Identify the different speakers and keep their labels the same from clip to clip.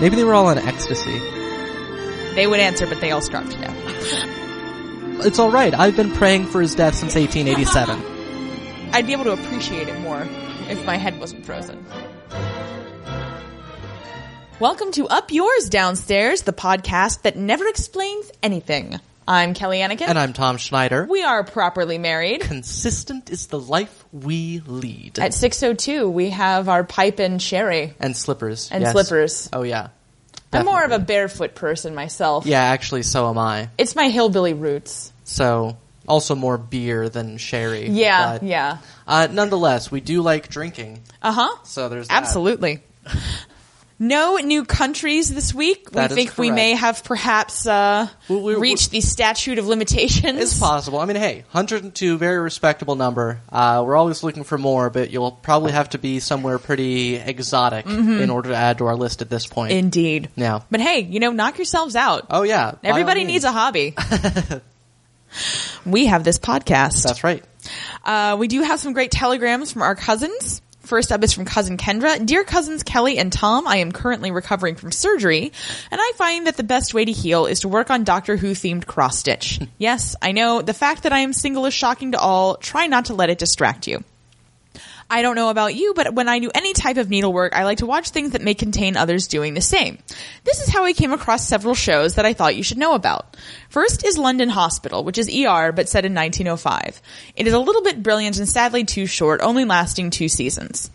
Speaker 1: Maybe they were all on ecstasy.
Speaker 2: They would answer, but they all starved to death.
Speaker 1: It's alright. I've been praying for his death since 1887.
Speaker 2: I'd be able to appreciate it more if my head wasn't frozen. Welcome to Up Yours Downstairs, the podcast that never explains anything. I'm Kelly Anakin.
Speaker 1: and I'm Tom Schneider.
Speaker 2: we are properly married.
Speaker 1: Consistent is the life we lead.
Speaker 2: At 6.02, we have our pipe and sherry.
Speaker 1: and slippers.
Speaker 2: And
Speaker 1: yes.
Speaker 2: slippers.
Speaker 1: Oh, yeah.
Speaker 2: I'm more of a
Speaker 1: Definitely.
Speaker 2: barefoot person myself.
Speaker 1: Yeah, actually, so am I.
Speaker 2: It's my hillbilly roots.
Speaker 1: So, also more beer than sherry.
Speaker 2: Yeah,
Speaker 1: but-
Speaker 2: yeah.
Speaker 1: Uh, nonetheless, we do like drinking.
Speaker 2: Uh-huh.
Speaker 1: So there's that.
Speaker 2: Absolutely. No new countries this week.
Speaker 1: That
Speaker 2: we
Speaker 1: is
Speaker 2: think we
Speaker 1: correct.
Speaker 2: may have perhaps uh,
Speaker 1: We- we- we-
Speaker 2: reached the statute of limitations.
Speaker 1: It's possible. I mean, hey, 102, very respectable number. Uh, we're always looking for more, but you'll probably have to be somewhere pretty exotic
Speaker 2: Mm-hmm.
Speaker 1: in order to add to our list at this point.
Speaker 2: Indeed.
Speaker 1: Yeah.
Speaker 2: But hey, you know, knock yourselves out.
Speaker 1: oh, yeah. by all
Speaker 2: Everybody
Speaker 1: means.
Speaker 2: needs a hobby. we have this podcast.
Speaker 1: That's right.
Speaker 2: Uh, we do have some great telegrams from our cousins. First up is from cousin Kendra. Dear cousins Kelly and Tom, I am currently recovering from surgery, and I find that the best way to heal is to work on Doctor Who themed cross stitch. yes, I know the fact that I am single is shocking to all. Try not to let it distract you. I don't know about you, but when I do any type of needlework, I like to watch things that may contain others doing the same. This is how I came across several shows that I thought you should know about. First is London Hospital, which is ER but set in 1905. It is a little bit brilliant and sadly too short, only lasting two seasons.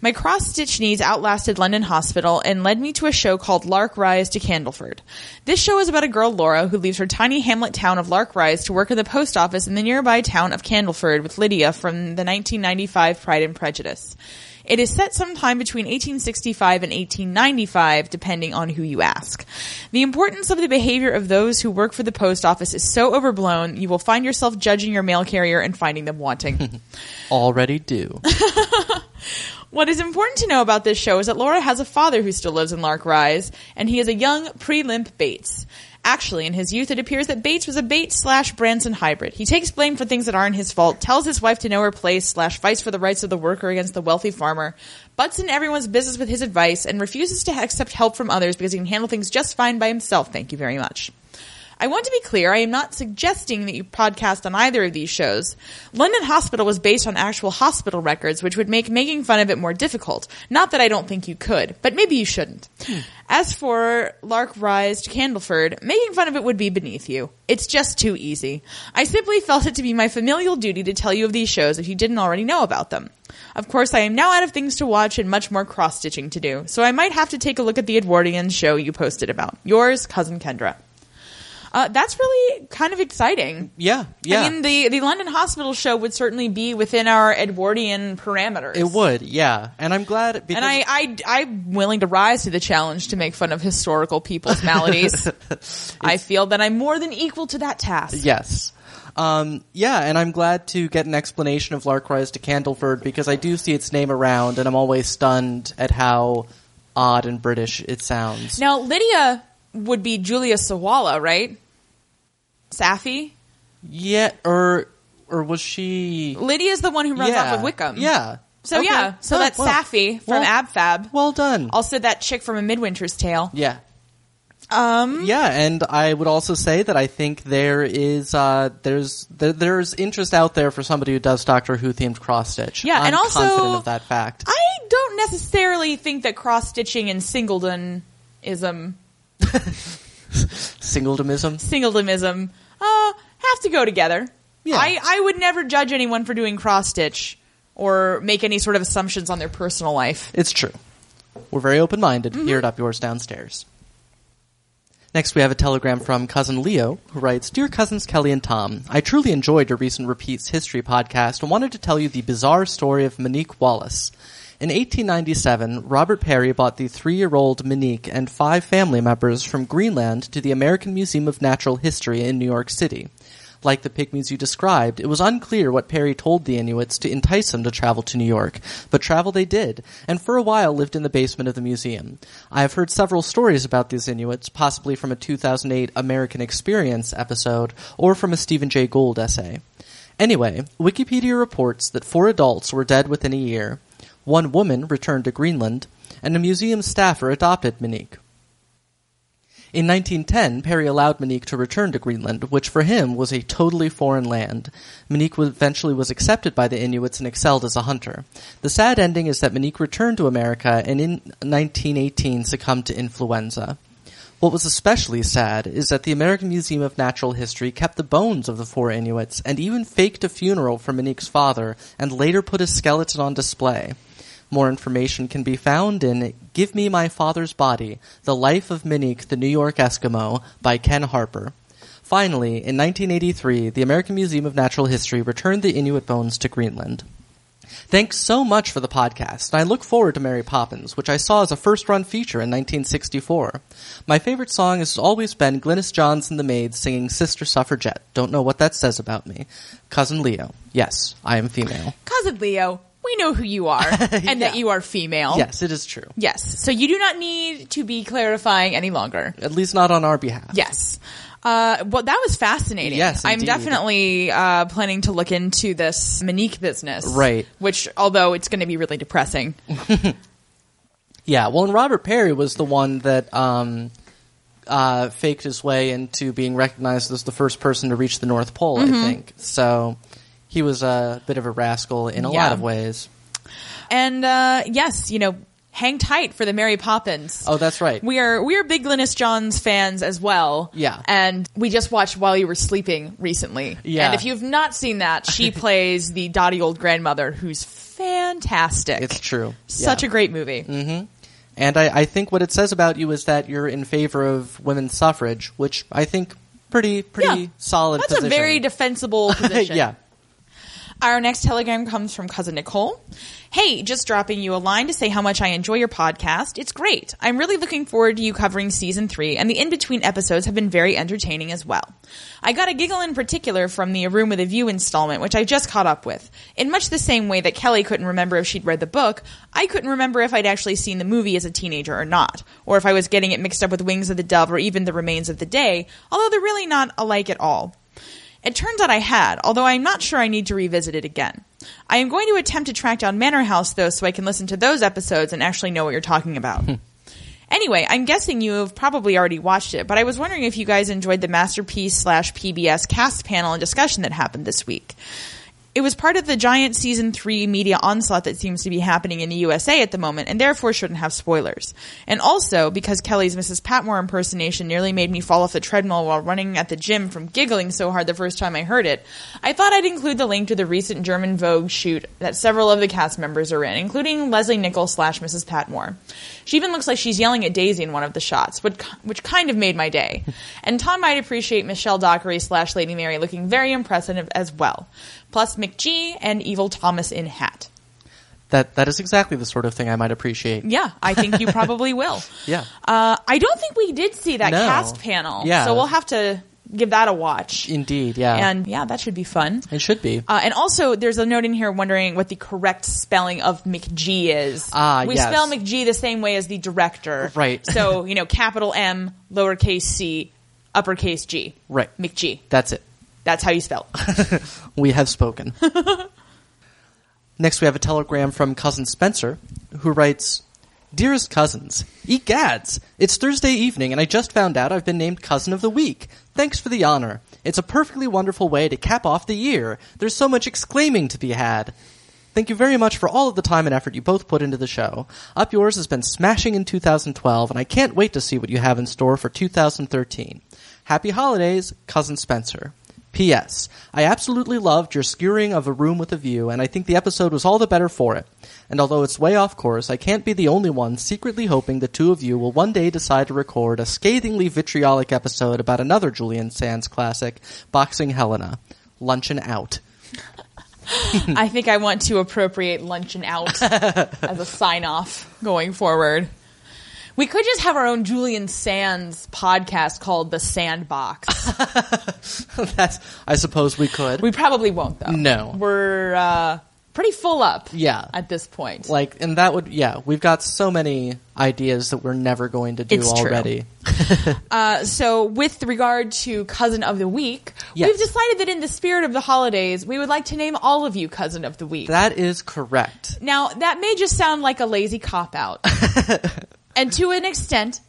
Speaker 2: My cross stitch needs outlasted London Hospital and led me to a show called Lark Rise to Candleford. This show is about a girl, Laura, who leaves her tiny hamlet town of Lark Rise to work at the post office in the nearby town of Candleford with Lydia from the 1995 Pride and Prejudice. It is set sometime between 1865 and 1895, depending on who you ask. The importance of the behavior of those who work for the post office is so overblown, you will find yourself judging your mail carrier and finding them wanting.
Speaker 1: Already do.
Speaker 2: What is important to know about this show is that Laura has a father who still lives in Lark Rise, and he is a young pre-limp Bates. Actually, in his youth, it appears that Bates was a Bates slash Branson hybrid. He takes blame for things that aren't his fault, tells his wife to know her place, slash fights for the rights of the worker against the wealthy farmer, butts in everyone's business with his advice, and refuses to accept help from others because he can handle things just fine by himself. Thank you very much. I want to be clear, I am not suggesting that you podcast on either of these shows. London Hospital was based on actual hospital records, which would make making fun of it more difficult. Not that I don't think you could, but maybe you shouldn't. As for Lark Rise to Candleford, making fun of it would be beneath you. It's just too easy. I simply felt it to be my familial duty to tell you of these shows if you didn't already know about them. Of course, I am now out of things to watch and much more cross stitching to do, so I might have to take a look at the Edwardian show you posted about. Yours, Cousin Kendra. Uh, that's really kind of exciting.
Speaker 1: Yeah, yeah.
Speaker 2: I mean, the, the London Hospital show would certainly be within our Edwardian parameters.
Speaker 1: it would, yeah. And I'm glad because
Speaker 2: And I, I, I'm willing to rise to the challenge to make fun of historical people's maladies. I feel that I'm more than equal to that task.
Speaker 1: Yes. Um, yeah, and I'm glad to get an explanation of Lark Rise to Candleford because I do see its name around, and I'm always stunned at how odd and British it sounds.
Speaker 2: Now, Lydia would be Julia Sawala, right? Safi?
Speaker 1: Yeah, or or was she?
Speaker 2: Lydia's the one who runs
Speaker 1: yeah,
Speaker 2: off of Wickham.
Speaker 1: Yeah.
Speaker 2: So
Speaker 1: Okay.
Speaker 2: yeah, so
Speaker 1: Oh,
Speaker 2: that's
Speaker 1: well,
Speaker 2: Safi from
Speaker 1: well,
Speaker 2: AbFab.
Speaker 1: Well done.
Speaker 2: also that chick from A Midwinter's Tale.
Speaker 1: yeah. Um. Yeah, and I would also say that I think there is uh there's there, there's interest out there for somebody who does Doctor Who themed cross stitch.
Speaker 2: Yeah,
Speaker 1: I'm
Speaker 2: and also-
Speaker 1: confident of that fact.
Speaker 2: I don't necessarily think that cross stitching and singledonism,
Speaker 1: Singledomism.
Speaker 2: singledomism, uh, have to go together.
Speaker 1: Yeah.
Speaker 2: I, I would never judge anyone for doing cross stitch or make any sort of assumptions on their personal life.
Speaker 1: It's true. We're very open minded here at Up Yours Downstairs. Next, we have a telegram from Cousin Leo, who writes Dear Cousins Kelly and Tom, I truly enjoyed your recent Repeats History podcast and wanted to tell you the bizarre story of Monique Wallace. In 1897, Robert Perry bought the three year old Monique and five family members from Greenland to the American Museum of Natural History in New York City. Like the pygmies you described, it was unclear what Perry told the Inuits to entice them to travel to New York, but travel they did, and for a while lived in the basement of the museum. I have heard several stories about these Inuits, possibly from a 2008 American Experience episode, or from a Stephen Jay Gould essay. Anyway, Wikipedia reports that four adults were dead within a year, one woman returned to Greenland, and a museum staffer adopted Monique. In 1910, Perry allowed Monique to return to Greenland, which for him was a totally foreign land. Monique was- eventually was accepted by the Inuits and excelled as a hunter. The sad ending is that Monique returned to America and in 1918 succumbed to influenza. What was especially sad is that the American Museum of Natural History kept the bones of the four Inuits and even faked a funeral for Monique's father and later put his skeleton on display. More information can be found in Give Me My Father's Body The Life of Minique the New York Eskimo by Ken Harper. Finally, in 1983, the American Museum of Natural History returned the Inuit bones to Greenland. Thanks so much for the podcast, and I look forward to Mary Poppins, which I saw as a first run feature in 1964. My favorite song has always been Glynis Johns and the Maids singing Sister Suffragette. Don't know what that says about me. Cousin Leo. Yes, I am female.
Speaker 2: Cousin Leo, we know who you are and that you are female.
Speaker 1: Yes, it is true.
Speaker 2: Yes. So you do not need to be clarifying any longer.
Speaker 1: At least not on our behalf.
Speaker 2: Yes. Uh, well, that was fascinating.
Speaker 1: Yes,
Speaker 2: I'm
Speaker 1: indeed.
Speaker 2: definitely uh, planning to look into this Monique business.
Speaker 1: Right.
Speaker 2: Which, although it's going to be really depressing.
Speaker 1: Yeah, well, and Robert Perry was the one that um, uh, faked his way into being recognized as the first person to reach the North Pole, I think. So he was a bit of a rascal in a
Speaker 2: Yeah.
Speaker 1: lot of ways.
Speaker 2: And uh, yes, you know, hang tight for the Mary Poppins.
Speaker 1: Oh, that's right.
Speaker 2: We are we are big Glynis Johns fans as well.
Speaker 1: Yeah.
Speaker 2: and we just watched While You Were Sleeping recently.
Speaker 1: Yeah.
Speaker 2: and if you've not seen that, she plays the dotty old grandmother who's fantastic.
Speaker 1: it's Mm-hmm. true.
Speaker 2: Such a great movie.
Speaker 1: And I, I think what it says about you is that you're in favor of women's suffrage, which I think pretty pretty
Speaker 2: Yeah.
Speaker 1: solid.
Speaker 2: That's
Speaker 1: position.
Speaker 2: a very defensible position.
Speaker 1: yeah.
Speaker 2: Our next telegram comes from cousin Nicole. Hey, just dropping you a line to say how much I enjoy your podcast. It's great. I'm really looking forward to you covering season three, and the in between episodes have been very entertaining as well. I got a giggle in particular from the A Room with a View installment, which I just caught up with. In much the same way that Kelly couldn't remember if she'd read the book, I couldn't remember if I'd actually seen the movie as a teenager or not, or if I was getting it mixed up with Wings of the Dove or even The Remains of the Day, although they're really not alike at all. It turns out I had, although I'm not sure I need to revisit it again. I am going to attempt to track down Manor House, though, so I can listen to those episodes and actually know what you're talking about. anyway, I'm guessing you have probably already watched it, but I was wondering if you guys enjoyed the Masterpiece slash PBS cast panel and discussion that happened this week. It was part of the giant season three media onslaught that seems to be happening in the USA at the moment and therefore shouldn't have spoilers. And also because Kelly's Mrs. Patmore impersonation nearly made me fall off the treadmill while running at the gym from giggling so hard the first time I heard it, I thought I'd include the link to the recent German Vogue shoot that several of the cast members are in, including Leslie Nichol slash Mrs. Patmore. She even looks like she's yelling at Daisy in one of the shots, which, which kind of made my day. And Tom might appreciate Michelle Dockery slash Lady Mary looking very impressive as well. Plus McGee and Evil Thomas in hat.
Speaker 1: That that is exactly the sort of thing I might appreciate.
Speaker 2: Yeah, I think you probably will.
Speaker 1: Yeah.
Speaker 2: Uh, I don't think we did see that
Speaker 1: No.
Speaker 2: cast panel.
Speaker 1: Yeah.
Speaker 2: So we'll have to give that a watch.
Speaker 1: Indeed, yeah.
Speaker 2: And yeah, that should be fun.
Speaker 1: it should be.
Speaker 2: Uh, and also, there's a note in here wondering what the correct spelling of McG is.
Speaker 1: Ah,
Speaker 2: we
Speaker 1: yes.
Speaker 2: spell McG the same way as the director,
Speaker 1: Right.
Speaker 2: So you know, capital M, lowercase c, uppercase G,
Speaker 1: Right.
Speaker 2: McG.
Speaker 1: That's it.
Speaker 2: That's how you spell.
Speaker 1: We have spoken. Next, we have a telegram from cousin Spencer, who writes, "Dearest cousins, egads! It's Thursday evening, and I just found out I've been named cousin of the week. Thanks for the honor. It's a perfectly wonderful way to cap off the year. There's so much exclaiming to be had." Thank you very much for all of the time and effort you both put into the show. Up Yours has been smashing in 2012, and I can't wait to see what you have in store for 2013. Happy holidays, Cousin Spencer. P.S. I absolutely loved your skewering of a room with a view, and I think the episode was all the better for it. And although it's way off course, I can't be the only one secretly hoping the two of you will one day decide to record a scathingly vitriolic episode about another Julian Sands classic, Boxing Helena. Luncheon out.
Speaker 2: I think I want to appropriate luncheon out as a sign off going forward. We could just have our own Julian Sands podcast called The Sandbox.
Speaker 1: That's, I suppose we could.
Speaker 2: We probably won't though.
Speaker 1: No.
Speaker 2: We're uh, pretty full up.
Speaker 1: Yeah.
Speaker 2: At this point.
Speaker 1: like and that would yeah we've got so many ideas that we're never going to do
Speaker 2: It's true.
Speaker 1: already
Speaker 2: Uh, so, with regard to cousin of the week,
Speaker 1: Yes.
Speaker 2: we've decided that in the spirit of the holidays, we would like to name all of you cousin of the week.
Speaker 1: that is correct
Speaker 2: now, that may just sound like a lazy cop out, and to an extent,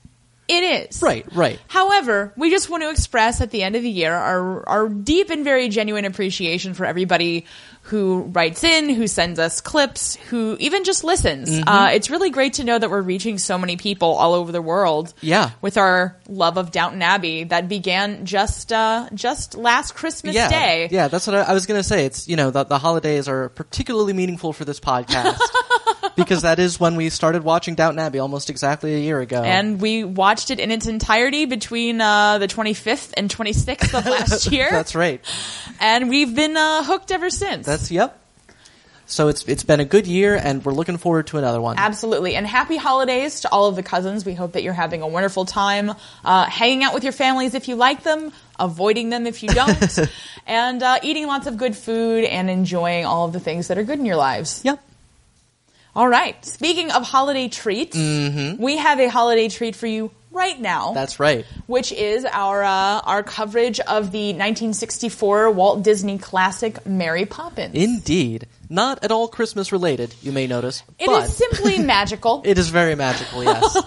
Speaker 2: It is.
Speaker 1: Right, right.
Speaker 2: However, we just want to express at the end of the year our our deep and very genuine appreciation for everybody who writes in, who sends us clips, who even just listens.
Speaker 1: Mm-hmm.
Speaker 2: Uh, it's really great to know that we're reaching so many people all over the world.
Speaker 1: Yeah.
Speaker 2: with our love of Downton Abbey that began just uh, just last Christmas
Speaker 1: yeah,
Speaker 2: Day.
Speaker 1: yeah. That's what I, I was gonna say. It's you know the, the holidays are particularly meaningful for this podcast because that is when we started watching Downton Abbey almost exactly a year ago.
Speaker 2: And we watched it in its entirety between uh, the 25th and 26th of last year.
Speaker 1: that's right.
Speaker 2: And we've been uh, hooked ever since.
Speaker 1: That's yep. So it's it's been a good year, and we're looking forward to another one.
Speaker 2: Absolutely. And happy holidays to all of the cousins. We hope that you're having a wonderful time uh, hanging out with your families if you like them, avoiding them if you don't, and uh, eating lots of good food and enjoying all of the things that are good in your lives.
Speaker 1: yep.
Speaker 2: All right. Speaking of holiday treats,
Speaker 1: Mm-hmm.
Speaker 2: we have a holiday treat for you right now.
Speaker 1: That's right.
Speaker 2: which is our uh, our coverage of the 1964 Walt Disney classic Mary Poppins.
Speaker 1: Indeed. Not at all Christmas related, you may notice.
Speaker 2: It
Speaker 1: but
Speaker 2: is simply magical.
Speaker 1: it is very magical, yes.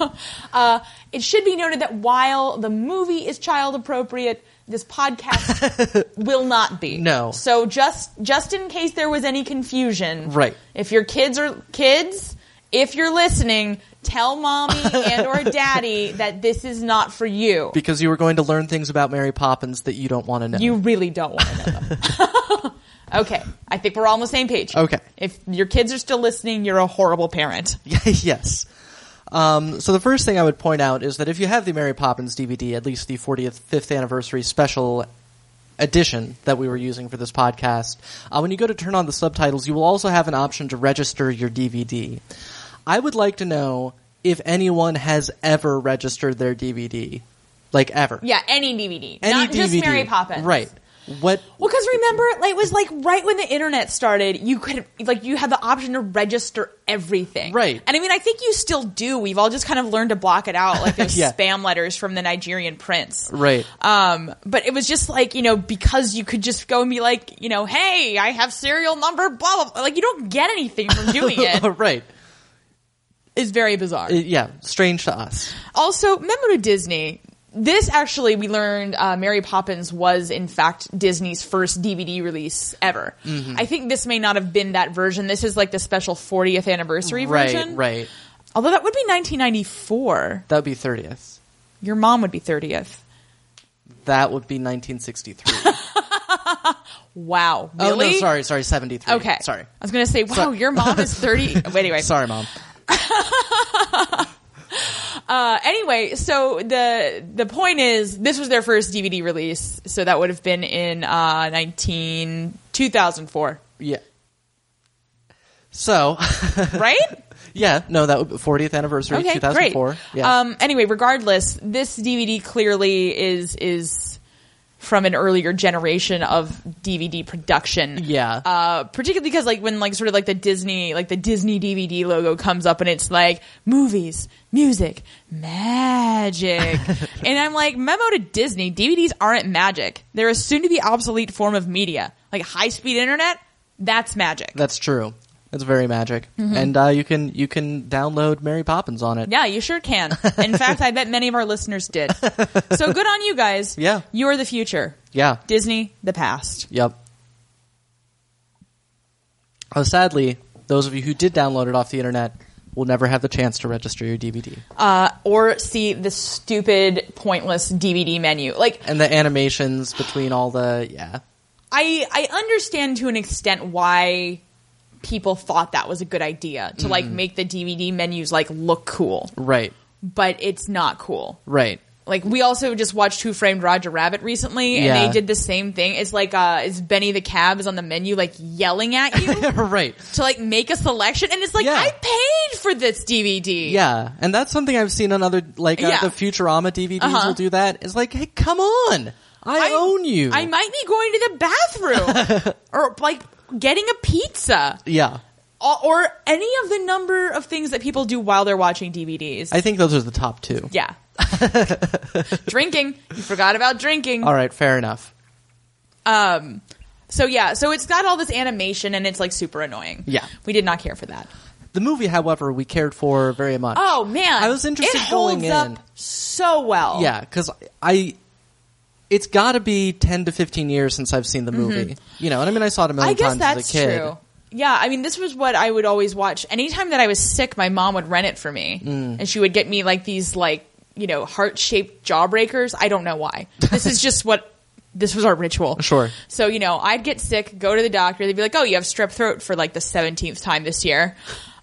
Speaker 2: Uh, it should be noted that while the movie is child appropriate, this podcast will not be.
Speaker 1: No.
Speaker 2: So just just in case there was any confusion,
Speaker 1: Right.
Speaker 2: If your kids are kids, if you're listening, tell mommy and or daddy that this is not for you.
Speaker 1: because you were going to learn things about Mary Poppins that you don't want to know.
Speaker 2: You really don't want to know them. okay, I think we're all on the same page.
Speaker 1: Okay.
Speaker 2: If your kids are still listening, you're a horrible parent.
Speaker 1: yes. Um, so the first thing I would point out is that if you have the Mary Poppins DVD, at least the 45th anniversary special edition that we were using for this podcast, uh, when you go to turn on the subtitles, you will also have an option to register your DVD. I would like to know if anyone has ever registered their DVD, like ever.
Speaker 2: Yeah, any DVD,
Speaker 1: Any
Speaker 2: not just
Speaker 1: DVD.
Speaker 2: Mary Poppins.
Speaker 1: Right. What?
Speaker 2: Well, because remember, like, it was like right when the internet started, you could like you had the option to register everything.
Speaker 1: Right.
Speaker 2: And I mean, I think you still do. We've all just kind of learned to block it out, like those
Speaker 1: Yeah.
Speaker 2: spam letters from the Nigerian prince.
Speaker 1: Right.
Speaker 2: Um, but it was just like, you know, because you could just go and be like, you know, hey, I have serial number, blah, blah, blah. Like, you don't get anything from doing it.
Speaker 1: right.
Speaker 2: It's very bizarre.
Speaker 1: Uh, Yeah. Strange to us.
Speaker 2: also, remember to Disney. This actually, we learned uh, Mary Poppins was in fact Disney's first DVD release ever.
Speaker 1: Mm-hmm.
Speaker 2: I think this may not have been that version. This is like the special 40th anniversary
Speaker 1: Right.
Speaker 2: version.
Speaker 1: Right.
Speaker 2: Although that would be 1994.
Speaker 1: That would be 30th.
Speaker 2: Your mom would be 30th.
Speaker 1: That would be 1963.
Speaker 2: Wow.
Speaker 1: Oh,
Speaker 2: Really?
Speaker 1: no, sorry, sorry, 73.
Speaker 2: Okay.
Speaker 1: Sorry.
Speaker 2: I was going to say, wow,
Speaker 1: Sorry.
Speaker 2: your mom is 30. Wait, anyway.
Speaker 1: Sorry, Mom.
Speaker 2: Uh, anyway, so the the point is, this was their first DVD release, so that would have been in uh, 19, 2004,
Speaker 1: Yeah. So,
Speaker 2: right?
Speaker 1: yeah, no, that would be 40th anniversary,
Speaker 2: okay, great.
Speaker 1: 2004. Yeah.
Speaker 2: Um, anyway, regardless, this DVD clearly is is from an earlier generation of DVD production.
Speaker 1: Yeah.
Speaker 2: Uh, particularly because like when like sort of like the Disney like the Disney DVD logo comes up and it's like movies, music, magic, and I'm like memo to Disney: DVDs aren't magic. They're a soon to be obsolete form of media, like high speed internet. That's magic.
Speaker 1: That's true. That's very magic.
Speaker 2: Mm-hmm.
Speaker 1: And uh, you can you can download Mary Poppins on it.
Speaker 2: Yeah, you sure can. In fact, I bet many of our listeners did. So good on you guys.
Speaker 1: Yeah.
Speaker 2: You're the future.
Speaker 1: Yeah.
Speaker 2: Disney, the past.
Speaker 1: Yep. Oh, sadly, those of you who did download it off the internet will never have the chance to register your DVD.
Speaker 2: Uh, or see the stupid, pointless DVD menu. Like,
Speaker 1: and the animations between all the yeah.
Speaker 2: I, I understand to an extent why people thought that was a good idea to
Speaker 1: Mm.
Speaker 2: like make the DVD menus like look cool,
Speaker 1: Right.
Speaker 2: but it's not cool.
Speaker 1: Right.
Speaker 2: Like we also just watched Who Framed Roger Rabbit recently, and
Speaker 1: Yeah.
Speaker 2: they did the same thing. It's like uh, it's Benny the Cab is on the menu, like yelling at you.
Speaker 1: right.
Speaker 2: to like make a selection and it's like
Speaker 1: Yeah.
Speaker 2: I paid for this DVD.
Speaker 1: Yeah, and that's something I've seen on other like uh,
Speaker 2: Yeah.
Speaker 1: the Futurama DVDs
Speaker 2: Uh-huh.
Speaker 1: will do that. It's like, hey, come on, I, own you.
Speaker 2: I might be going to the bathroom or like getting a pizza
Speaker 1: yeah,
Speaker 2: or, or any of the number of things that people do while they're watching DVDs.
Speaker 1: I think those are the top two.
Speaker 2: yeah. drinking. You forgot about drinking.
Speaker 1: All right, fair enough.
Speaker 2: Um so yeah, so it's got all this animation and it's like super annoying.
Speaker 1: Yeah.
Speaker 2: We did not care for that.
Speaker 1: The movie, however, we cared for very much.
Speaker 2: Oh man,
Speaker 1: I was interested
Speaker 2: It holds
Speaker 1: going
Speaker 2: up
Speaker 1: in.
Speaker 2: so well.
Speaker 1: Yeah, because I, it's got to be ten to fifteen years since I've seen the movie. You know, and I mean, I saw it a million
Speaker 2: Mm-hmm. I guess
Speaker 1: times
Speaker 2: that's
Speaker 1: as a kid.
Speaker 2: true. Yeah, I mean, this was what I would always watch. Anytime that I was sick, my mom would rent it for me,
Speaker 1: Mm.
Speaker 2: and she would get me like these like you know heart shaped jawbreakers. I don't know why. This is just what this was our ritual.
Speaker 1: Sure.
Speaker 2: So you know, I'd get sick, go to the doctor. They'd be like, "Oh, you have strep throat for like the seventeenth time this year."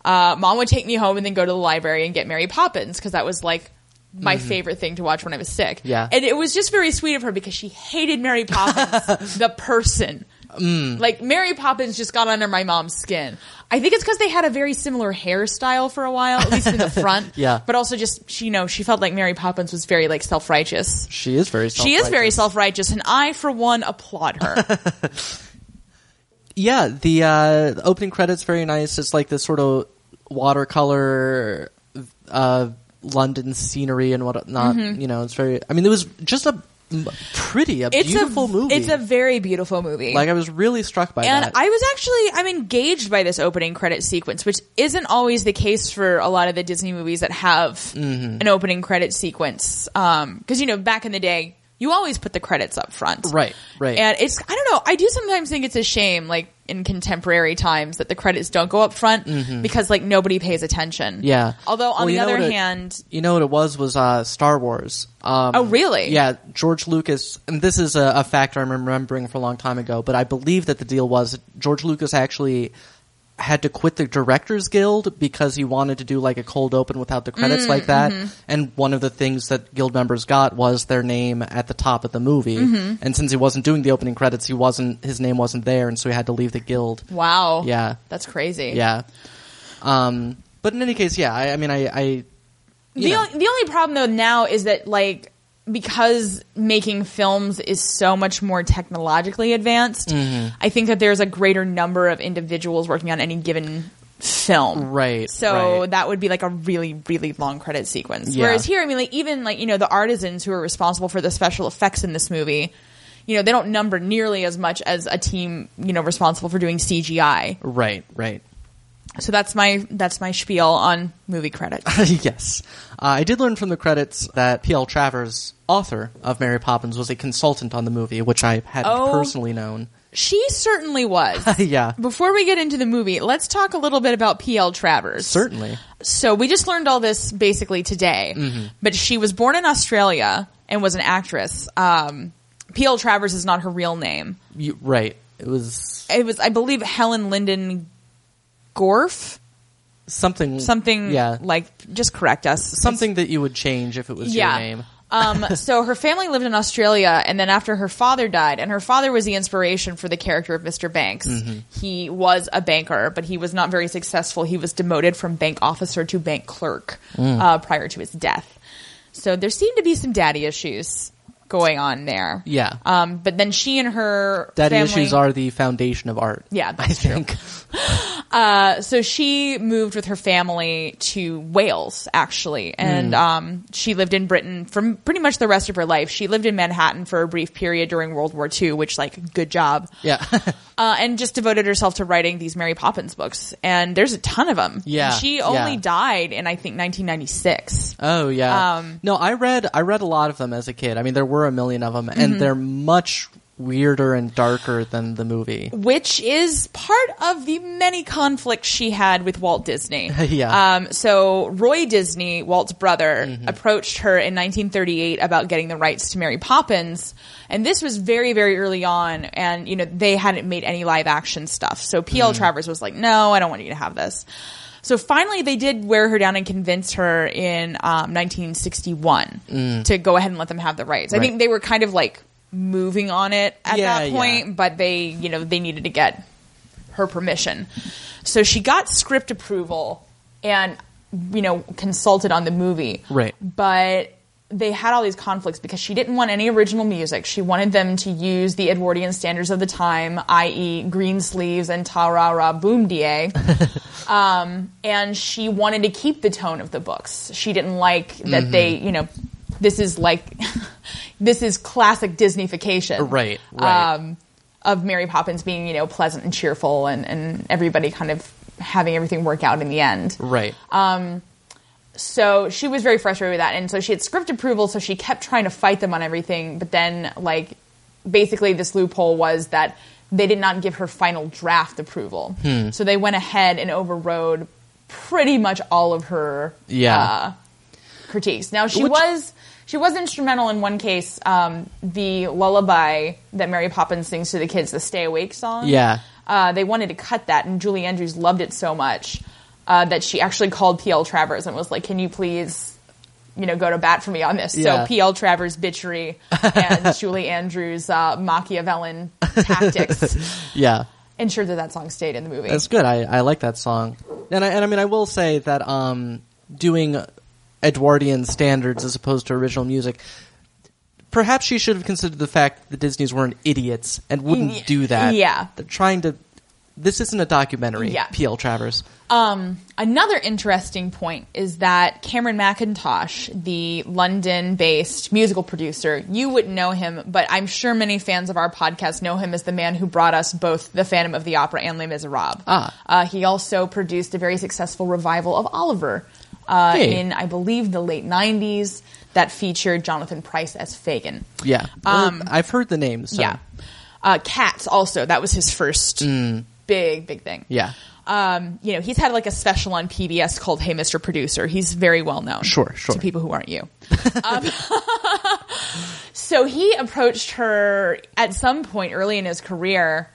Speaker 2: Uh, mom would take me home and then go to the library and get Mary Poppins because that was like my favorite thing to watch when I was sick.
Speaker 1: Mm-hmm. Yeah.
Speaker 2: and it was just very sweet of her because she hated Mary Poppins, the person. Like Mary Poppins just got under my mom's skin. I think it's because they had a very similar hairstyle for a while, at least in the front.
Speaker 1: Yeah.
Speaker 2: But also just she, you know, she felt like Mary Poppins was very like self righteous.
Speaker 1: She is very.
Speaker 2: She is very
Speaker 1: self-righteous.
Speaker 2: self righteous, and I, for one, applaud her.
Speaker 1: Yeah, the uh, the opening credits very nice. It's like this sort of watercolor uh, London scenery and whatnot.
Speaker 2: Mm-hmm.
Speaker 1: You know, it's very. I mean, it was just a m- pretty, a
Speaker 2: It's
Speaker 1: beautiful
Speaker 2: a
Speaker 1: movie.
Speaker 2: It's a very beautiful movie.
Speaker 1: like I was really struck by
Speaker 2: and
Speaker 1: that.
Speaker 2: I was actually I'm engaged by this opening credit sequence, which isn't always the case for a lot of the Disney movies that have
Speaker 1: Mm-hmm.
Speaker 2: an opening credit sequence. Because you know, back in the day, you always put the credits up front,
Speaker 1: Right, right.
Speaker 2: And it's I don't know. I do sometimes think it's a shame, like in contemporary times, that the credits don't go up front because like nobody pays attention.
Speaker 1: Mm-hmm. yeah.
Speaker 2: Although on
Speaker 1: Well,
Speaker 2: the
Speaker 1: you know
Speaker 2: other
Speaker 1: what it-
Speaker 2: hand,
Speaker 1: you know what it was was uh, Star Wars. Um,
Speaker 2: Oh, really?
Speaker 1: Yeah, George Lucas, and this is a, a factor I'm remembering for a long time ago, but I believe that the deal was George Lucas actually had to quit the Directors Guild because he wanted to do like a cold open without the
Speaker 2: Mm,
Speaker 1: credits like that.
Speaker 2: mm-hmm.
Speaker 1: And one of the things that guild members got was their name at the top of the movie.
Speaker 2: Mm-hmm.
Speaker 1: And since he wasn't doing the opening credits, he wasn't his name wasn't there, and so he had to leave the guild.
Speaker 2: wow,
Speaker 1: Yeah.
Speaker 2: that's crazy.
Speaker 1: Yeah. Um, but in any case, yeah, I, I mean, I, I you
Speaker 2: The,
Speaker 1: know.
Speaker 2: on- the only problem though now is that like because making films is so much more technologically advanced,
Speaker 1: Mm-hmm.
Speaker 2: I think that there's a greater number of individuals working on any given film.
Speaker 1: Right,
Speaker 2: So
Speaker 1: right.
Speaker 2: that would be like a really really long credit sequence.
Speaker 1: Yeah.
Speaker 2: Whereas here, I mean like even like you know the artisans who are responsible for the special effects in this movie, you know, they don't number nearly as much as a team, you know, responsible for doing CGI.
Speaker 1: right, right.
Speaker 2: So that's my that's my spiel on movie credits.
Speaker 1: yes. Uh, I did learn from the credits that P.L. Travers, author of Mary Poppins, was a consultant on the movie, which I hadn't
Speaker 2: Oh.
Speaker 1: personally known.
Speaker 2: She certainly was.
Speaker 1: yeah.
Speaker 2: Before we get into the movie, let's talk a little bit about P.L. Travers.
Speaker 1: Certainly.
Speaker 2: So we just learned all this basically today,
Speaker 1: Mm-hmm.
Speaker 2: but she was born in Australia and was an actress. Um, P.L. Travers is not her real name.
Speaker 1: You, right. It was
Speaker 2: It was, I believe, Helen Linden Gorf,
Speaker 1: something.
Speaker 2: something
Speaker 1: Yeah.
Speaker 2: like, just correct us.
Speaker 1: something that you would change if it was your name.
Speaker 2: um, so her family lived in Australia, and then after her father died, and her father was the inspiration for the character of Mr. Banks.
Speaker 1: Mm-hmm.
Speaker 2: He was a banker, but he was not very successful. He was demoted from bank officer to bank clerk
Speaker 1: Mm.
Speaker 2: uh, prior to his death. So there seemed to be some daddy issues going on there.
Speaker 1: Yeah.
Speaker 2: Um, but then she and her
Speaker 1: Daddy
Speaker 2: family-
Speaker 1: issues are the foundation of art.
Speaker 2: Yeah,
Speaker 1: I
Speaker 2: that's true.
Speaker 1: think.
Speaker 2: so she moved with her family to Wales, actually,
Speaker 1: Hmm.
Speaker 2: and um, she lived in Britain for pretty much the rest of her life. She lived in Manhattan for a brief period during World War II, which, like, good job,
Speaker 1: Yeah.
Speaker 2: uh, and just devoted herself to writing these Mary Poppins books. And there's a ton of them.
Speaker 1: Yeah,
Speaker 2: she only
Speaker 1: yeah.
Speaker 2: died in I think 1996.
Speaker 1: oh yeah.
Speaker 2: Um,
Speaker 1: no, I read I read a lot of them as a kid. I mean, there were a million of them,
Speaker 2: Mm-hmm.
Speaker 1: and they're much weirder and darker than the movie.
Speaker 2: which is part of the many conflicts she had with Walt Disney.
Speaker 1: Yeah. Mm-hmm.
Speaker 2: Um, so Roy Disney, Walt's brother, approached her in 1938 about getting the rights to Mary Poppins, and this was very, very early on. And you know they hadn't made any live action stuff, so P.L.
Speaker 1: Mm-hmm.
Speaker 2: Travers was like, "No, I don't want you to have this." So finally, they did wear her down and convince her in um, 1961 to go ahead and let them have the rights. I
Speaker 1: Mm. Right.
Speaker 2: think they were kind of like moving on it at
Speaker 1: Yeah,
Speaker 2: that
Speaker 1: yeah.
Speaker 2: point, but they, you know, they needed to get her permission. So she got script approval and, you know, consulted on the movie.
Speaker 1: Right.
Speaker 2: But they had all these conflicts because she didn't want any original music. She wanted them to use the Edwardian standards of the time, i.e., green sleeves and ta ra ra boom da. um, and she wanted to keep the tone of the books. She didn't like that they,
Speaker 1: Mm-hmm.
Speaker 2: you know, this is like, this is classic Disneyfication.
Speaker 1: Right, right.
Speaker 2: Um, of Mary Poppins being, you know, pleasant and cheerful and, and everybody kind of having everything work out in the end.
Speaker 1: Right.
Speaker 2: Uh, So she was very frustrated with that, and so she had script approval, so she kept trying to fight them on everything. But then, like, basically, this loophole was that they did not give her final draft approval,
Speaker 1: Hmm.
Speaker 2: so they went ahead and overrode pretty much all of her
Speaker 1: Yeah.
Speaker 2: uh, critiques. Now she
Speaker 1: Which-
Speaker 2: was she was instrumental in one case, um, the lullaby that Mary Poppins sings to the kids, the "Stay Awake" song.
Speaker 1: Yeah.
Speaker 2: uh, they wanted to cut that, and Julie Andrews loved it so much uh, that she actually called P.L. Travers and was like, "Can you please?" You know, go to bat for me on this.
Speaker 1: Yeah.
Speaker 2: So P.L. Travers' bitchery and Julie Andrews' uh, Machiavellian tactics
Speaker 1: yeah.
Speaker 2: ensured that that song stayed in the movie.
Speaker 1: That's good. I, I like that song. And I, and I mean, I will say that um, doing Edwardian standards as opposed to original music, perhaps she should have considered the fact that the Disneys weren't idiots and wouldn't
Speaker 2: Ye-
Speaker 1: do that.
Speaker 2: yeah.
Speaker 1: They're trying to. This isn't a documentary,
Speaker 2: Yeah.
Speaker 1: P.L. Travers.
Speaker 2: Um, another interesting point is that Cameron McIntosh, the London-based musical producer, you wouldn't know him, but I'm sure many fans of our podcast know him as the man who brought us both The Phantom of the Opera and Les Miserables.
Speaker 1: Ah.
Speaker 2: Uh, he also produced a very successful revival of Oliver uh,
Speaker 1: Hey.
Speaker 2: in, I believe, the late '90s that featured Jonathan Price as Fagin.
Speaker 1: Yeah. Well, I've heard the name, so.
Speaker 2: Um, Yeah. Uh, Cats also that was his first big big thing
Speaker 1: Mm. Yeah.
Speaker 2: um, you know, he's had like a special on PBS called "Hey, Mr. Producer." He's very well known,
Speaker 1: Sure, sure.
Speaker 2: to people who aren't you. Um, so he approached her at some point early in his career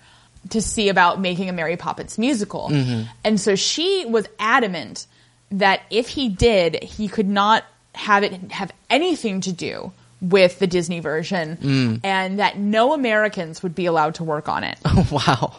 Speaker 2: to see about making a Mary Poppins musical,
Speaker 1: Mm-hmm.
Speaker 2: and so she was adamant that if he did, he could not have it have anything to do with the Disney version,
Speaker 1: Mm.
Speaker 2: and that no Americans would be allowed to work on it
Speaker 1: wow.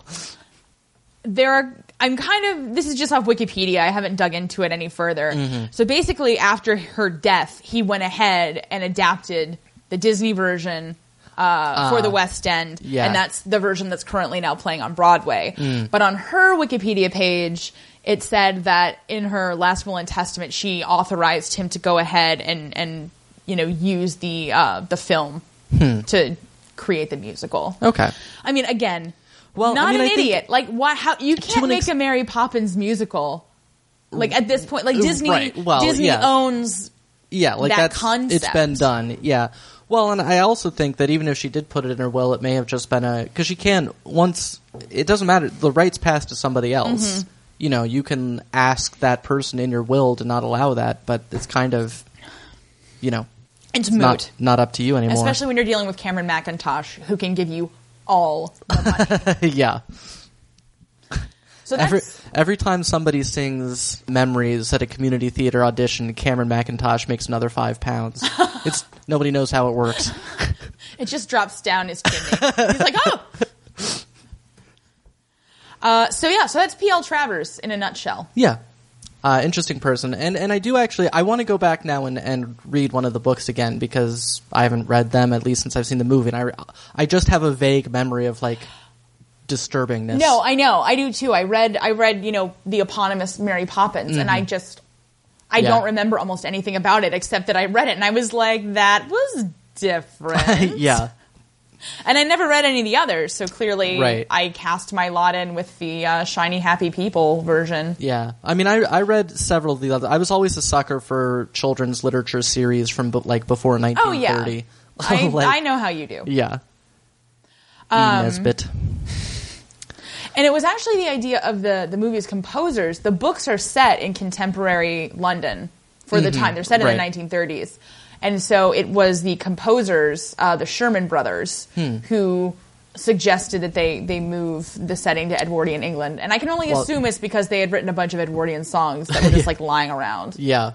Speaker 2: there are I'm kind of this is just off Wikipedia. I haven't dug into it any further.
Speaker 1: Mm-hmm.
Speaker 2: So basically after her death, he went ahead and adapted the Disney version uh, for the West End,
Speaker 1: Ah. yeah. Mm.
Speaker 2: and that's the version that's currently now playing on Broadway. But on her Wikipedia page, it said that in her last will and testament, she authorized him to go ahead and and you know use the uh, the film to create the musical.
Speaker 1: Hmm. Okay.
Speaker 2: I mean, again,
Speaker 1: Well, I
Speaker 2: not
Speaker 1: mean,
Speaker 2: an
Speaker 1: I think-
Speaker 2: idiot. Like, why? How you can't
Speaker 1: an
Speaker 2: make
Speaker 1: ex-
Speaker 2: a Mary Poppins musical? Like at this point, like
Speaker 1: Uh,
Speaker 2: Disney,
Speaker 1: right. Well,
Speaker 2: Disney
Speaker 1: yeah.
Speaker 2: owns.
Speaker 1: Yeah, like
Speaker 2: that
Speaker 1: that's it's been
Speaker 2: concept.
Speaker 1: done. Yeah. Well, and I also think that even if she did put it in her will, it may have just been a because she can once it doesn't matter the rights pass to somebody else.
Speaker 2: Mm-hmm.
Speaker 1: You know, you can ask that person in your will to not allow that, but it's kind of you know
Speaker 2: It's moot,
Speaker 1: not not up to you anymore.
Speaker 2: especially when you're dealing with Cameron McIntosh, who can give you all. The money.
Speaker 1: yeah.
Speaker 2: So that's
Speaker 1: Every every time somebody sings "Memories" at a community theater audition, Cameron McIntosh makes another five pounds. it's nobody knows how it works.
Speaker 2: it. Just drops down his chimney. He's like, oh. Uh, so yeah, so that's P.L. Travers in a nutshell.
Speaker 1: Yeah. Uh, interesting person. And and I do actually I want to go back now and, and read one of the books again because I haven't read them at least since I've seen the movie and I re- I just have a vague memory of like disturbingness.
Speaker 2: No, I know. I do too. I read I read, you know, the eponymous Mary Poppins and I just I
Speaker 1: Mm-hmm. Yeah.
Speaker 2: don't remember almost anything about it except that I read it and I was like that was different.
Speaker 1: yeah.
Speaker 2: And I never read any of the others, so clearly
Speaker 1: Right.
Speaker 2: I cast my lot in with the uh, shiny happy people version.
Speaker 1: Yeah. I mean I I read several of the other I was always a sucker for children's literature series from bu- like before
Speaker 2: Oh yeah.
Speaker 1: 1930.
Speaker 2: I,
Speaker 1: Like,
Speaker 2: I know Um, how you do.
Speaker 1: Yeah. E. Nesbitt.
Speaker 2: And it was actually the idea of the the movie's composers. The books are set in contemporary London for the time. They're set in
Speaker 1: Mm-hmm. right.
Speaker 2: the 1930s, and so it was the composers, uh, the Sherman brothers,
Speaker 1: Hmm.
Speaker 2: who suggested that they they move the setting to Edwardian England. And I can only
Speaker 1: Well-
Speaker 2: assume it's because they had written a bunch of Edwardian songs that were just like lying around.
Speaker 1: Yeah.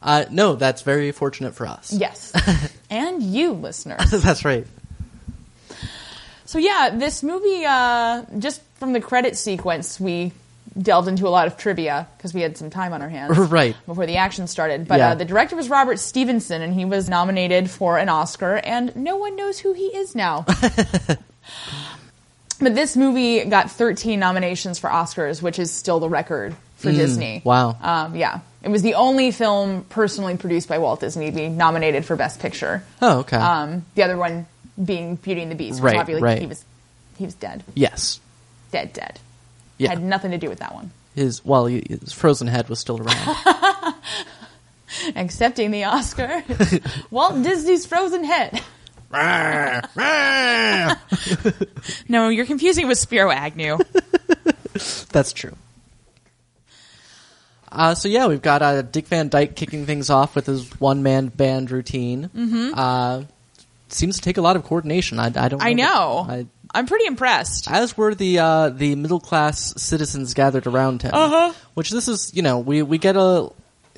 Speaker 1: Uh, no, that's very fortunate for us.
Speaker 2: Yes, and you listeners.
Speaker 1: that's right.
Speaker 2: So yeah, this movie, uh, just from the credit sequence, we delved into a lot of trivia because we had some time on our hands,
Speaker 1: Right.
Speaker 2: before the action started. But
Speaker 1: Yeah.
Speaker 2: uh, the director was Robert Stevenson, and he was nominated for an Oscar, and no one knows who he is now. but this movie got 13 nominations for Oscars, which is still the record for Disney.
Speaker 1: Mm, wow.
Speaker 2: Um, yeah, it was the only film personally produced by Walt Disney to be nominated for Best Picture.
Speaker 1: Oh, okay.
Speaker 2: Um, the other one being Beauty and the Beast, which
Speaker 1: Right,
Speaker 2: obviously
Speaker 1: right.
Speaker 2: he was he was dead,
Speaker 1: Yes.
Speaker 2: dead, dead.
Speaker 1: Yeah.
Speaker 2: Had nothing to do with that one.
Speaker 1: his while he, his frozen head was still around.
Speaker 2: Accepting the Oscar, Walt Disney's Frozen Head. No, you're confusing with Spiro Agnew.
Speaker 1: That's true. Uh, so yeah, we've got uh, Dick Van Dyke kicking things off with his one man band routine. Mm-hmm. Uh, seems to take a lot of coordination. I, I don't.
Speaker 2: I know.
Speaker 1: I,
Speaker 2: I'm pretty impressed.
Speaker 1: as were the uh, the middle class citizens gathered around him.
Speaker 2: Uh-huh.
Speaker 1: Which this is, you know, we we get a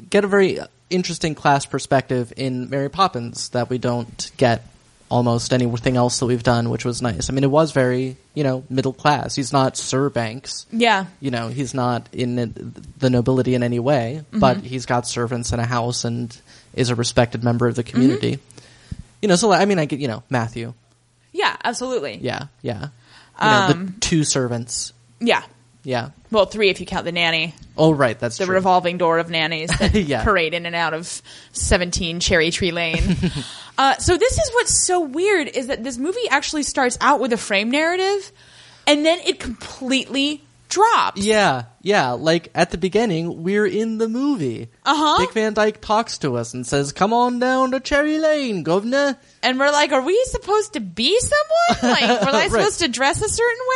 Speaker 1: get a very interesting class perspective in Mary Poppins that we don't get almost anything else that we've done, which was nice. I mean, it was very, you know, middle class. He's not Sir Banks.
Speaker 2: Yeah.
Speaker 1: You know, he's not in it- the nobility in any way, but he's got servants and a house and is a respected member of the community. You know, so like, I mean, I get, you know, Matthew.
Speaker 2: Yeah, absolutely.
Speaker 1: Yeah, yeah. You know, the two servants.
Speaker 2: Yeah.
Speaker 1: Yeah.
Speaker 2: Well, three if you count the nanny,
Speaker 1: Oh, right. That's
Speaker 2: the
Speaker 1: true.
Speaker 2: revolving door of nannies that
Speaker 1: Yeah.
Speaker 2: parade in and out of 17 Cherry Tree Lane. uh, so this is what's so weird is that this movie actually starts out with a frame narrative and then it completely drops.
Speaker 1: yeah, yeah. Like at the beginning, we're in the movie.
Speaker 2: Uh-huh.
Speaker 1: Dick Van Dyke talks to us and says, "Come on down to Cherry Lane, governor."
Speaker 2: And we're like, are we supposed to be someone? Like, were I
Speaker 1: Right.
Speaker 2: supposed to dress a certain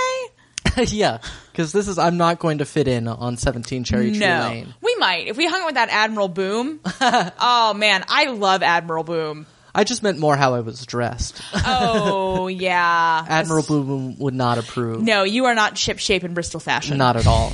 Speaker 2: way?
Speaker 1: yeah, because this is I'm not going to fit in on 17 Cherry Tree
Speaker 2: no.
Speaker 1: Lane.
Speaker 2: We might. If we hung out with that Admiral Boom. oh man, I love Admiral Boom.
Speaker 1: I just meant more how I was dressed.
Speaker 2: Oh yeah.
Speaker 1: Admiral Boom would not approve.
Speaker 2: No, you are not ship shape in Bristol fashion.
Speaker 1: Not at all.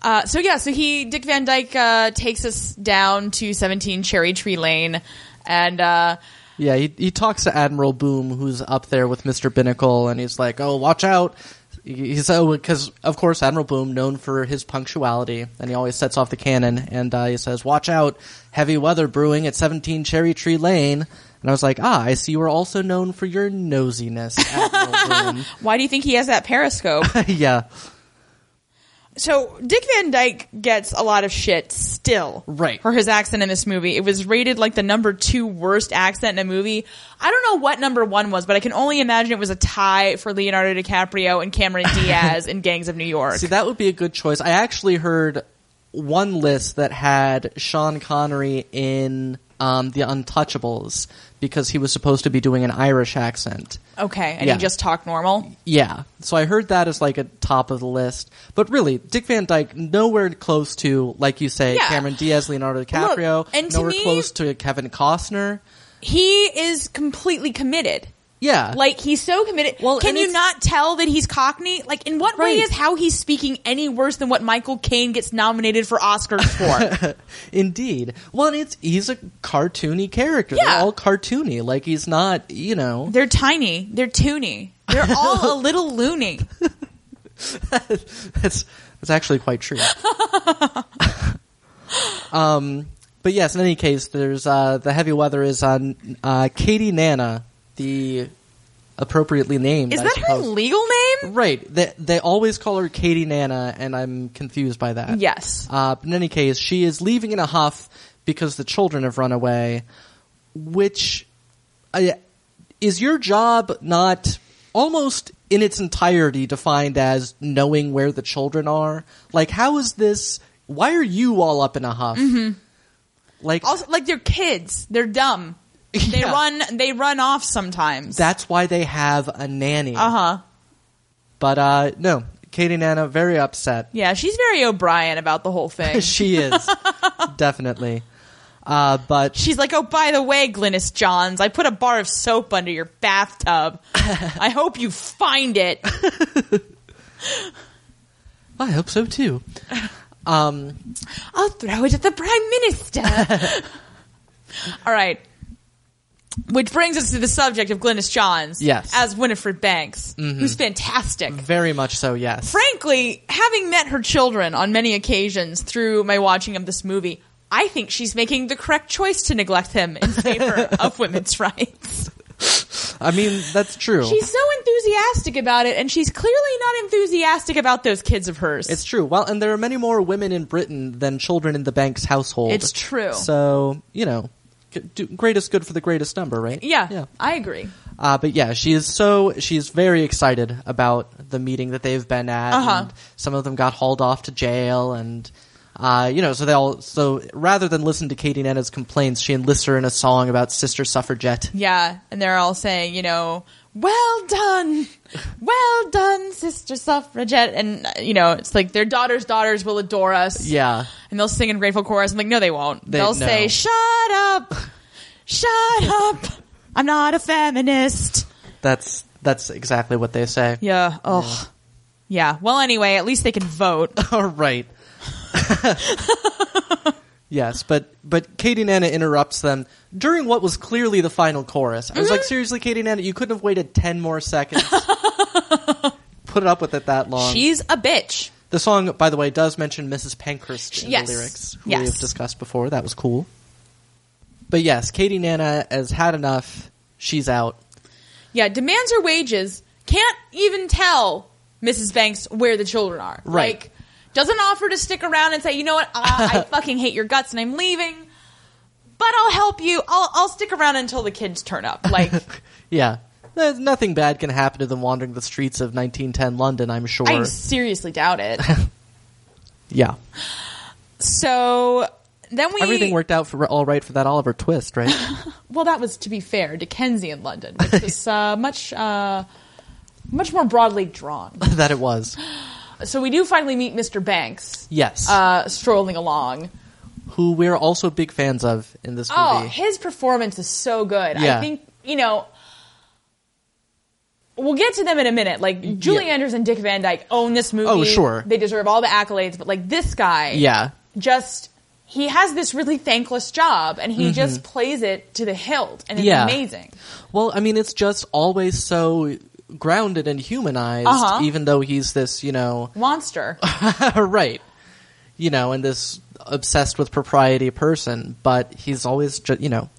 Speaker 2: Uh, so yeah, so he Dick Van Dyke uh, takes us down to 17 Cherry Tree Lane, and uh,
Speaker 1: Yeah, he, he talks to Admiral Boom, who's up there with Mr. Binnacle, and he's like, "Oh, watch out." He- He's oh, because of course Admiral Boom, known for his punctuality, and he always sets off the cannon. And uh, he says, "Watch out, heavy weather brewing at 17 Cherry Tree Lane." And I was like, "Ah, I see you are also known for your nosiness, Admiral Boom."
Speaker 2: why do you think he has that periscope?
Speaker 1: yeah,
Speaker 2: so Dick Van Dyke gets a lot of shit still,
Speaker 1: Right.
Speaker 2: for his accent in this movie. It was rated like the number two worst accent in a movie. I don't know what number one was, but I can only imagine it was a tie for Leonardo DiCaprio and Cameron Diaz in Gangs of New York.
Speaker 1: see, that would be a good choice. I actually heard one list that had Sean Connery in um, The Untouchables because he was supposed to be doing an Irish accent.
Speaker 2: okay, and
Speaker 1: Yeah.
Speaker 2: he just talked normal.
Speaker 1: Yeah. So I heard that as like a top of the list. But really, Dick Van Dyke, nowhere close to, like you say,
Speaker 2: Yeah.
Speaker 1: Cameron Diaz, Leonardo DiCaprio,
Speaker 2: and to
Speaker 1: nowhere
Speaker 2: me-
Speaker 1: close to Kevin Costner.
Speaker 2: He is completely committed.
Speaker 1: Yeah.
Speaker 2: Like he's so committed.
Speaker 1: Well,
Speaker 2: can
Speaker 1: and
Speaker 2: you
Speaker 1: it's-
Speaker 2: not tell that he's Cockney? Like, in what way
Speaker 1: Right.
Speaker 2: is how he's speaking any worse than what Michael Caine gets nominated for Oscars for?
Speaker 1: Indeed. Well, and it's, he's a cartoony character. They're
Speaker 2: Yeah.
Speaker 1: all cartoony. Like he's not, you know.
Speaker 2: they're tiny. They're toony. They're all a little loony.
Speaker 1: that's that's actually quite true. um, but yes, in any case, there's uh, the heavy weather is on uh, Katie Nana, the appropriately named.
Speaker 2: Is
Speaker 1: I
Speaker 2: that her
Speaker 1: suppose.
Speaker 2: legal name?
Speaker 1: Right. They they always call her Katie Nana, and I'm confused by that.
Speaker 2: Yes.
Speaker 1: Uh, but in any case, she is leaving in a huff because the children have run away. Which I, is your job not almost in its entirety defined as knowing where the children are? Like, how is this? Why are you all up in a huff? Like,
Speaker 2: Also, like they're kids. They're dumb. They
Speaker 1: Yeah.
Speaker 2: run. They run off sometimes.
Speaker 1: that's why they have a nanny.
Speaker 2: uh huh.
Speaker 1: But uh, no, Katie Nana very upset.
Speaker 2: Yeah, she's very O'Brien about the whole thing.
Speaker 1: she is definitely. Uh, but
Speaker 2: She's like, oh, by the way, Glynis Johns, I put a bar of soap under your bathtub. I hope you find it.
Speaker 1: I hope so too.
Speaker 2: I'll throw it at the prime minister. All right. Which brings us to the subject of Glynis Johns.
Speaker 1: Yes. Mm-hmm.
Speaker 2: As Winifred Banks, who's fantastic.
Speaker 1: Very much so. Yes.
Speaker 2: Frankly, having met her children on many occasions through my watching of this movie, I think she's making the correct choice to neglect him in favor of women's rights.
Speaker 1: I mean, that's true.
Speaker 2: She's so enthusiastic about it, and she's clearly not enthusiastic about those kids of hers.
Speaker 1: it's true. Well, and there are many more women in Britain than children in the bank's household.
Speaker 2: It's true.
Speaker 1: So you know, g- do- greatest good for the greatest number, right?
Speaker 2: Yeah,
Speaker 1: Yeah.
Speaker 2: I agree.
Speaker 1: Uh, but yeah, she is so she is very excited about the meeting that they've been at.
Speaker 2: Uh-huh.
Speaker 1: and some of them got hauled off to jail, and uh, you know, so they all so rather than listen to Katie Nana's complaints, she enlists her in a song about sister suffragette.
Speaker 2: Yeah, and they're all saying, you know, well done, well done, sister suffragette, and uh, you know, it's like their daughters' daughters will adore us.
Speaker 1: Yeah,
Speaker 2: and they'll sing in grateful chorus. I'm like, no, they won't.
Speaker 1: They-
Speaker 2: They, will
Speaker 1: no.
Speaker 2: say, shut up, shut up. I'm not a feminist.
Speaker 1: that's that's exactly what they say.
Speaker 2: Yeah. Oh. Yeah. Well, anyway, at least they can vote.
Speaker 1: All right. yes, but but Katie Nana interrupts them during what was clearly the final chorus. I was
Speaker 2: Mm-hmm.
Speaker 1: like, seriously, Katie Nana, you couldn't have waited ten more seconds. Put up with it that long.
Speaker 2: She's a bitch.
Speaker 1: the song, by the way, does mention Mrs. Pankhurst in
Speaker 2: Yes.
Speaker 1: the lyrics, who we
Speaker 2: Yes.
Speaker 1: have discussed before. That was cool. But yes, Katie Nana has had enough. She's out.
Speaker 2: Yeah. Demands her wages. Can't even tell Mrs. Banks where the children are.
Speaker 1: Right.
Speaker 2: Like, doesn't offer to stick around and say, you know what, Ah, I, I fucking hate your guts and I'm leaving. But I'll help you. I'll I'll stick around until the kids turn up. Like
Speaker 1: Yeah. There's nothing bad can happen to them wandering the streets of 1910 London, I'm sure.
Speaker 2: I seriously doubt it.
Speaker 1: Yeah.
Speaker 2: So then we
Speaker 1: Everything worked out for all right for that Oliver twist, right?
Speaker 2: Well, that was to be fair, Dickensian London, which was uh, much uh, much more broadly drawn.
Speaker 1: that it was.
Speaker 2: So we do finally meet Mr. Banks
Speaker 1: Yes.
Speaker 2: uh, strolling along.
Speaker 1: Who we're also big fans of in this movie.
Speaker 2: Oh, his performance is so good.
Speaker 1: Yeah.
Speaker 2: I think you know. We'll get to them in a minute. Like Julie
Speaker 1: Yeah.
Speaker 2: Andrews and Dick Van Dyke own this movie.
Speaker 1: Oh, sure.
Speaker 2: they deserve all the accolades. But like this guy,
Speaker 1: yeah.
Speaker 2: just he has this really thankless job, and he just plays it to the hilt, and
Speaker 1: Mm-hmm.
Speaker 2: it's
Speaker 1: Yeah.
Speaker 2: amazing.
Speaker 1: Well, I mean, it's just always so grounded and humanized,
Speaker 2: Uh-huh.
Speaker 1: even though he's this, you know,
Speaker 2: Monster.
Speaker 1: right, you know, and this obsessed with propriety person, but he's always, ju- you know,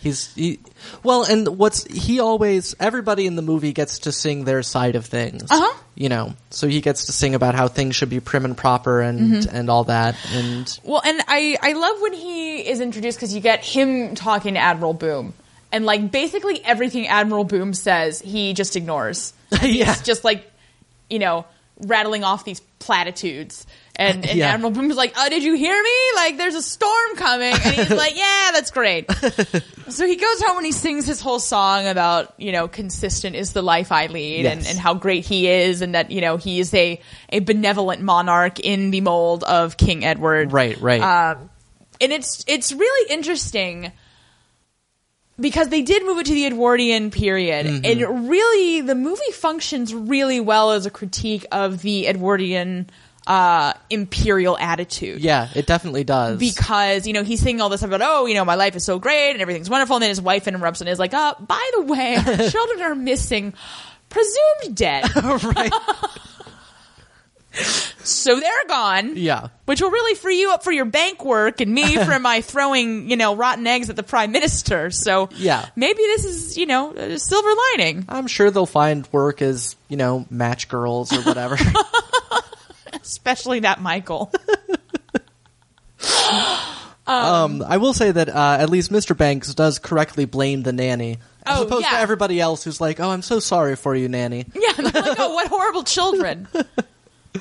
Speaker 1: he's, he, well, and what's, he always, everybody in the movie gets to sing their side of things.
Speaker 2: Uh-huh.
Speaker 1: You know, so he gets to sing about how things should be prim and proper and,
Speaker 2: Mm-hmm.
Speaker 1: and all that, and
Speaker 2: Well, and I, I love when he is introduced because you get him talking to Admiral Boom. And like basically everything Admiral Boom says, he just ignores.
Speaker 1: yeah.
Speaker 2: It's just like, you know, rattling off these platitudes. And, and
Speaker 1: Yeah.
Speaker 2: Admiral Boom's like, oh, did you hear me? Like, there's a storm coming. And he's like, yeah, that's great. so he goes home and he sings his whole song about, you know, consistent is the life I lead and,
Speaker 1: Yes.
Speaker 2: and how great he is and that, you know, he is a, a benevolent monarch in the mold of King Edward
Speaker 1: Right, right.
Speaker 2: um, and it's it's really interesting because they did move it to the Edwardian period, and really the movie functions really well as a critique of the Edwardian uh, imperial attitude.
Speaker 1: Yeah, it definitely does.
Speaker 2: Because, you know, he's saying all this stuff about, oh, you know, my life is so great and everything's wonderful. And then his wife interrupts and is like, uh, by the way, our children are missing, presumed dead.
Speaker 1: right.
Speaker 2: So they're gone.
Speaker 1: Yeah.
Speaker 2: which will really free you up for your bank work and me for my throwing, you know, rotten eggs at the prime minister. So
Speaker 1: Yeah.
Speaker 2: maybe this is, you know, a silver lining.
Speaker 1: I'm sure they'll find work as, you know, match girls or whatever.
Speaker 2: Especially that Michael.
Speaker 1: um, I will say that uh, at least Mr. Banks does correctly blame the nanny. As
Speaker 2: Oh,
Speaker 1: opposed to
Speaker 2: yeah.
Speaker 1: everybody else who's like, oh, I'm so sorry for you, nanny.
Speaker 2: yeah, they're like, oh, what horrible children.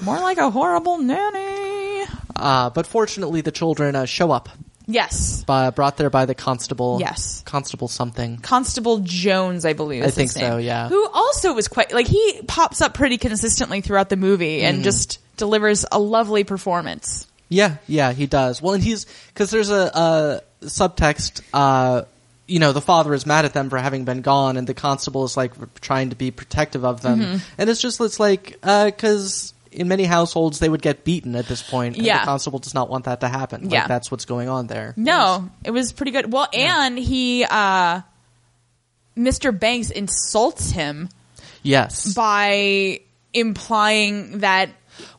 Speaker 2: More like a horrible nanny.
Speaker 1: Uh, but fortunately, the children uh, show up,
Speaker 2: Yes.
Speaker 1: by, brought there by the constable.
Speaker 2: Yes.
Speaker 1: Constable something.
Speaker 2: Constable Jones, I believe.
Speaker 1: I
Speaker 2: is his
Speaker 1: think so,
Speaker 2: name,
Speaker 1: yeah.
Speaker 2: Who also was quite like he pops up pretty consistently throughout the movie
Speaker 1: Mm.
Speaker 2: and just delivers a lovely performance.
Speaker 1: Yeah, yeah, he does. Well, and he's because there's a, a subtext. Uh, you know, the father is mad at them for having been gone, and the constable is like trying to be protective of them.
Speaker 2: Mm-hmm.
Speaker 1: And it's just it's like because in many households they would get beaten at this point. And
Speaker 2: Yeah.
Speaker 1: the constable does not want that to happen. Like,
Speaker 2: Yeah.
Speaker 1: that's what's going on there.
Speaker 2: No, it was pretty good. Well, and he, uh, Mr. Banks insults him
Speaker 1: Yes.
Speaker 2: by implying that,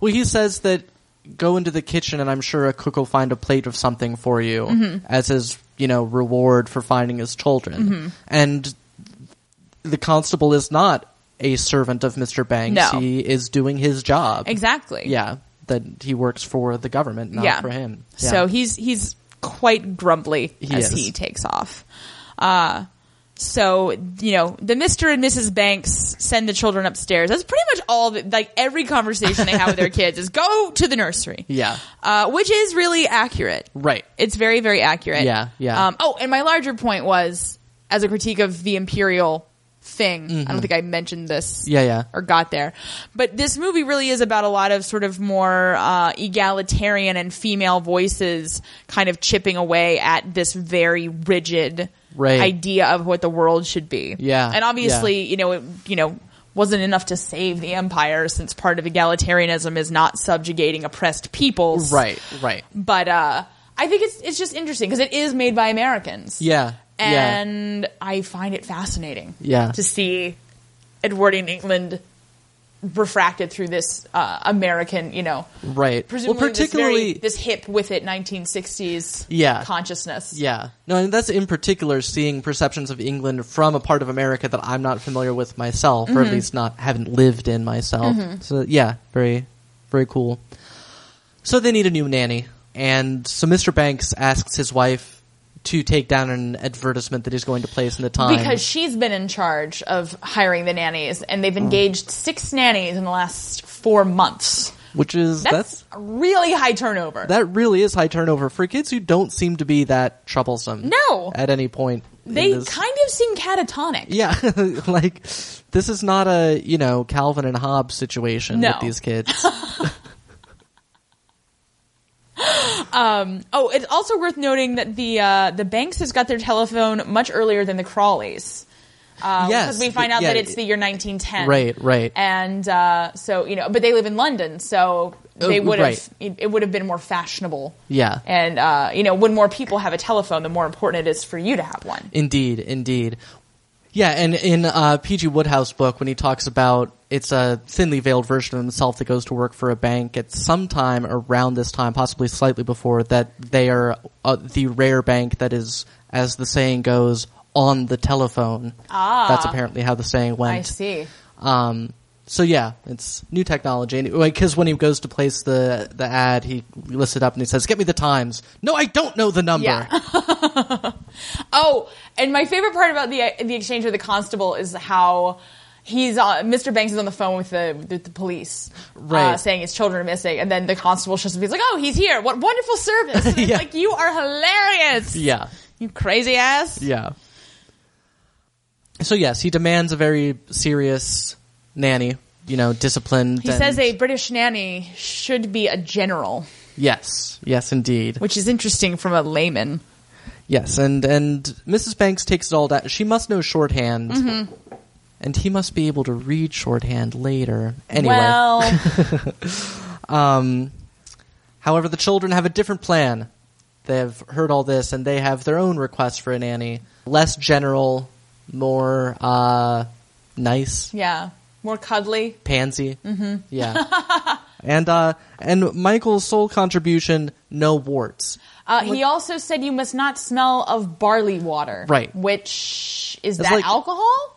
Speaker 1: Well, he says that go into the kitchen and I'm sure a cook will find a plate of something for you
Speaker 2: Mm-hmm.
Speaker 1: as his, you know, reward for finding his children.
Speaker 2: Mm-hmm.
Speaker 1: And the constable is not a servant of Mr. Banks.
Speaker 2: No.
Speaker 1: He is doing his job.
Speaker 2: exactly.
Speaker 1: Yeah. That he works for the government, not
Speaker 2: Yeah.
Speaker 1: for him. Yeah.
Speaker 2: So he's, he's quite grumbly
Speaker 1: He
Speaker 2: as
Speaker 1: is.
Speaker 2: he takes off. Uh, so you know the Mister and Mrs. Banks send the children upstairs. That's pretty much all. That, like every conversation they have with their kids is go to the nursery.
Speaker 1: Yeah.
Speaker 2: uh, which is really accurate.
Speaker 1: Right.
Speaker 2: It's very very accurate.
Speaker 1: Yeah, yeah.
Speaker 2: Um, oh, and my larger point was as a critique of the imperial thing. I don't think I mentioned this
Speaker 1: Mm-hmm. Yeah, yeah.
Speaker 2: or got there. But this movie really is about a lot of sort of more uh, egalitarian and female voices kind of chipping away at this very rigid
Speaker 1: Right.
Speaker 2: idea of what the world should be.
Speaker 1: Yeah,
Speaker 2: And obviously, you know, it, you know, wasn't enough to save the empire since part of egalitarianism is not subjugating oppressed peoples.
Speaker 1: Right, right.
Speaker 2: But uh I think it's it's just interesting because it is made by Americans
Speaker 1: Yeah. yeah.
Speaker 2: and I find it fascinating.
Speaker 1: Yeah.
Speaker 2: to see Edwardian England refracted through this uh, American, you know,
Speaker 1: Right.
Speaker 2: presumably
Speaker 1: well, particularly
Speaker 2: this, very, this hip with it 1960s
Speaker 1: Yeah.
Speaker 2: consciousness.
Speaker 1: Yeah. No, and that's in particular seeing perceptions of England from a part of America that I'm not familiar with myself,
Speaker 2: Mm-hmm.
Speaker 1: or at least not haven't lived in myself. So yeah, very very cool. So they need a new nanny, and so Mr. Banks asks his wife to take down an advertisement that he's going to place in the time.
Speaker 2: Because she's been in charge of hiring the nannies, and they've
Speaker 1: Mm.
Speaker 2: engaged six nannies in the last four months.
Speaker 1: which is
Speaker 2: That's,
Speaker 1: that's,
Speaker 2: really high turnover.
Speaker 1: that really is high turnover for kids who don't seem to be that troublesome.
Speaker 2: No.
Speaker 1: At any point. in
Speaker 2: they
Speaker 1: this-
Speaker 2: kind of seem catatonic.
Speaker 1: Yeah, like this is not a you know Calvin and Hobbes situation
Speaker 2: No.
Speaker 1: with these kids.
Speaker 2: Oh, it's also worth noting that the uh, the Banks has got their telephone much earlier than the Crawleys. Um,
Speaker 1: Yes.
Speaker 2: because we find out
Speaker 1: Yeah,
Speaker 2: that it's the year 1910.
Speaker 1: Right, right.
Speaker 2: And uh, so you know, but they live in London, so they
Speaker 1: Uh,
Speaker 2: would have
Speaker 1: right.
Speaker 2: it, it would have been more fashionable.
Speaker 1: Yeah.
Speaker 2: And uh, you know, when more people have a telephone, the more important it is for you to have one.
Speaker 1: Indeed, indeed. Yeah, and in uh, P.G. Woodhouse book, when he talks about it's a thinly veiled version of himself that goes to work for a bank at some time around this time, possibly slightly before, that they are uh, the rare bank that is, as the saying goes, on the telephone. Ah. That's apparently how the saying went.
Speaker 2: I see.
Speaker 1: Um, so yeah, it's new technology. And because when he goes to place the the ad, he lists it up and he says, "Get me the times." No, I don't know the number.
Speaker 2: Yeah. Oh, and my favorite part about the the exchange with the constable is how he's on, Mr. Banks is on the phone with the with the police,
Speaker 1: Right.
Speaker 2: uh, saying his children are missing, and then the constable shows up. He's like, "Oh, he's here! What wonderful service!" And it's
Speaker 1: Yeah.
Speaker 2: Like you are hilarious.
Speaker 1: yeah,
Speaker 2: You crazy ass.
Speaker 1: yeah. So yes, he demands a very serious nanny. You know, disciplined.
Speaker 2: He
Speaker 1: and-
Speaker 2: says a British nanny should be a general,
Speaker 1: yes, yes, indeed,
Speaker 2: which is interesting from a layman.
Speaker 1: yes, and and Mrs. Banks takes it all down. She must know shorthand,
Speaker 2: Mm-hmm.
Speaker 1: and he must be able to read shorthand later. Anyway,
Speaker 2: Well,
Speaker 1: Um, However, the children have a different plan. They've heard all this and they have their own request for a nanny. Less general, more uh, nice,
Speaker 2: yeah, more cuddly.
Speaker 1: pansy. Mm-hmm. Yeah. and uh, and Michael's sole contribution: no warts.
Speaker 2: Uh, he also said you must not smell of barley water,
Speaker 1: Right.
Speaker 2: Which is
Speaker 1: It's
Speaker 2: that
Speaker 1: like-
Speaker 2: alcohol?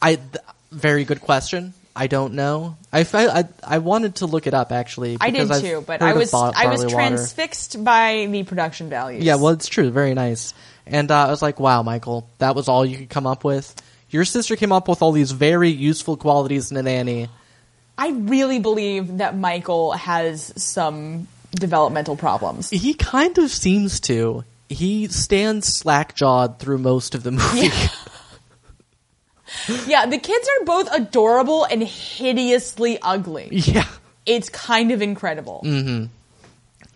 Speaker 1: I th- very good question. I don't know. I, fe- I I wanted to look it up actually.
Speaker 2: I did
Speaker 1: because I've
Speaker 2: too, but
Speaker 1: heard
Speaker 2: I
Speaker 1: of
Speaker 2: was
Speaker 1: bar-
Speaker 2: I was
Speaker 1: barley water.
Speaker 2: transfixed by the production values.
Speaker 1: Yeah, well, it's true. Very nice. And uh, I was like, wow, Michael, that was all you could come up with. Your sister came up with all these very useful qualities in a nanny.
Speaker 2: I really believe that Michael has some developmental problems.
Speaker 1: He kind of seems to. He stands slack jawed through most of the movie.
Speaker 2: Yeah, the kids are both adorable and hideously ugly.
Speaker 1: yeah.
Speaker 2: It's kind of incredible.
Speaker 1: Mm.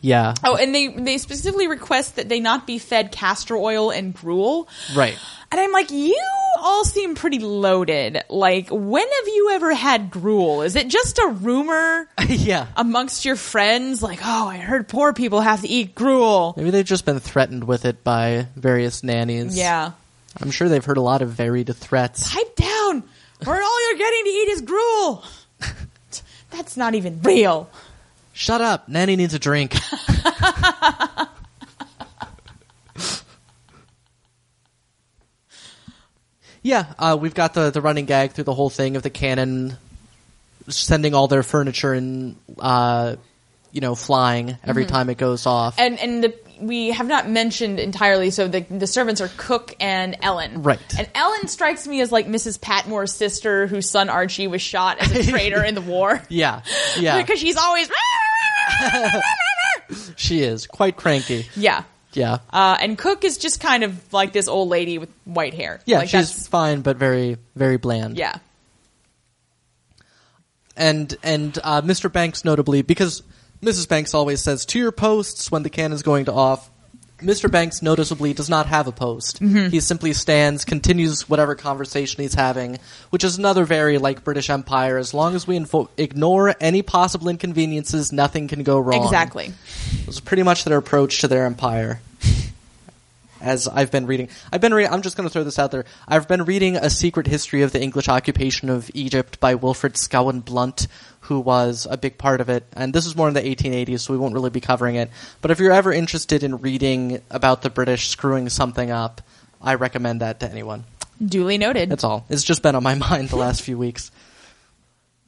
Speaker 1: Yeah.
Speaker 2: Oh, and they they specifically request that they not be fed castor oil and gruel.
Speaker 1: Right.
Speaker 2: And I'm like, you all seem pretty loaded. Like, when have you ever had gruel? Is it just a rumor?
Speaker 1: yeah.
Speaker 2: amongst your friends, like, oh, I heard poor people have to eat gruel.
Speaker 1: Maybe they've just been threatened with it by various nannies.
Speaker 2: Yeah.
Speaker 1: I'm sure they've heard a lot of varied threats.
Speaker 2: Pipe down, or all you're getting to eat is gruel. That's not even real.
Speaker 1: Shut up. Nanny needs a drink. yeah, uh, we've got the, the running gag through the whole thing of the cannon sending all their furniture and, uh, you know, flying every time it goes off.
Speaker 2: And and the we have not mentioned entirely. So the the servants are Cook and Ellen,
Speaker 1: Right.
Speaker 2: And Ellen strikes me as like Mrs. Patmore's sister, whose son Archie was shot as a traitor in the war.
Speaker 1: Yeah, yeah,
Speaker 2: because she's always "Ah!"
Speaker 1: she is quite cranky.
Speaker 2: yeah.
Speaker 1: Yeah,
Speaker 2: Uh, and Cook is just kind of like this old lady with white hair.
Speaker 1: yeah,
Speaker 2: like
Speaker 1: she's fine, but very, very bland.
Speaker 2: yeah,
Speaker 1: and and uh, Mr. Banks notably because Mrs. Banks always says to your posts when the cannon's going to off. Mr. Banks noticeably does not have a post. He simply stands, continues whatever conversation he's having, which is another very like British Empire. As long as we info- ignore any possible inconveniences, nothing can go wrong.
Speaker 2: exactly.
Speaker 1: It was pretty much their approach to their empire. As I've been reading, I've been reading. I'm just going to throw this out there. I've been reading a secret history of the English occupation of Egypt by Wilfred Scowen Blunt, who was a big part of it. And this is more in the 1880s, so we won't really be covering it. But if you're ever interested in reading about the British screwing something up, I recommend that to anyone.
Speaker 2: Duly noted.
Speaker 1: That's all. It's just been on my mind the last few weeks.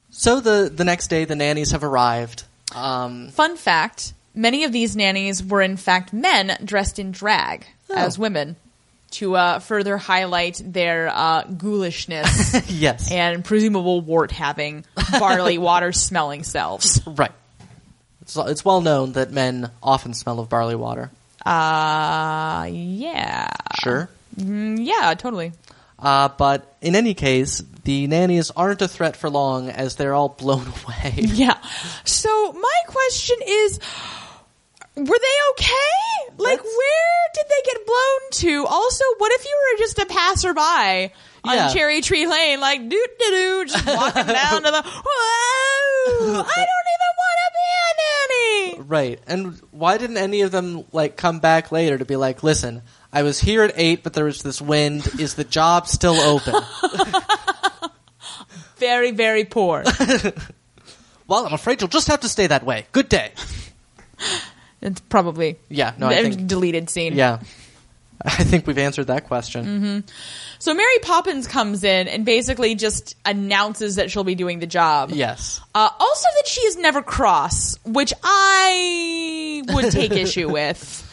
Speaker 1: So the the next day, the nannies have arrived. Um,
Speaker 2: Fun fact: many of these nannies were in fact men dressed in drag
Speaker 1: Oh.
Speaker 2: as women to uh, further highlight their uh, ghoulishness
Speaker 1: yes.
Speaker 2: and presumable wart having, barley water smelling selves.
Speaker 1: Right. It's, it's well known that men often smell of barley water.
Speaker 2: Uh, yeah,
Speaker 1: Sure.
Speaker 2: Mm, yeah, totally.
Speaker 1: Uh, but in any case, the nannies aren't a threat for long as they're all blown away.
Speaker 2: Yeah. So my question is, were they okay? Like,
Speaker 1: That's-
Speaker 2: where did they get blown to? Also, what if you were just a passerby on
Speaker 1: Yeah.
Speaker 2: Cherry Tree Lane, like doo doo doo, just walking down to the? Whoa! I don't even want to be a nanny.
Speaker 1: right. And why didn't any of them like come back later to be like, listen, I was here at eight, but there was this wind. Is the job still open?
Speaker 2: Very, very poor.
Speaker 1: well, I'm afraid you'll just have to stay that way. Good day.
Speaker 2: it's probably
Speaker 1: Yeah. No, I
Speaker 2: a
Speaker 1: think.
Speaker 2: deleted scene.
Speaker 1: Yeah. I think we've answered that question.
Speaker 2: So Mary Poppins comes in and basically just announces that she'll be doing the job.
Speaker 1: Yes.
Speaker 2: Uh, also, that she is never cross, which I would take issue with.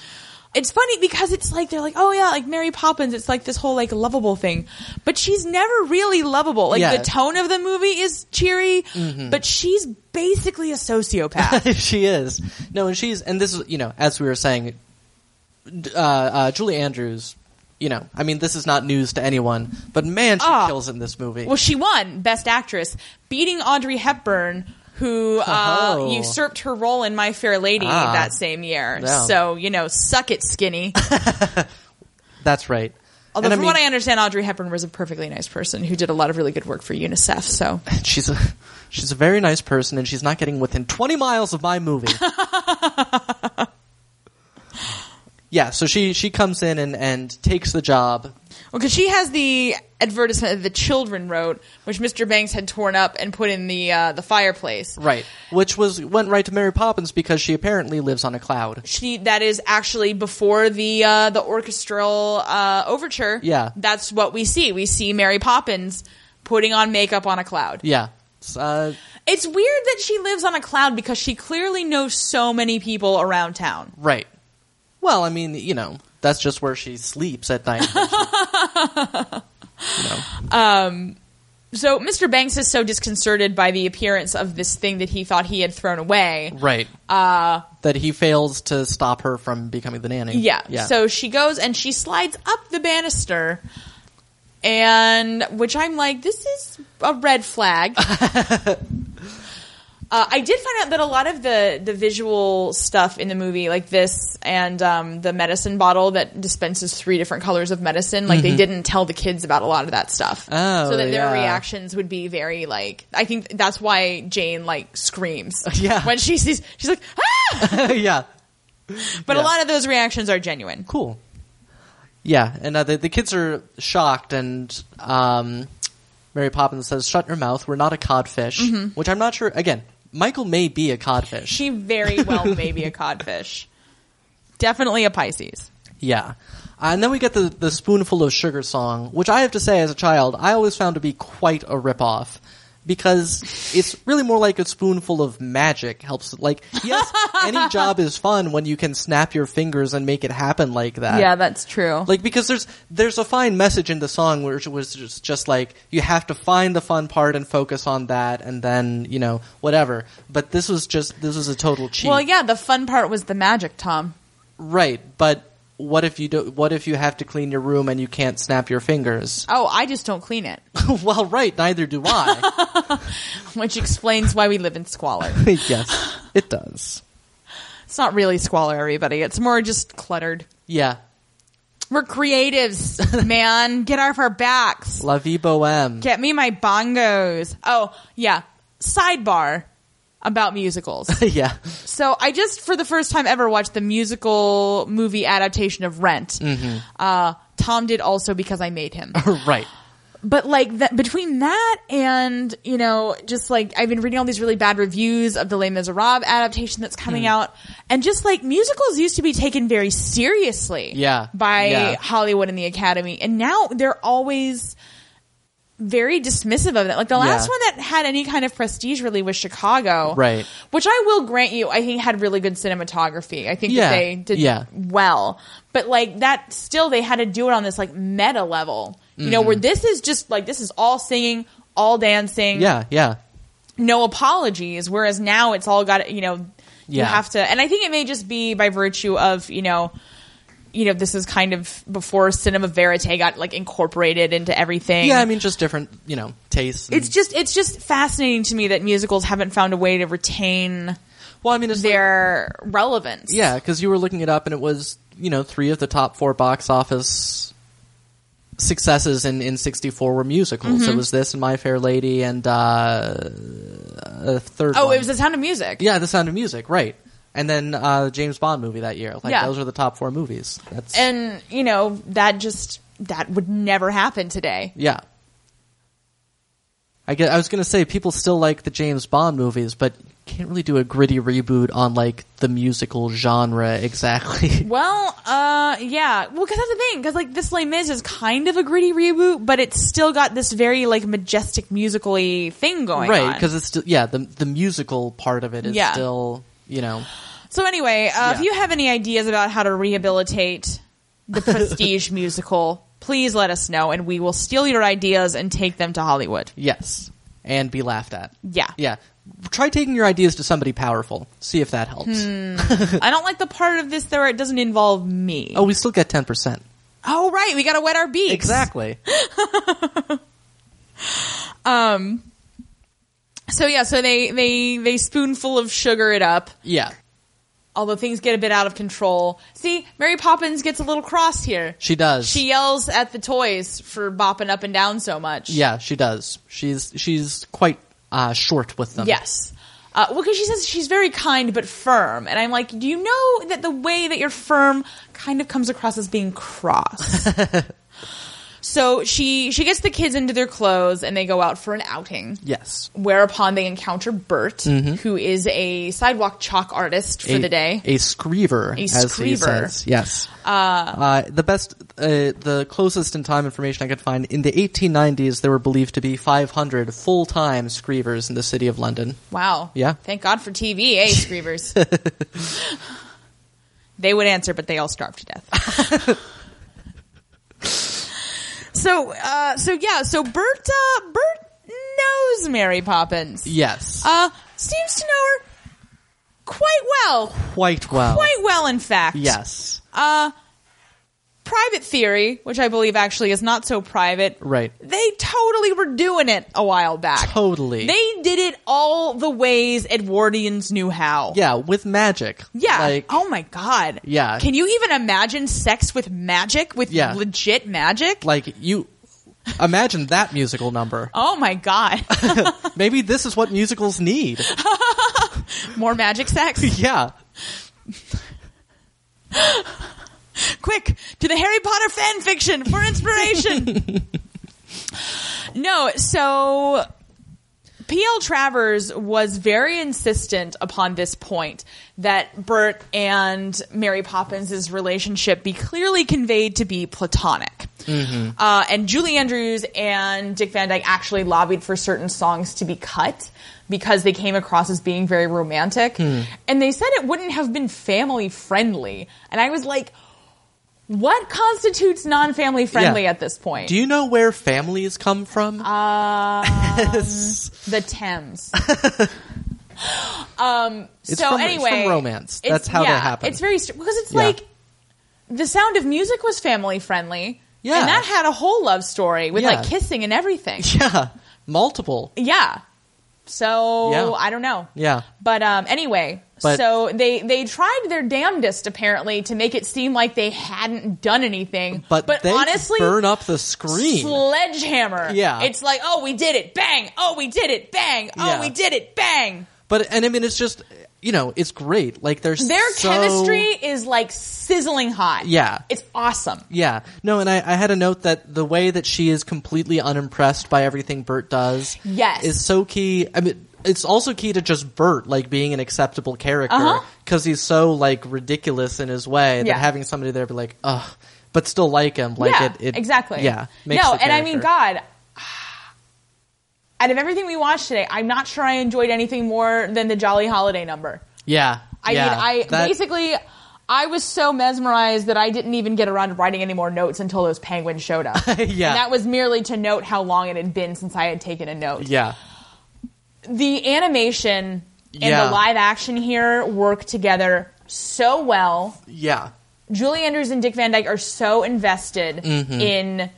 Speaker 2: It's funny because it's like they're like, oh yeah, like Mary Poppins. It's like this whole like lovable thing, but she's never really lovable. Like
Speaker 1: Yeah.
Speaker 2: the tone of the movie is cheery,
Speaker 1: Mm-hmm.
Speaker 2: but she's basically a sociopath.
Speaker 1: she is. No, and she's and this is you know as we were saying, d- uh, uh, Julie Andrews. You know, I mean, this is not news to anyone, but man, she
Speaker 2: Ah.
Speaker 1: kills in this movie.
Speaker 2: well, she won Best Actress, beating Audrey Hepburn, who uh,
Speaker 1: Oh.
Speaker 2: usurped her role in My Fair Lady
Speaker 1: Ah.
Speaker 2: that same year.
Speaker 1: Yeah.
Speaker 2: So you know, suck it, skinny.
Speaker 1: That's right.
Speaker 2: Although,
Speaker 1: And
Speaker 2: from what
Speaker 1: mean,
Speaker 2: I understand, Audrey Hepburn was a perfectly nice person who did a lot of really good work for UNICEF. So,
Speaker 1: she's a she's a very nice person, and she's not getting within twenty miles of my movie. yeah, so she she comes in and and takes the job.
Speaker 2: because she has the advertisement that the children wrote, which Mr. Banks had torn up and put in the uh, the fireplace.
Speaker 1: Right, which was went right to Mary Poppins because she apparently lives on a cloud.
Speaker 2: She that is actually before the uh, the orchestral uh, overture.
Speaker 1: Yeah.
Speaker 2: that's what we see. We see Mary Poppins putting on makeup on a cloud.
Speaker 1: Yeah, It's, uh,
Speaker 2: It's weird that she lives on a cloud because she clearly knows so many people around town.
Speaker 1: Right. Well, I mean, you know, that's just where she sleeps at night. You know.
Speaker 2: So Mr. Banks is so disconcerted by the appearance of this thing that he thought he had thrown away.
Speaker 1: Right. Uh, that he fails to stop her from becoming the nanny.
Speaker 2: Yeah.
Speaker 1: Yeah.
Speaker 2: So she goes and she slides up the banister. And which I'm like, this is a red flag. uh, I did find out that a lot of the, the visual stuff in the movie, like this and um, the medicine bottle that dispenses three different colors of medicine, like they didn't tell the kids about a lot of that stuff.
Speaker 1: Mm-hmm. Oh,
Speaker 2: so that their
Speaker 1: yeah.
Speaker 2: reactions would be very like, I think that's why Jane like screams
Speaker 1: Yeah.
Speaker 2: when she sees, she's like, ah!
Speaker 1: yeah.
Speaker 2: But
Speaker 1: Yeah.
Speaker 2: a lot of those reactions are genuine.
Speaker 1: Cool. Yeah, and uh, the, the kids are shocked, and um, Mary Poppins says, "Shut your mouth. We're not a codfish." Which I'm not sure. Again, Michael may be a codfish.
Speaker 2: She very well may be a codfish. Definitely a Pisces.
Speaker 1: Yeah. Uh, and then we get the, the spoonful of sugar song, which I have to say as a child, I always found to be quite a ripoff. because it's really more like a spoonful of magic helps. Like, yes, any job is fun when you can snap your fingers and make it happen like that.
Speaker 3: yeah, that's true.
Speaker 1: Like because there's there's a fine message in the song which was just just like you have to find the fun part and focus on that and then you know whatever. But this was just this was a total cheat.
Speaker 2: Well, yeah, the fun part was the magic, Tom.
Speaker 1: Right, but what if you do? What if you have to clean your room and you can't snap your fingers?
Speaker 2: Oh, I just don't clean it,
Speaker 1: well, right, neither do I.
Speaker 2: which explains why we live in squalor.
Speaker 1: yes, it does.
Speaker 2: It's not really squalor, everybody. It's more just cluttered.
Speaker 1: Yeah,
Speaker 2: We're creatives, man. Get off our backs.
Speaker 1: la vie bohème.
Speaker 2: Get me my bongos. Oh, yeah. Sidebar about musicals.
Speaker 1: yeah,
Speaker 2: So I just, for the first time ever, watched the musical movie adaptation of Rent. Uh, Tom did also because I made him.
Speaker 1: right.
Speaker 2: but like that, between that and you know, just like I've been reading all these really bad reviews of the Les Miserables adaptation that's
Speaker 1: Hmm.
Speaker 2: coming out, and just like musicals used to be taken very seriously,
Speaker 1: Yeah.
Speaker 2: by
Speaker 1: Yeah.
Speaker 2: Hollywood and the Academy, and now they're always very dismissive of it. Like the last
Speaker 1: Yeah.
Speaker 2: one that had any kind of prestige really was Chicago,
Speaker 1: Right.
Speaker 2: Which I will grant you, I think had really good cinematography. I think
Speaker 1: Yeah.
Speaker 2: that they did
Speaker 1: Yeah.
Speaker 2: well. But like that still they had to do it on this like meta level. You know,
Speaker 1: Mm-hmm.
Speaker 2: where this is just like this is all singing, all dancing,
Speaker 1: Yeah, yeah,
Speaker 2: no apologies. Whereas now it's all got you know you
Speaker 1: Yeah.
Speaker 2: have to and I think it may just be by virtue of, you know, you know, this is kind of before cinema verite got like incorporated into everything.
Speaker 1: yeah. I mean, just different, you know, tastes. and-
Speaker 2: it's just it's just fascinating to me that musicals haven't found a way to retain
Speaker 1: well, I mean, it's like-
Speaker 2: their relevance.
Speaker 1: Yeah, because you were looking it up, and it was you know three of the top four box office successes in in '64 were musicals.
Speaker 2: Mm-hmm.
Speaker 1: It was this and My Fair Lady, and uh, a third.
Speaker 2: Oh,
Speaker 1: one.
Speaker 2: it was The Sound of Music.
Speaker 1: yeah, The Sound of Music, right? And then uh, the James Bond movie that year. Like
Speaker 2: Yeah.
Speaker 1: those are the top four movies. That's
Speaker 2: And, you know, that just, that would never happen today.
Speaker 1: yeah. I get. I was gonna say people still like the James Bond movies, but you can't really do a gritty reboot on like the musical genre exactly.
Speaker 2: Well, uh, yeah. Well, cause that's the thing. Cause like this Les Mis is kind of a gritty reboot, but it's still got this very like majestic musically thing going on.
Speaker 1: right because it's still yeah the the musical part of it is
Speaker 2: Oh Yeah.
Speaker 1: still you know
Speaker 2: So anyway, uh, if
Speaker 1: Yeah.
Speaker 2: you have any ideas about how to rehabilitate the prestige musical, please let us know and we will steal your ideas and take them to Hollywood.
Speaker 1: yes and be laughed at
Speaker 2: Yeah.
Speaker 1: yeah try taking your ideas to somebody powerful see if that helps
Speaker 2: Hmm. I don't like the part of this though where it doesn't involve me.
Speaker 1: oh we still get 10%
Speaker 2: Oh, right. We got to wet our beaks.
Speaker 1: exactly
Speaker 2: So yeah, so they they they spoonful of sugar it up.
Speaker 1: yeah
Speaker 2: Although things get a bit out of control. See, Mary Poppins gets a little cross here.
Speaker 1: she does
Speaker 2: She yells at the toys for bopping up and down so much.
Speaker 1: yeah she does she's she's quite uh short with them
Speaker 2: Yes. Uh, well, because she says she's very kind but firm, and I'm like, do you know that the way that you're firm kind of comes across as being cross? so she she gets the kids into their clothes, and they go out for an outing.
Speaker 1: yes
Speaker 2: whereupon they encounter Bert, who is a sidewalk chalk artist for
Speaker 1: Mm-hmm. a,
Speaker 2: the day.
Speaker 1: a screever
Speaker 2: A
Speaker 1: as he
Speaker 2: screever.
Speaker 1: says yes uh, the best uh, the closest in time information i could find in the 1890s there were believed to be 500 full-time screevers in the city of london
Speaker 2: wow.
Speaker 1: Yeah.
Speaker 2: Thank God for TV, eh, Screevers? they would answer, but they all starved to death. so, uh, so yeah, so Bert, uh, Bert knows Mary Poppins.
Speaker 1: yes
Speaker 2: Uh, seems to know her quite well.
Speaker 1: quite well.
Speaker 2: Quite well, in fact.
Speaker 1: Yes.
Speaker 2: Private theory, which I believe actually is not so private,
Speaker 1: Right.
Speaker 2: They totally were doing it a while back.
Speaker 1: Totally.
Speaker 2: They did it all the ways Edwardians knew how.
Speaker 1: yeah, with magic.
Speaker 2: Yeah.
Speaker 1: Like,
Speaker 2: oh my god.
Speaker 1: Yeah.
Speaker 2: Can you even imagine sex with magic? With
Speaker 1: Yeah.
Speaker 2: legit magic?
Speaker 1: like you imagine that musical number.
Speaker 2: oh my god.
Speaker 1: Maybe this is what musicals need.
Speaker 2: More magic sex?
Speaker 1: yeah.
Speaker 2: Quick to the Harry Potter fan fiction for inspiration. no, so PL Travers was very insistent upon this point that Bert and Mary Poppins' relationship be clearly conveyed to be platonic. Uh, and Julie Andrews and Dick Van Dyke actually lobbied for certain songs to be cut because they came across as being very romantic. And they said it wouldn't have been family friendly. And I was like, what constitutes non family friendly
Speaker 1: Yeah.
Speaker 2: at this point?
Speaker 1: Do you know where families come from?
Speaker 2: Uh, the Thames. um.
Speaker 1: It's
Speaker 2: so
Speaker 1: from- it's
Speaker 2: anyway,
Speaker 1: from romance.
Speaker 2: it's-
Speaker 1: That's how that
Speaker 2: yeah,
Speaker 1: happened.
Speaker 2: It's very str- because it's
Speaker 1: Yeah.
Speaker 2: like the Sound of Music was family friendly.
Speaker 1: Yeah.
Speaker 2: and that had a whole love story with
Speaker 1: Yeah.
Speaker 2: like kissing and everything.
Speaker 1: yeah, multiple.
Speaker 2: yeah. So
Speaker 1: Yeah.
Speaker 2: I don't know.
Speaker 1: Yeah.
Speaker 2: But um, anyway,
Speaker 1: But-
Speaker 2: so they they tried their damnedest apparently to make it seem like they hadn't done anything.
Speaker 1: But, they
Speaker 2: honestly,
Speaker 1: burn up the screen.
Speaker 2: sledgehammer.
Speaker 1: Yeah.
Speaker 2: It's like, oh, we did it, bang. Oh, we did it, bang. Oh,
Speaker 1: Yeah.
Speaker 2: we did it, bang.
Speaker 1: but and I mean, it's just you know, it's great. Like there's
Speaker 2: Their
Speaker 1: so-
Speaker 2: chemistry is like sizzling hot.
Speaker 1: Yeah.
Speaker 2: It's awesome.
Speaker 1: Yeah, no, and I, I had a note that the way that she is completely unimpressed by everything Bert does,
Speaker 2: Yes.
Speaker 1: is so key. I mean, it's also key to just Bert like being an acceptable character
Speaker 2: Uh-huh.
Speaker 1: because he's so like ridiculous in his way that
Speaker 2: Yeah.
Speaker 1: having somebody there be like, ugh, but still like him, like
Speaker 2: yeah,
Speaker 1: it, it,
Speaker 2: exactly.
Speaker 1: yeah,
Speaker 2: No,
Speaker 1: makes the
Speaker 2: and I mean,
Speaker 1: character.
Speaker 2: God, out of everything we watched today, I'm not sure I enjoyed anything more than the Jolly Holiday number.
Speaker 1: yeah,
Speaker 2: I
Speaker 1: yeah,
Speaker 2: mean, I
Speaker 1: that-
Speaker 2: basically. I was so mesmerized that I didn't even get around to writing any more notes until those penguins showed up. yeah. And that was merely to note how long it had been since I had taken a note.
Speaker 1: yeah,
Speaker 2: the animation and
Speaker 1: Yeah.
Speaker 2: the live action here work together so well.
Speaker 1: yeah,
Speaker 2: Julie Andrews and Dick Van Dyke are so invested
Speaker 1: Mm-hmm.
Speaker 2: in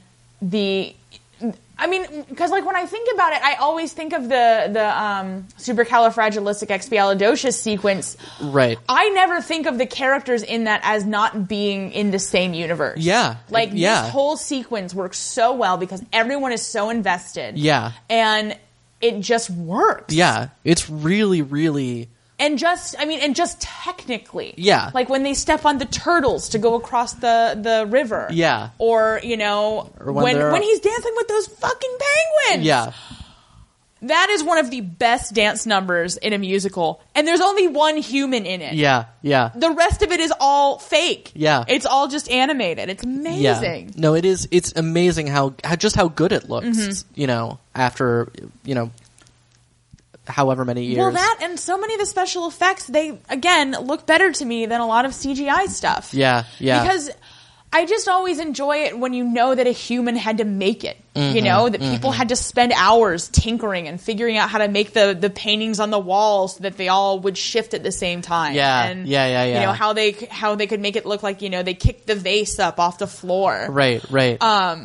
Speaker 2: the. I mean, because like when I think about it, I always think of the the um, supercalifragilisticexpialidocious sequence.
Speaker 1: right,
Speaker 2: I never think of the characters in that as not being in the same universe.
Speaker 1: Yeah.
Speaker 2: Like
Speaker 1: Yeah.
Speaker 2: this whole sequence works so well because everyone is so invested.
Speaker 1: Yeah.
Speaker 2: And it just works.
Speaker 1: yeah. It's really, really,
Speaker 2: And just, I mean, and just technically,
Speaker 1: Yeah.
Speaker 2: Like when they step on the turtles to go across the the river,
Speaker 1: Yeah.
Speaker 2: Or you know,
Speaker 1: Or when
Speaker 2: when
Speaker 1: they're-
Speaker 2: when, he's dancing with those fucking penguins,
Speaker 1: yeah,
Speaker 2: That is one of the best dance numbers in a musical, and there's only one human in it.
Speaker 1: yeah, yeah.
Speaker 2: The rest of it is all fake.
Speaker 1: Yeah.
Speaker 2: It's all just animated. It's amazing.
Speaker 1: No, it is. It's amazing how, how just how good it looks.
Speaker 2: Mm-hmm.
Speaker 1: You know, after you know, however many years.
Speaker 2: Well, that and so many of the special effects, they again look better to me than a lot of CGI stuff.
Speaker 1: Yeah, yeah.
Speaker 2: Because I just always enjoy it when you know that a human had to make it. you
Speaker 1: Mm-hmm.
Speaker 2: know that people had to spend hours tinkering and figuring out how to make the the paintings on the walls so that they all would shift at the same time.
Speaker 1: Yeah,
Speaker 2: and,
Speaker 1: yeah, yeah, yeah.
Speaker 2: You know how they c- how they could make it look like you know they kicked the vase up off the floor.
Speaker 1: right, right.
Speaker 2: uh,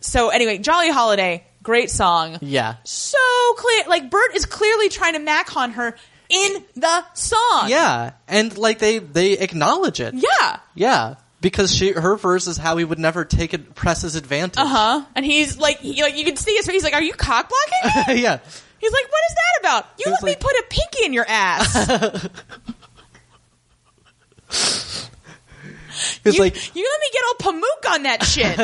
Speaker 2: So anyway, Jolly Holiday, great song
Speaker 1: yeah,
Speaker 2: so clear. Like Bert is clearly trying to mac on her in the song.
Speaker 1: yeah, and like they they acknowledge it.
Speaker 2: yeah,
Speaker 1: yeah, because she her verse is how he would never take it press his advantage.
Speaker 2: uh huh. And he's like, he, like you can see his face. He's like, are you cock blocking? me?"
Speaker 1: yeah,
Speaker 2: he's like, what is that about? You
Speaker 1: He's
Speaker 2: let me
Speaker 1: like-
Speaker 2: put a pinky in your ass.
Speaker 1: it's
Speaker 2: you,
Speaker 1: like
Speaker 2: you let me get all pamook on that shit.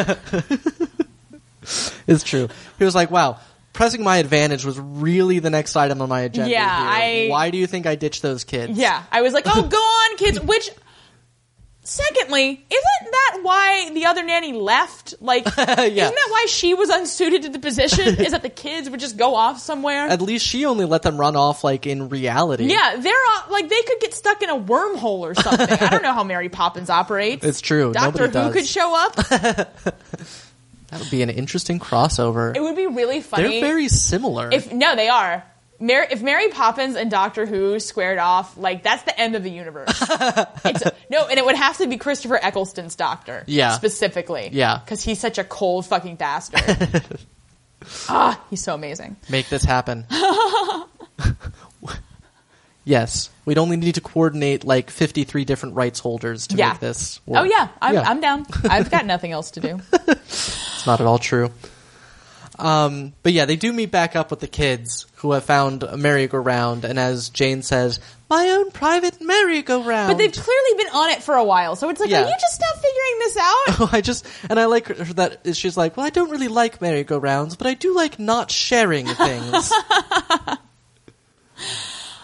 Speaker 1: it's true. He was like, wow. Pressing my advantage was really the next item on my agenda.
Speaker 2: Yeah,
Speaker 1: here.
Speaker 2: I-
Speaker 1: Why do you think I ditched those kids?
Speaker 2: yeah, I was like, oh, go on, kids. Which. Secondly, isn't that why the other nanny left? Like, isn't that why she was unsuited to the position? Is that the kids would just go off somewhere?
Speaker 1: At least she only let them run off like in reality.
Speaker 2: Yeah, they're all, like they could get stuck in a wormhole or something. I don't know how Mary Poppins operates.
Speaker 1: It's true.
Speaker 2: Doctor
Speaker 1: Nobody
Speaker 2: Who
Speaker 1: does.
Speaker 2: could show up.
Speaker 1: That would be an interesting crossover.
Speaker 2: It would be really
Speaker 1: They're
Speaker 2: funny.
Speaker 1: very similar.
Speaker 2: if no, they are. Mary, if Mary Poppins and Doctor Who squared off, like that's the end of the universe. it's, no, and it would have to be Christopher Eccleston's Doctor,
Speaker 1: Yeah.
Speaker 2: specifically,
Speaker 1: Yeah.
Speaker 2: because he's such a cold fucking bastard. ah, he's so amazing.
Speaker 1: Make this happen. yes, we'd only need to coordinate like fifty-three different rights holders to
Speaker 2: Yeah.
Speaker 1: make this. Work.
Speaker 2: Oh yeah, I'm, I'm down. I've got nothing else to do.
Speaker 1: It's not at all true. Um, but yeah, they do meet back up with the kids who have found a merry-go-round, and as Jane says, "My own private merry-go-round."
Speaker 2: But they've clearly been on it for a while, so it's like,
Speaker 1: Yeah.
Speaker 2: are you just now figuring this out?
Speaker 1: I just and I like her that she's like, well, I don't really like merry-go-rounds, but I do like not sharing things.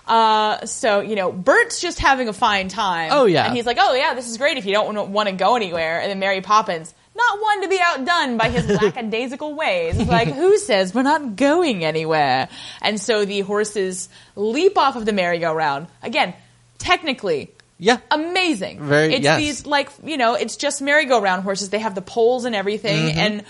Speaker 2: Uh, so you know, Bert's just having a fine time.
Speaker 1: Oh, yeah.
Speaker 2: and he's like, oh yeah, this is great if you don't want to go anywhere. And then Mary Poppins, not one to be outdone by his lackadaisical ways, is like, who says we're not going anywhere? And so the horses leap off of the merry-go-round again. Technically,
Speaker 1: Yeah.
Speaker 2: amazing.
Speaker 1: Very-
Speaker 2: It's
Speaker 1: yes.
Speaker 2: these like you know, it's just merry-go-round horses. They have the poles and everything,
Speaker 1: Mm-hmm.
Speaker 2: and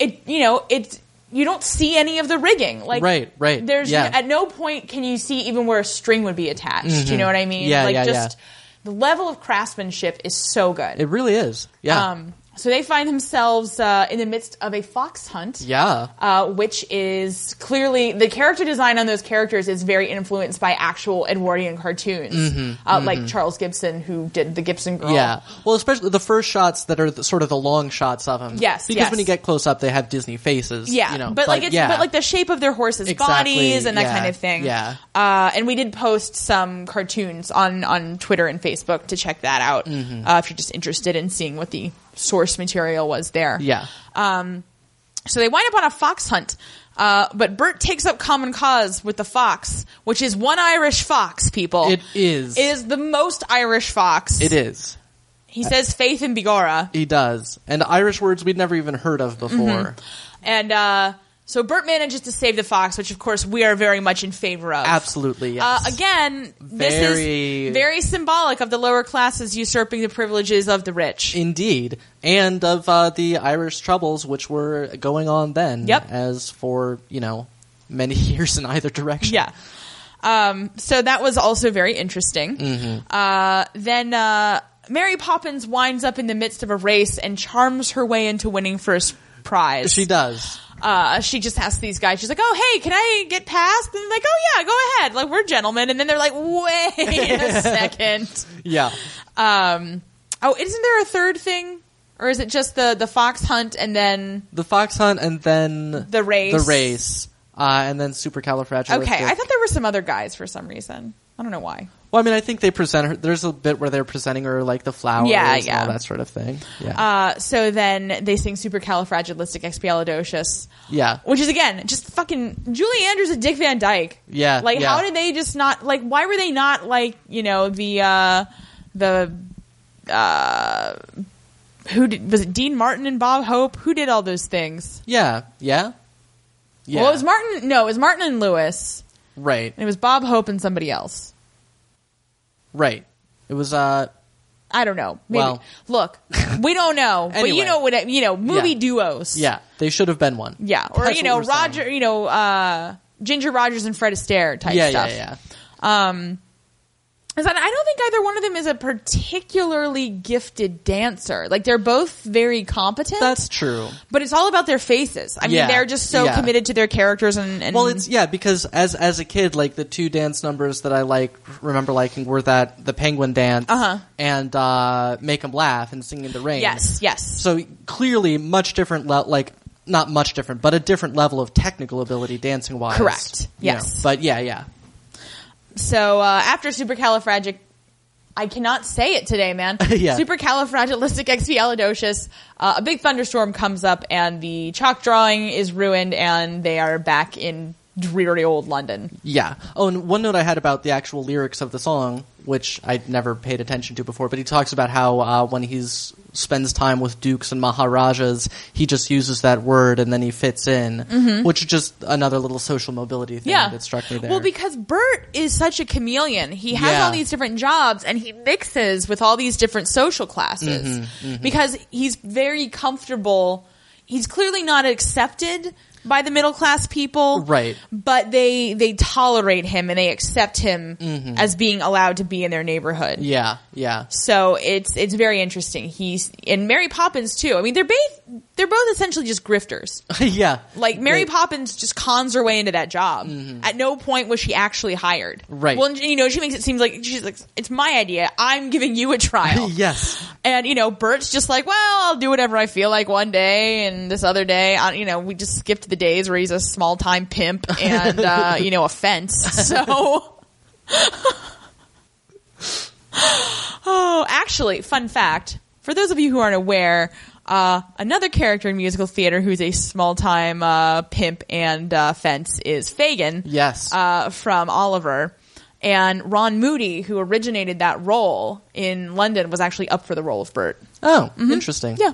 Speaker 2: it you know it's you don't see any of the rigging. Like
Speaker 1: Right, right,
Speaker 2: There's
Speaker 1: yeah.
Speaker 2: at no point can you see even where a string would be attached. You know what I mean?
Speaker 1: Mm-hmm. Yeah,
Speaker 2: like
Speaker 1: yeah,
Speaker 2: just the level of craftsmanship is so good.
Speaker 1: It really is. Yeah.
Speaker 2: um, so they find themselves uh, in the midst of a fox hunt
Speaker 1: yeah.
Speaker 2: uh, which is clearly the character design on those characters is very influenced by actual Edwardian cartoons, uh, like Charles Gibson, who did the Gibson Girl.
Speaker 1: Yeah. Well, especially the first shots that are the, sort of the long shots of them.
Speaker 2: Yes,
Speaker 1: Because
Speaker 2: yes.
Speaker 1: when you get close up, they have Disney faces.
Speaker 2: Yeah,
Speaker 1: You know,
Speaker 2: but like it's
Speaker 1: yeah.
Speaker 2: but like the shape of their horses'
Speaker 1: Exactly,
Speaker 2: bodies and that
Speaker 1: yeah,
Speaker 2: kind of thing.
Speaker 1: yeah.
Speaker 2: uh, and we did post some cartoons on on Twitter and Facebook to check that out
Speaker 1: Mm-hmm.
Speaker 2: uh, if you're just interested in seeing what the source material was there. Um,
Speaker 1: yeah.
Speaker 2: So they wind up on a fox hunt. Uh, but Bert takes up common cause with the fox, which is one Irish fox, people.
Speaker 1: It is.
Speaker 2: It is the most Irish fox.
Speaker 1: It is.
Speaker 2: He says faith in Bigora.
Speaker 1: He does. And Irish words we'd never even heard of
Speaker 2: Mm-hmm.
Speaker 1: before.
Speaker 2: And, uh, so Bert manages to save the fox, which of course we are very much in favor of.
Speaker 1: Absolutely. Yes.
Speaker 2: Uh, again, this
Speaker 1: Very-
Speaker 2: is very symbolic of the lower classes usurping the privileges of the rich.
Speaker 1: Indeed, and of uh, the Irish troubles which were going on then,
Speaker 2: Yep.
Speaker 1: as for you know many years in either direction.
Speaker 2: Yeah. Um, so that was also very interesting.
Speaker 1: Mm-hmm.
Speaker 2: Uh, then uh, Mary Poppins winds up in the midst of a race and charms her way into winning first prize.
Speaker 1: she does.
Speaker 2: uh, she just asks these guys, she's like, "Oh, hey, can I get past?" And they're like, "Oh yeah, go ahead. Like we're gentlemen." And then they're like, "Wait a second.
Speaker 1: Yeah,
Speaker 2: Um, oh, isn't there a third thing, or is it just the the fox hunt and then?
Speaker 1: the fox hunt, and then
Speaker 2: The race.
Speaker 1: the race, uh, and then supercalifragilistic.
Speaker 2: Okay, I thought there were some other guys for some reason. I don't know why.
Speaker 1: well, I mean, I think they present her. There's a bit where they're presenting her like the flowers,
Speaker 2: Yeah,
Speaker 1: and
Speaker 2: yeah.
Speaker 1: all that sort of thing. Yeah,
Speaker 2: Uh, so then they sing supercalifragilisticexpialidocious,
Speaker 1: yeah,
Speaker 2: which is again just fucking Julie Andrews and Dick Van Dyke.
Speaker 1: Yeah,
Speaker 2: like
Speaker 1: yeah.
Speaker 2: how did they just not like? Why were they not like you know the uh, the uh, who did, was it? Dean Martin and Bob Hope? Who did all those things?
Speaker 1: yeah, yeah, yeah.
Speaker 2: Well, it was Martin. No, it was Martin and Lewis,
Speaker 1: right,
Speaker 2: and it was Bob Hope and somebody else.
Speaker 1: right. It was uh,
Speaker 2: I don't know. Maybe.
Speaker 1: Well.
Speaker 2: Look, we don't know, but you
Speaker 1: Anyway.
Speaker 2: know what? I- You know, movie
Speaker 1: Yeah.
Speaker 2: duos.
Speaker 1: yeah. They should have been one.
Speaker 2: Yeah, or
Speaker 1: That's
Speaker 2: you
Speaker 1: what
Speaker 2: know
Speaker 1: we're saying.
Speaker 2: Roger, you know uh, Ginger Rogers and Fred Astaire type
Speaker 1: Yeah,
Speaker 2: stuff.
Speaker 1: yeah, yeah.
Speaker 2: Is that- I don't think either one of them is a particularly gifted dancer. Like they're both very competent,
Speaker 1: That's true.
Speaker 2: but it's all about their faces. I
Speaker 1: Yeah,
Speaker 2: mean, they're just so
Speaker 1: yeah.
Speaker 2: committed to their characters and, and
Speaker 1: Well, it's yeah because as as a kid, like the two dance numbers that I like remember liking were that the penguin dance
Speaker 2: Uh-huh.
Speaker 1: and uh, make 'em laugh and singing the rain.
Speaker 2: yes, yes.
Speaker 1: So clearly, much different. Le- like not much different, but a different level of technical ability dancing wise.
Speaker 2: Correct. Yes.
Speaker 1: But yeah, yeah.
Speaker 2: So uh, after supercalifragic, I cannot say it today, man.
Speaker 1: Yeah.
Speaker 2: Supercalifragilisticexpialidocious. Uh, a big thunderstorm comes up, and the chalk drawing is ruined, and they are back in dreary old London.
Speaker 1: Yeah. Oh, and one note I had about the actual lyrics of the song, which I'd never paid attention to before, but he talks about how uh, when he's spends time with dukes and maharajas, he just uses that word and then he fits in, which is just another little social mobility thing
Speaker 2: Mm-hmm. Yeah.
Speaker 1: that struck me there.
Speaker 2: Well, because Bert is such a chameleon. He has
Speaker 1: Yeah.
Speaker 2: all these different jobs and he mixes with all these different social classes
Speaker 1: Mm-hmm,
Speaker 2: because he's very comfortable. He's clearly not accepted by the middle class people.
Speaker 1: Right.
Speaker 2: But they they tolerate him and they accept him as being allowed to be in their neighborhood.
Speaker 1: Mm-hmm. yeah, yeah,
Speaker 2: So it's it's very interesting. He's and Mary Poppins too. I mean, they're both they're both essentially just grifters.
Speaker 1: yeah.
Speaker 2: Like
Speaker 1: They-
Speaker 2: Mary
Speaker 1: Mm-hmm.
Speaker 2: Poppins just cons her way into that job. At no point was she actually hired.
Speaker 1: Right.
Speaker 2: Well, and, you know, she makes it seem like she's like, it's my idea. I'm giving you a trial.
Speaker 1: Yes.
Speaker 2: And you know, Bert's just like, well, I'll do whatever I feel like one day, and this other day, I, you know, we just skipped the days where he's a small time pimp and uh, you know, a fence. So. Oh, actually, fun fact for those of you who aren't aware, uh, another character in musical theater who's a small time uh, pimp and uh, fence is Fagin.
Speaker 1: Yes.
Speaker 2: Uh, from Oliver. And Ron Moody, who originated that role in London, was actually up for the role of Bert.
Speaker 1: Oh, interesting.
Speaker 2: mm-hmm. Yeah.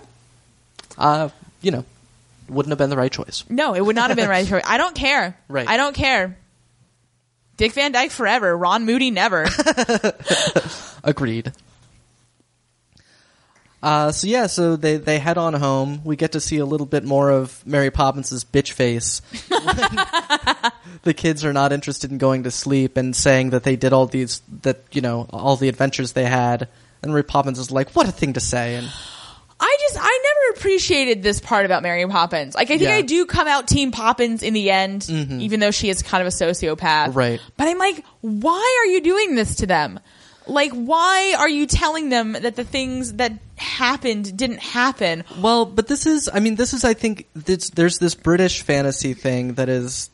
Speaker 1: Uh, you know, wouldn't have been the right choice.
Speaker 2: No, it would not have been right. I don't care.
Speaker 1: Right.
Speaker 2: I don't care. Dick Van Dyke forever. Ron Moody never.
Speaker 1: Agreed. Uh, so yeah, so they, they head on home. We get to see a little bit more of Mary Poppins's bitch face. when the kids are not interested in going to sleep and saying that they did all these that you know all the adventures they had. And Mary Poppins is like, "What a thing to say!" And
Speaker 2: I just I never appreciated this part about Mary Poppins. Like I think
Speaker 1: Yeah. Mm-hmm.
Speaker 2: I do come out Team Poppins in the end, even though she is kind of a sociopath.
Speaker 1: Right.
Speaker 2: But I'm like, why are you doing this to them? Like, why are you telling them that the things that happened didn't happen?
Speaker 1: Well, but this is, I mean, this is, I think, this, there's this British fantasy thing that is,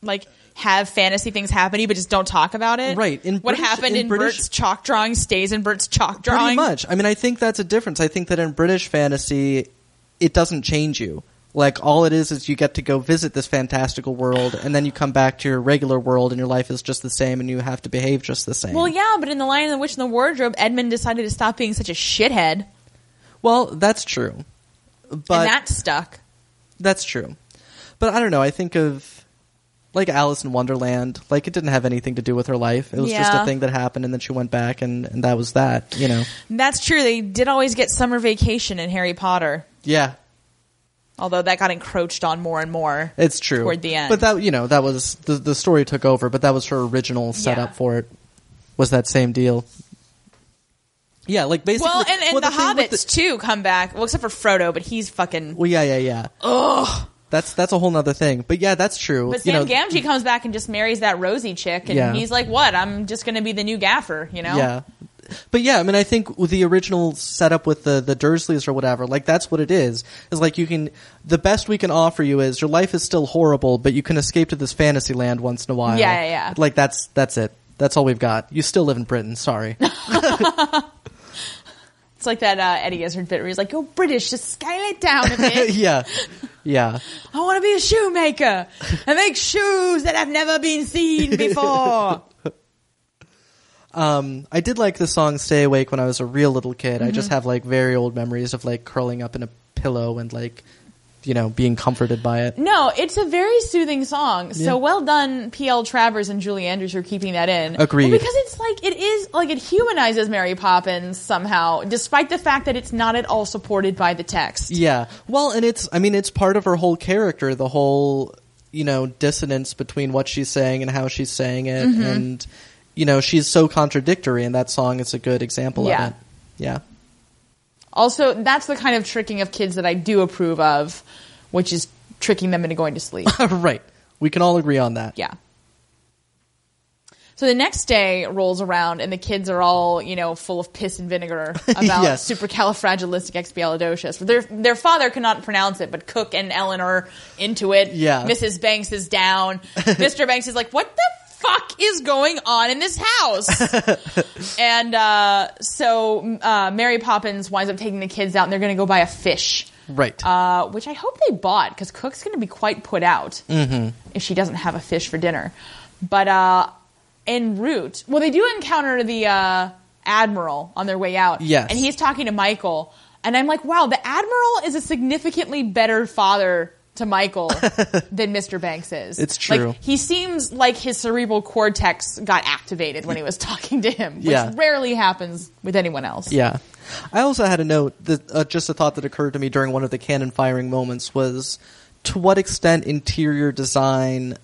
Speaker 2: Like, have fantasy things happen, to you, but just don't talk about it.
Speaker 1: Right. In
Speaker 2: what
Speaker 1: British-
Speaker 2: happened
Speaker 1: in
Speaker 2: in,
Speaker 1: British-
Speaker 2: Bert's chalk drawing stays in Bert's chalk
Speaker 1: pretty
Speaker 2: drawing.
Speaker 1: much. I mean, I think that's a difference. I think that in British fantasy, it doesn't change you. Like, all it is is you get to go visit this fantastical world, and then you come back to your regular world, and your life is just the same, and you have to behave just the same.
Speaker 2: Well, yeah, but in The Lion, the Witch, and the Wardrobe, Edmund decided to stop being such a shithead,
Speaker 1: Well, that's true. But
Speaker 2: and that stuck.
Speaker 1: That's true. But I don't know. I think of like Alice in Wonderland. Like it didn't have anything to do with her life. It was just a
Speaker 2: Yeah.
Speaker 1: thing that happened, and then she went back, and, and that was that. You know.
Speaker 2: That's true. They did always get summer vacation in Harry Potter,
Speaker 1: Yeah,
Speaker 2: although that got encroached on more and more.
Speaker 1: it's true.
Speaker 2: Toward the end.
Speaker 1: but that you know that was the the story took over. But that was her original setup for it. Was that same deal? Yeah, like basically.
Speaker 2: well, and, and
Speaker 1: well,
Speaker 2: the,
Speaker 1: thing with
Speaker 2: Hobbits too come back. Well, except for Frodo, but he's fucking.
Speaker 1: well, yeah, yeah, yeah. Ugh. That's that's a whole nother thing. But yeah, that's true.
Speaker 2: But
Speaker 1: you
Speaker 2: Sam
Speaker 1: know,
Speaker 2: Gamgee comes back and just marries that Rosie chick, and
Speaker 1: Yeah.
Speaker 2: he's like, "What? I'm just going to be the new gaffer," you know?
Speaker 1: Yeah. But yeah, I mean, I think with the original setup with the, the Dursleys or whatever, like that's what it is. Is like you can, the best we can offer you is your life is still horrible, but you can escape to this fantasy land once in a while.
Speaker 2: Yeah, yeah, yeah.
Speaker 1: Like that's, that's it. That's all we've got. You still live in Britain, sorry.
Speaker 2: It's like that uh, Eddie Izzard bit where he's like, "Yo, British, just scale it down a bit.
Speaker 1: yeah. Yeah.
Speaker 2: I want to be a shoemaker and make shoes that have never been seen before."
Speaker 1: I did like the song Stay Awake when I was a real little kid. I
Speaker 2: Mm-hmm.
Speaker 1: just have like very old memories of like curling up in a pillow and like, you know, being comforted by it.
Speaker 2: No, it's a very soothing song. So
Speaker 1: Yeah.
Speaker 2: well done, P.L. Travers and Julie Andrews for keeping that in.
Speaker 1: Agreed.
Speaker 2: Well, because it's like it is like it humanizes Mary Poppins somehow, despite the fact that it's not at all supported by the text.
Speaker 1: Yeah. Well, and it's I mean it's part of her whole character, the whole you know dissonance between what she's saying and how she's saying it
Speaker 2: Mm-hmm.
Speaker 1: and you know she's so contradictory and that song is a good example
Speaker 2: Yeah.
Speaker 1: of it. Yeah.
Speaker 2: Also, that's the kind of tricking of kids that I do approve of, which is tricking them into going to sleep.
Speaker 1: right. We can all agree on that.
Speaker 2: Yeah. So the next day rolls around and the kids are all, you know, full of piss and vinegar about
Speaker 1: Yes.
Speaker 2: supercalifragilisticexpialidocious. Their their father cannot pronounce it, but Cook and Ellen are into it.
Speaker 1: Yeah.
Speaker 2: Mrs. Banks is down. Mr. Banks is like, "What the fuck is going on in this house?" and uh, so uh, Mary Poppins winds up taking the kids out and they're going to go buy a fish
Speaker 1: Right.
Speaker 2: uh, which I hope they bought because Cook's going to be quite put out
Speaker 1: Mm-hmm.
Speaker 2: if she doesn't have a fish for dinner. But uh, en route, well, they do encounter the uh, admiral on their way out.
Speaker 1: Yes.
Speaker 2: and he's talking to Michael, and I'm like, wow, the admiral is a significantly better father to Michael than Mr. Banks is.
Speaker 1: It's
Speaker 2: Like,
Speaker 1: true.
Speaker 2: he seems like his cerebral cortex got activated when he was talking to him, which
Speaker 1: Yeah.
Speaker 2: rarely happens with anyone else.
Speaker 1: Yeah. I also had a note that uh, just a thought that occurred to me during one of the cannon firing moments was to what extent interior design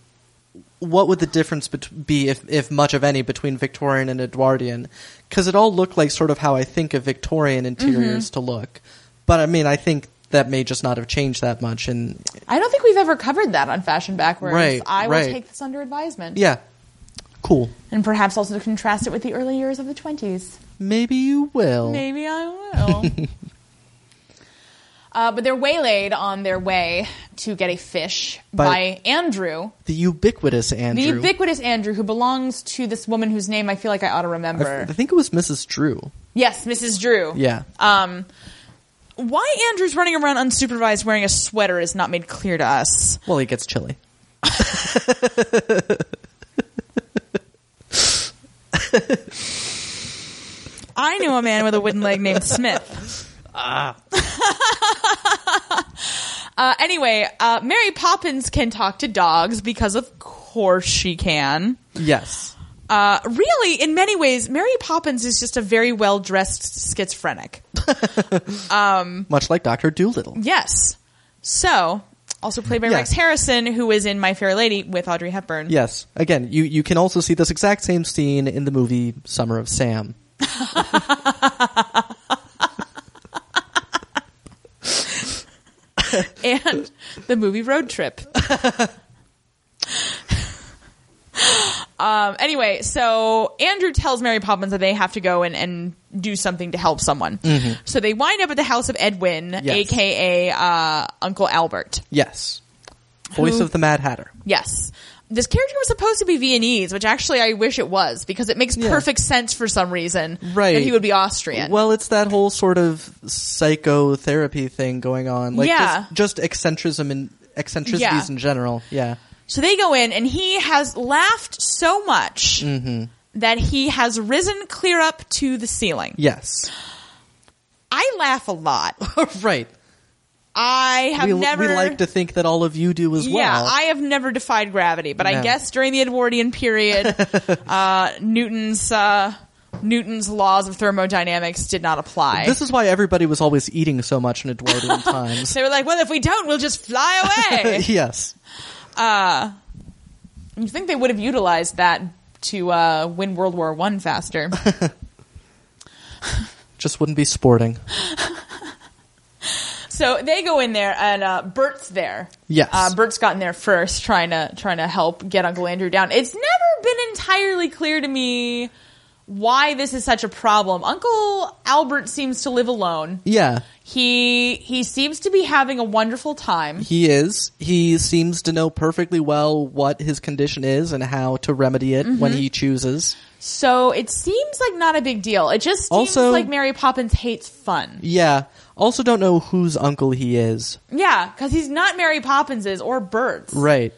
Speaker 1: what would the difference bet- be if if much of any between Victorian and Edwardian cuz it all looked like sort of how I think of Victorian interiors to look. But I mean, I think that may just not have changed that much and
Speaker 2: I don't think we've ever covered that on Fashion Backwards.
Speaker 1: Right,
Speaker 2: I will
Speaker 1: right.
Speaker 2: take this under advisement.
Speaker 1: yeah. Cool.
Speaker 2: And perhaps also contrast it with the early years of the 20s.
Speaker 1: Maybe you will.
Speaker 2: Maybe I will. uh, but they're waylaid on their way to get a fish by,
Speaker 1: By-
Speaker 2: Andrew,
Speaker 1: The ubiquitous Andrew.
Speaker 2: the ubiquitous Andrew, who belongs to this woman whose name I feel like I ought to
Speaker 1: I
Speaker 2: remember.
Speaker 1: f- I think it was Mrs. Drew.
Speaker 2: yes, Mrs. Drew.
Speaker 1: Yeah.
Speaker 2: Um, why Andrew's running around unsupervised wearing a sweater is not made clear to us.
Speaker 1: Well, he gets chilly.
Speaker 2: I knew a man with a wooden leg named Smith. Ah. uh, anyway, uh, Mary Poppins can talk to dogs because, of course, she can.
Speaker 1: Yes.
Speaker 2: Uh, really, in many ways, Mary Poppins is just a very well dressed schizophrenic.
Speaker 1: Much like Dr. Doolittle.
Speaker 2: Yes. So, also played by
Speaker 1: Yeah.
Speaker 2: Rex Harrison, who is in My Fair Lady with Audrey Hepburn.
Speaker 1: Yes. Again, you, you can also see this exact same scene in the movie Summer of Sam.
Speaker 2: and the movie Road Trip. um, anyway, so Andrew tells Mary Poppins that they have to go and, and do something to help someone. So they wind up at the house of Edwin,
Speaker 1: Mm-hmm. Yes.
Speaker 2: aka uh, Uncle Albert.
Speaker 1: Yes. Voice
Speaker 2: Who-
Speaker 1: of the Mad Hatter.
Speaker 2: Yes. This character was supposed to be Viennese, which actually I wish it was because it makes
Speaker 1: Yeah.
Speaker 2: perfect sense for some reason
Speaker 1: Right.
Speaker 2: that he would be Austrian.
Speaker 1: Well, it's that whole sort of psychotherapy thing going on. Like
Speaker 2: Yeah.
Speaker 1: just, just eccentrism and eccentricities
Speaker 2: Yeah.
Speaker 1: in general. Yeah.
Speaker 2: So they go in, and he has laughed so much
Speaker 1: Mm-hmm.
Speaker 2: that he has risen clear up to the ceiling.
Speaker 1: Yes.
Speaker 2: I laugh a lot.
Speaker 1: right.
Speaker 2: I have
Speaker 1: We,
Speaker 2: never.
Speaker 1: we like to think that all of you do as
Speaker 2: yeah,
Speaker 1: well.
Speaker 2: I have never defied gravity, but I
Speaker 1: No.
Speaker 2: guess during the Edwardian period, uh, Newton's uh, Newton's laws of thermodynamics did not apply.
Speaker 1: this is why everybody was always eating so much in Edwardian times.
Speaker 2: so they were like, "Well, if we don't, we'll just fly away."
Speaker 1: yes.
Speaker 2: you think they would have utilized that to uh, win World War One faster?
Speaker 1: Just wouldn't be sporting.
Speaker 2: So they go in there, and uh, Bert's there.
Speaker 1: Yes.
Speaker 2: uh, Bert's gotten there first, trying to trying to help get Uncle Andrew down. It's never been entirely clear to me why this is such a problem. Uncle Albert seems to live alone.
Speaker 1: Yeah.
Speaker 2: He he seems to be having a wonderful time.
Speaker 1: He is. He seems to know perfectly well what his condition is and how to remedy it
Speaker 2: Mm-hmm.
Speaker 1: when he chooses.
Speaker 2: So it seems like not a big deal. It just seems
Speaker 1: Also-
Speaker 2: like Mary Poppins hates fun.
Speaker 1: Yeah. Also, don't know whose uncle he is.
Speaker 2: Yeah, because he's not Mary Poppins's or Bert's.
Speaker 1: Right.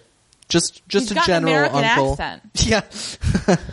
Speaker 1: Just just
Speaker 2: He's
Speaker 1: a
Speaker 2: got an
Speaker 1: general
Speaker 2: American
Speaker 1: uncle.
Speaker 2: accent.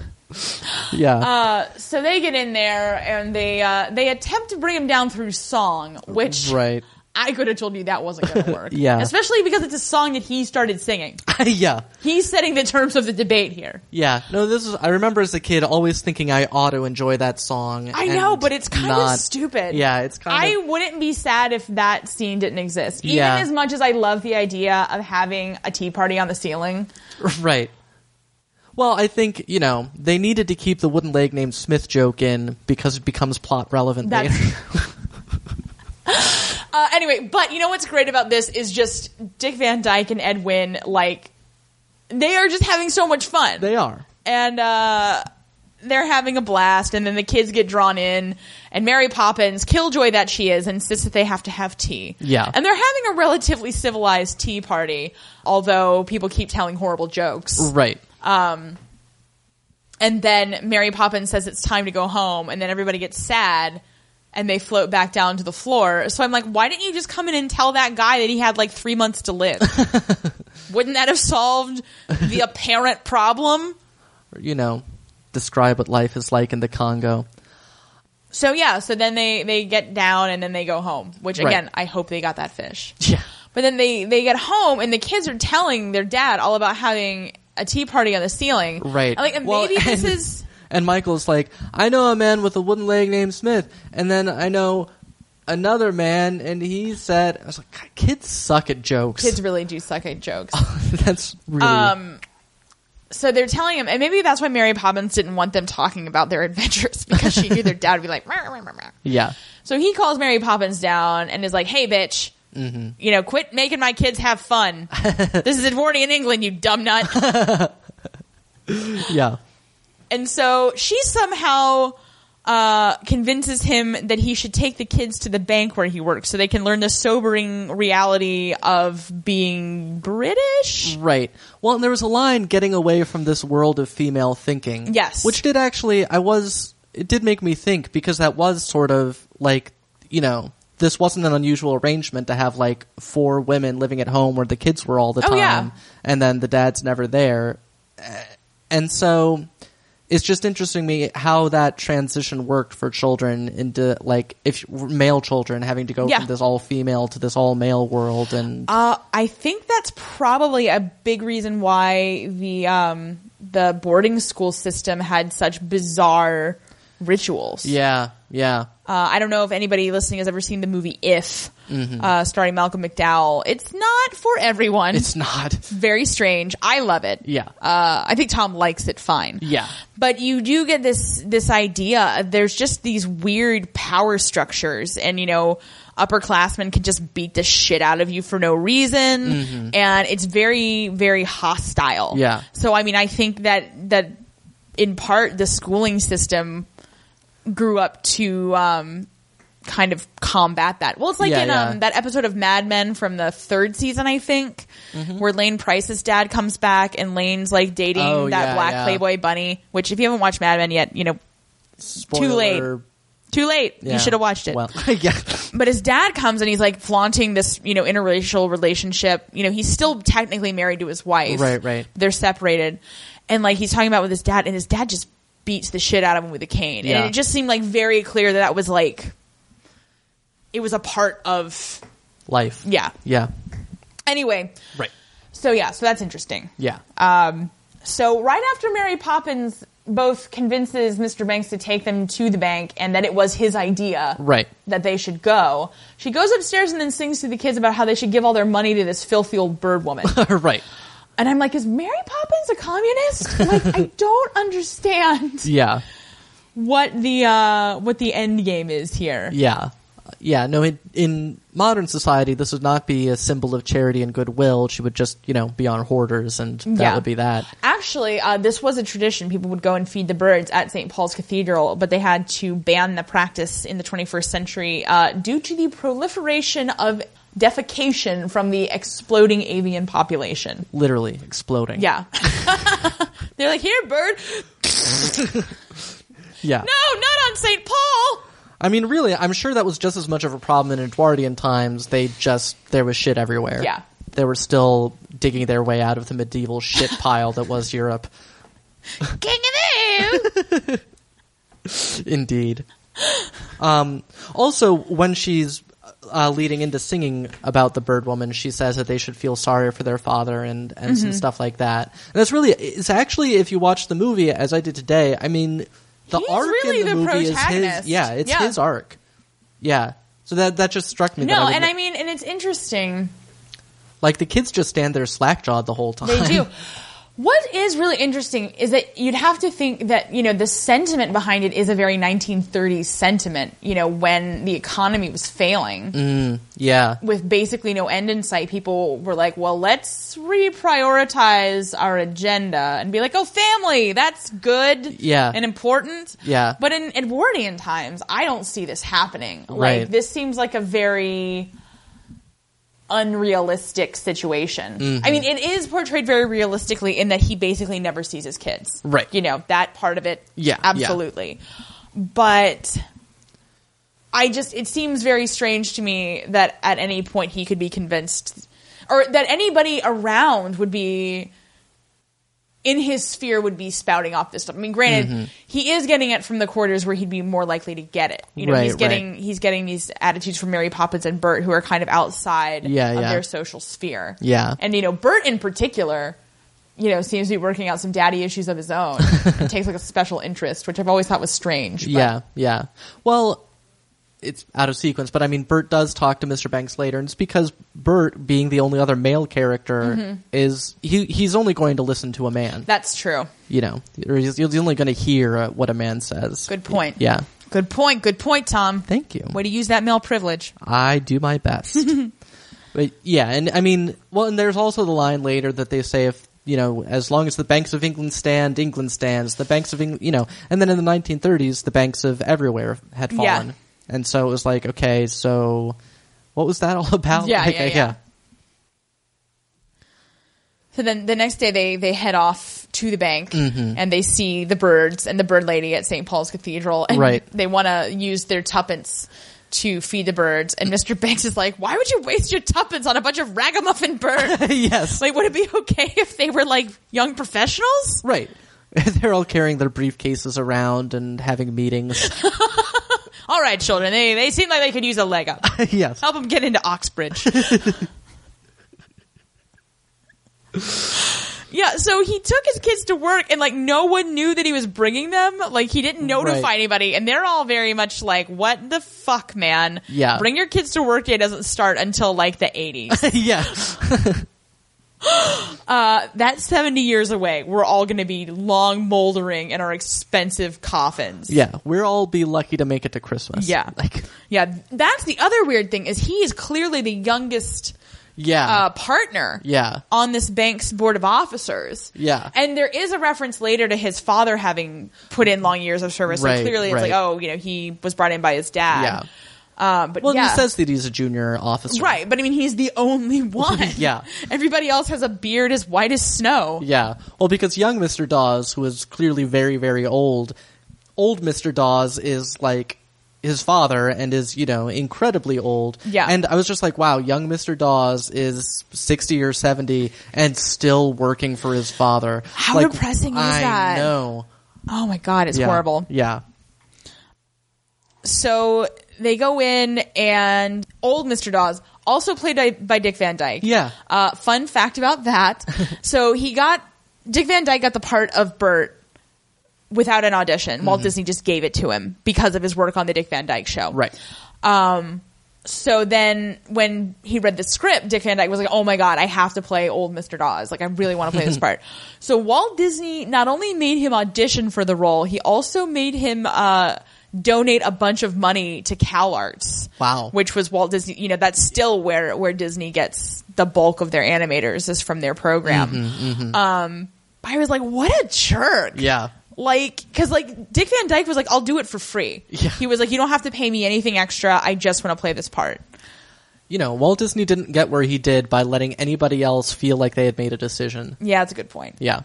Speaker 1: Yeah. yeah.
Speaker 2: Uh, so they get in there and they uh, they attempt to bring him down through song, which
Speaker 1: right.
Speaker 2: I could have told you that wasn't going to work.
Speaker 1: Yeah.
Speaker 2: especially because it's a song that he started singing.
Speaker 1: yeah.
Speaker 2: He's setting the terms of the debate here.
Speaker 1: Yeah. No, this is I remember as a kid always thinking I ought to enjoy that song.
Speaker 2: I
Speaker 1: and
Speaker 2: know, but it's kind
Speaker 1: not-
Speaker 2: of stupid.
Speaker 1: Yeah, it's kind
Speaker 2: I
Speaker 1: of
Speaker 2: wouldn't be sad if that scene didn't exist. Even
Speaker 1: Yeah.
Speaker 2: as much as I love the idea of having a tea party on the ceiling.
Speaker 1: Right. Well, I think, you know, they needed to keep the wooden leg named Smith joke in because it becomes plot relevant
Speaker 2: That's-
Speaker 1: later.
Speaker 2: Uh, anyway, but you know what's great about this is just Dick Van Dyke and Ed Wynn, like, they are just having so much fun.
Speaker 1: they are.
Speaker 2: and uh, they're having a blast. And then the kids get drawn in, and Mary Poppins, killjoy that she is, insists that they have to have tea.
Speaker 1: Yeah.
Speaker 2: and they're having a relatively civilized tea party, although people keep telling horrible jokes.
Speaker 1: Right.
Speaker 2: And then Mary Poppins says it's time to go home, and then everybody gets sad. And they float back down to the floor. So I'm like, why didn't you just come in and tell that guy that he had like three months to live? Wouldn't that have solved the apparent problem?
Speaker 1: you know, describe what life is like in the Congo.
Speaker 2: So yeah, so then they they get down and then they go home, which
Speaker 1: Right.
Speaker 2: again, I hope they got that fish.
Speaker 1: Yeah.
Speaker 2: But then they they get home and the kids are telling their dad all about having a tea party on the ceiling.
Speaker 1: Right.
Speaker 2: And, like and
Speaker 1: Well,
Speaker 2: maybe this
Speaker 1: and-
Speaker 2: is
Speaker 1: And Michael's like, I know a man with a wooden leg named Smith, and then I know another man, and he said, I was like, "God, kids suck at jokes.
Speaker 2: kids really do suck at jokes.
Speaker 1: Oh. That's really.
Speaker 2: Um so they're telling him and maybe that's why Mary Poppins didn't want them talking about their adventures because she knew their dad would be like "Meow, meow, meow, meow."
Speaker 1: yeah.
Speaker 2: So he calls Mary Poppins down and is like, "Hey, bitch,
Speaker 1: Mm-hmm.
Speaker 2: you know, quit making my kids have fun. this is Edwardian England, you dumb nut."
Speaker 1: Yeah.
Speaker 2: And so she somehow uh, convinces him that he should take the kids to the bank where he works so they can learn the sobering reality of being British.
Speaker 1: Right. Well, and there was a line getting away from this world of female thinking.
Speaker 2: Yes.
Speaker 1: Which did actually, I was, it did make me think because that was sort of like, you know, this wasn't an unusual arrangement to have like four women living at home where the kids were all the
Speaker 2: Oh,
Speaker 1: time
Speaker 2: yeah.
Speaker 1: and then the dad's never there. Uh, And Eh, so it's just interesting to me how that transition worked for children into like if male children having to go
Speaker 2: Yeah.
Speaker 1: from this all female to this all male world and
Speaker 2: Uh, I think that's probably a big reason why the um, the boarding school system had such bizarre rituals.
Speaker 1: yeah, yeah.
Speaker 2: Uh, I don't know if anybody listening has ever seen the movie If, uh, starring Malcolm McDowell. It's not for everyone.
Speaker 1: Mm-hmm. It's not.
Speaker 2: very strange. I love it.
Speaker 1: Yeah.
Speaker 2: Uh, I think Tom likes it fine.
Speaker 1: Yeah.
Speaker 2: But you do get this this idea. There's just these weird power structures, and you know, upperclassmen can just beat the shit out of you for no reason, and it's very very hostile.
Speaker 1: Mm-hmm. Yeah.
Speaker 2: So I mean, I think that that in part the schooling system grew up to um, kind of combat that. Well, it's like
Speaker 1: Yeah,
Speaker 2: in
Speaker 1: yeah.
Speaker 2: um, that episode of Mad Men from the third season, I think,
Speaker 1: Mm-hmm.
Speaker 2: where Lane Price's dad comes back and Lane's like dating
Speaker 1: Oh,
Speaker 2: that
Speaker 1: yeah,
Speaker 2: black
Speaker 1: yeah.
Speaker 2: Playboy bunny. Which, if you haven't watched Mad Men yet, you know,
Speaker 1: Spoiler.
Speaker 2: late. too late.
Speaker 1: Yeah.
Speaker 2: You should have watched it
Speaker 1: Well, yeah.
Speaker 2: but his dad comes and he's like flaunting this, you know, interracial relationship. You know, he's still technically married to his wife.
Speaker 1: Right, right.
Speaker 2: They're separated. And like he's talking about with his dad and his dad just beats the shit out of him with a cane.
Speaker 1: Yeah.
Speaker 2: And it just seemed like very clear that that was like it was a part of
Speaker 1: Life.
Speaker 2: yeah.
Speaker 1: Yeah.
Speaker 2: Anyway,
Speaker 1: Right.
Speaker 2: so yeah, so that's interesting.
Speaker 1: Yeah.
Speaker 2: Uh, So right after Mary Poppins both convinces Mr. Banks to take them to the bank and that it was his idea
Speaker 1: right.
Speaker 2: that they should go. She goes upstairs and then sings to the kids about how they should give all their money to this filthy old bird woman.
Speaker 1: right.
Speaker 2: and I'm like, is Mary Poppins a communist? Like, I don't understand
Speaker 1: Yeah.
Speaker 2: what the uh, what the end game is here.
Speaker 1: Yeah. Yeah. No, in, in modern society, this would not be a symbol of charity and goodwill. She would just, you know, be on hoarders and that
Speaker 2: Yeah.
Speaker 1: would be that.
Speaker 2: Actually, uh, this was a tradition. People would go and feed the birds at St. Paul's Cathedral, but they had to ban the practice in the 21st century uh, due to the proliferation of defecation from the exploding avian population.
Speaker 1: Literally exploding.
Speaker 2: Yeah. They're like, here, bird.
Speaker 1: Yeah.
Speaker 2: No, not on St. Paul.
Speaker 1: I mean, really, I'm sure that was just as much of a problem in Edwardian times. They just, there was shit everywhere.
Speaker 2: Yeah.
Speaker 1: They were still digging their way out of the medieval shit pile that was Europe.
Speaker 2: King of the
Speaker 1: Indeed. Um, also, when she's uh, leading into singing about the bird woman, she says that they should feel sorry for their father and, and
Speaker 2: Mm-hmm.
Speaker 1: some stuff like that. And that's really, it's actually, if you watch the movie as I did today, I mean, the
Speaker 2: He's
Speaker 1: arc
Speaker 2: really
Speaker 1: in the,
Speaker 2: the
Speaker 1: movie is his.
Speaker 2: protagonist.
Speaker 1: Yeah, it's
Speaker 2: Yeah.
Speaker 1: his arc. Yeah. So that that just struck me. that
Speaker 2: No,
Speaker 1: would-
Speaker 2: and I mean, and it's interesting.
Speaker 1: like the kids just stand there slack jawed the whole time.
Speaker 2: They do. What is really interesting is that you'd have to think that, you know, the sentiment behind it is a very 1930s sentiment, you know, when the economy was failing.
Speaker 1: Yeah,
Speaker 2: With basically no end in sight, people were like, well, let's reprioritize our agenda and be like, oh, family, that's good
Speaker 1: Yeah.
Speaker 2: and important.
Speaker 1: Yeah.
Speaker 2: But in Edwardian times, I don't see this happening.
Speaker 1: Right.
Speaker 2: Like, this seems like a very unrealistic situation.
Speaker 1: Mm-hmm.
Speaker 2: I mean, it is portrayed very realistically in that he basically never sees his kids.
Speaker 1: Right.
Speaker 2: You know, that part of it.
Speaker 1: Yeah, yeah.
Speaker 2: Absolutely. But I just, it seems very strange to me that at any point he could be convinced or that anybody around would be in his sphere would be spouting off this stuff. I mean, granted,
Speaker 1: Mm-hmm.
Speaker 2: he is getting it from the quarters where he'd be more likely to get it. You know,
Speaker 1: Right,
Speaker 2: he's
Speaker 1: right.
Speaker 2: getting he's getting these attitudes from Mary Poppins and Bert, who are kind of outside
Speaker 1: Yeah,
Speaker 2: of
Speaker 1: yeah.
Speaker 2: their social sphere.
Speaker 1: Yeah.
Speaker 2: and you know, Bert in particular, you know, seems to be working out some daddy issues of his own. and takes like a special interest, which I've always thought was strange. but-
Speaker 1: yeah, yeah. Well, it's out of sequence, but I mean, Bert does talk to Mr. Banks later, and it's because Bert, being the only other male character,
Speaker 2: Mm-hmm.
Speaker 1: is he he's only going to listen to a man,
Speaker 2: that's true.
Speaker 1: you know, or he's, he's only going to hear uh, what a man says.
Speaker 2: Good point.
Speaker 1: Yeah,
Speaker 2: Good point. Good point, Tom.
Speaker 1: thank you.
Speaker 2: Way to use that male privilege.
Speaker 1: I do my best. but yeah, and I mean, well, and there's also the line later that they say if you know, as long as the banks of England stand, England stands. The banks of England, you know, and then in the 1930s, the banks of everywhere had
Speaker 2: Yeah.
Speaker 1: fallen, and so it was like, okay, so what was that all about?
Speaker 2: Yeah,
Speaker 1: Like,
Speaker 2: yeah, yeah. So then the next day they they head off to the bank
Speaker 1: Mm-hmm.
Speaker 2: and they see the birds and the bird lady at St. Paul's Cathedral and
Speaker 1: Right.
Speaker 2: they want to use their tuppence to feed the birds and Mr. Banks is like, "Why would you waste your tuppence on a bunch of ragamuffin birds?"
Speaker 1: yes,
Speaker 2: like, would it be okay if they were like young professionals?
Speaker 1: right. They're all carrying their briefcases around and having meetings.
Speaker 2: All right, children, they, they seem like they could use a leg up.
Speaker 1: yes.
Speaker 2: Help them get into Oxbridge. yeah, so he took his kids to work and like no one knew that he was bringing them. Like he didn't notify
Speaker 1: Right.
Speaker 2: anybody and they're all very much like, what the fuck, man?
Speaker 1: Yeah.
Speaker 2: Bring your kids to work day doesn't start until like the 80s.
Speaker 1: yeah.
Speaker 2: uh, that's 70 years away. We're all going to be long moldering in our expensive coffins.
Speaker 1: Yeah. We'll all be lucky to make it to Christmas.
Speaker 2: Yeah.
Speaker 1: Like,
Speaker 2: Yeah, that's the other weird thing is he is clearly the youngest
Speaker 1: yeah.
Speaker 2: uh, partner
Speaker 1: yeah.
Speaker 2: on this bank's board of officers.
Speaker 1: Yeah.
Speaker 2: And there is a reference later to his father having put in long years of service.
Speaker 1: Right,
Speaker 2: so clearly it's
Speaker 1: right.
Speaker 2: like, oh, you know, he was brought in by his dad. Yeah. Um, but
Speaker 1: Well,
Speaker 2: yeah.
Speaker 1: he says that he's a junior officer.
Speaker 2: Right, but I mean, he's the only one.
Speaker 1: Yeah.
Speaker 2: Everybody else has a beard as white as snow.
Speaker 1: Yeah. Well, because young Mr. Dawes, who is clearly very, very old, old Mr. Dawes is like his father and is, you know, incredibly old.
Speaker 2: Yeah.
Speaker 1: And I was just like, wow, young Mr. Dawes is 60 or 70 and still working for his father.
Speaker 2: How
Speaker 1: Like,
Speaker 2: depressing is
Speaker 1: I
Speaker 2: that?
Speaker 1: know.
Speaker 2: Oh my God, it's
Speaker 1: Yeah.
Speaker 2: horrible.
Speaker 1: Yeah.
Speaker 2: So they go in, and old Mr. Dawes, also played by, by Dick Van Dyke.
Speaker 1: Yeah.
Speaker 2: Uh, fun fact about that. so he got, Dick Van Dyke got the part of Bert without an audition. Walt
Speaker 1: Mm-hmm.
Speaker 2: Disney just gave it to him because of his work on The Dick Van Dyke Show.
Speaker 1: Right.
Speaker 2: So then when he read the script, Dick Van Dyke was like, oh my God, I have to play old Mr. Dawes. Like, I really want to play this part. So Walt Disney not only made him audition for the role, he also made him, uh, donate a bunch of money to CalArts.
Speaker 1: Wow.
Speaker 2: Which was Walt Disney, you know, that's still where, where Disney gets the bulk of their animators is from their program. Um, but I was like, what a jerk.
Speaker 1: Yeah.
Speaker 2: Like, cause like Dick Van Dyke was like, I'll do it for free.
Speaker 1: Yeah.
Speaker 2: He was like, you don't have to pay me anything extra. I just want to play this part.
Speaker 1: You know, Walt Disney didn't get where he did by letting anybody else feel like they had made a decision.
Speaker 2: Yeah, that's a good point.
Speaker 1: Yeah.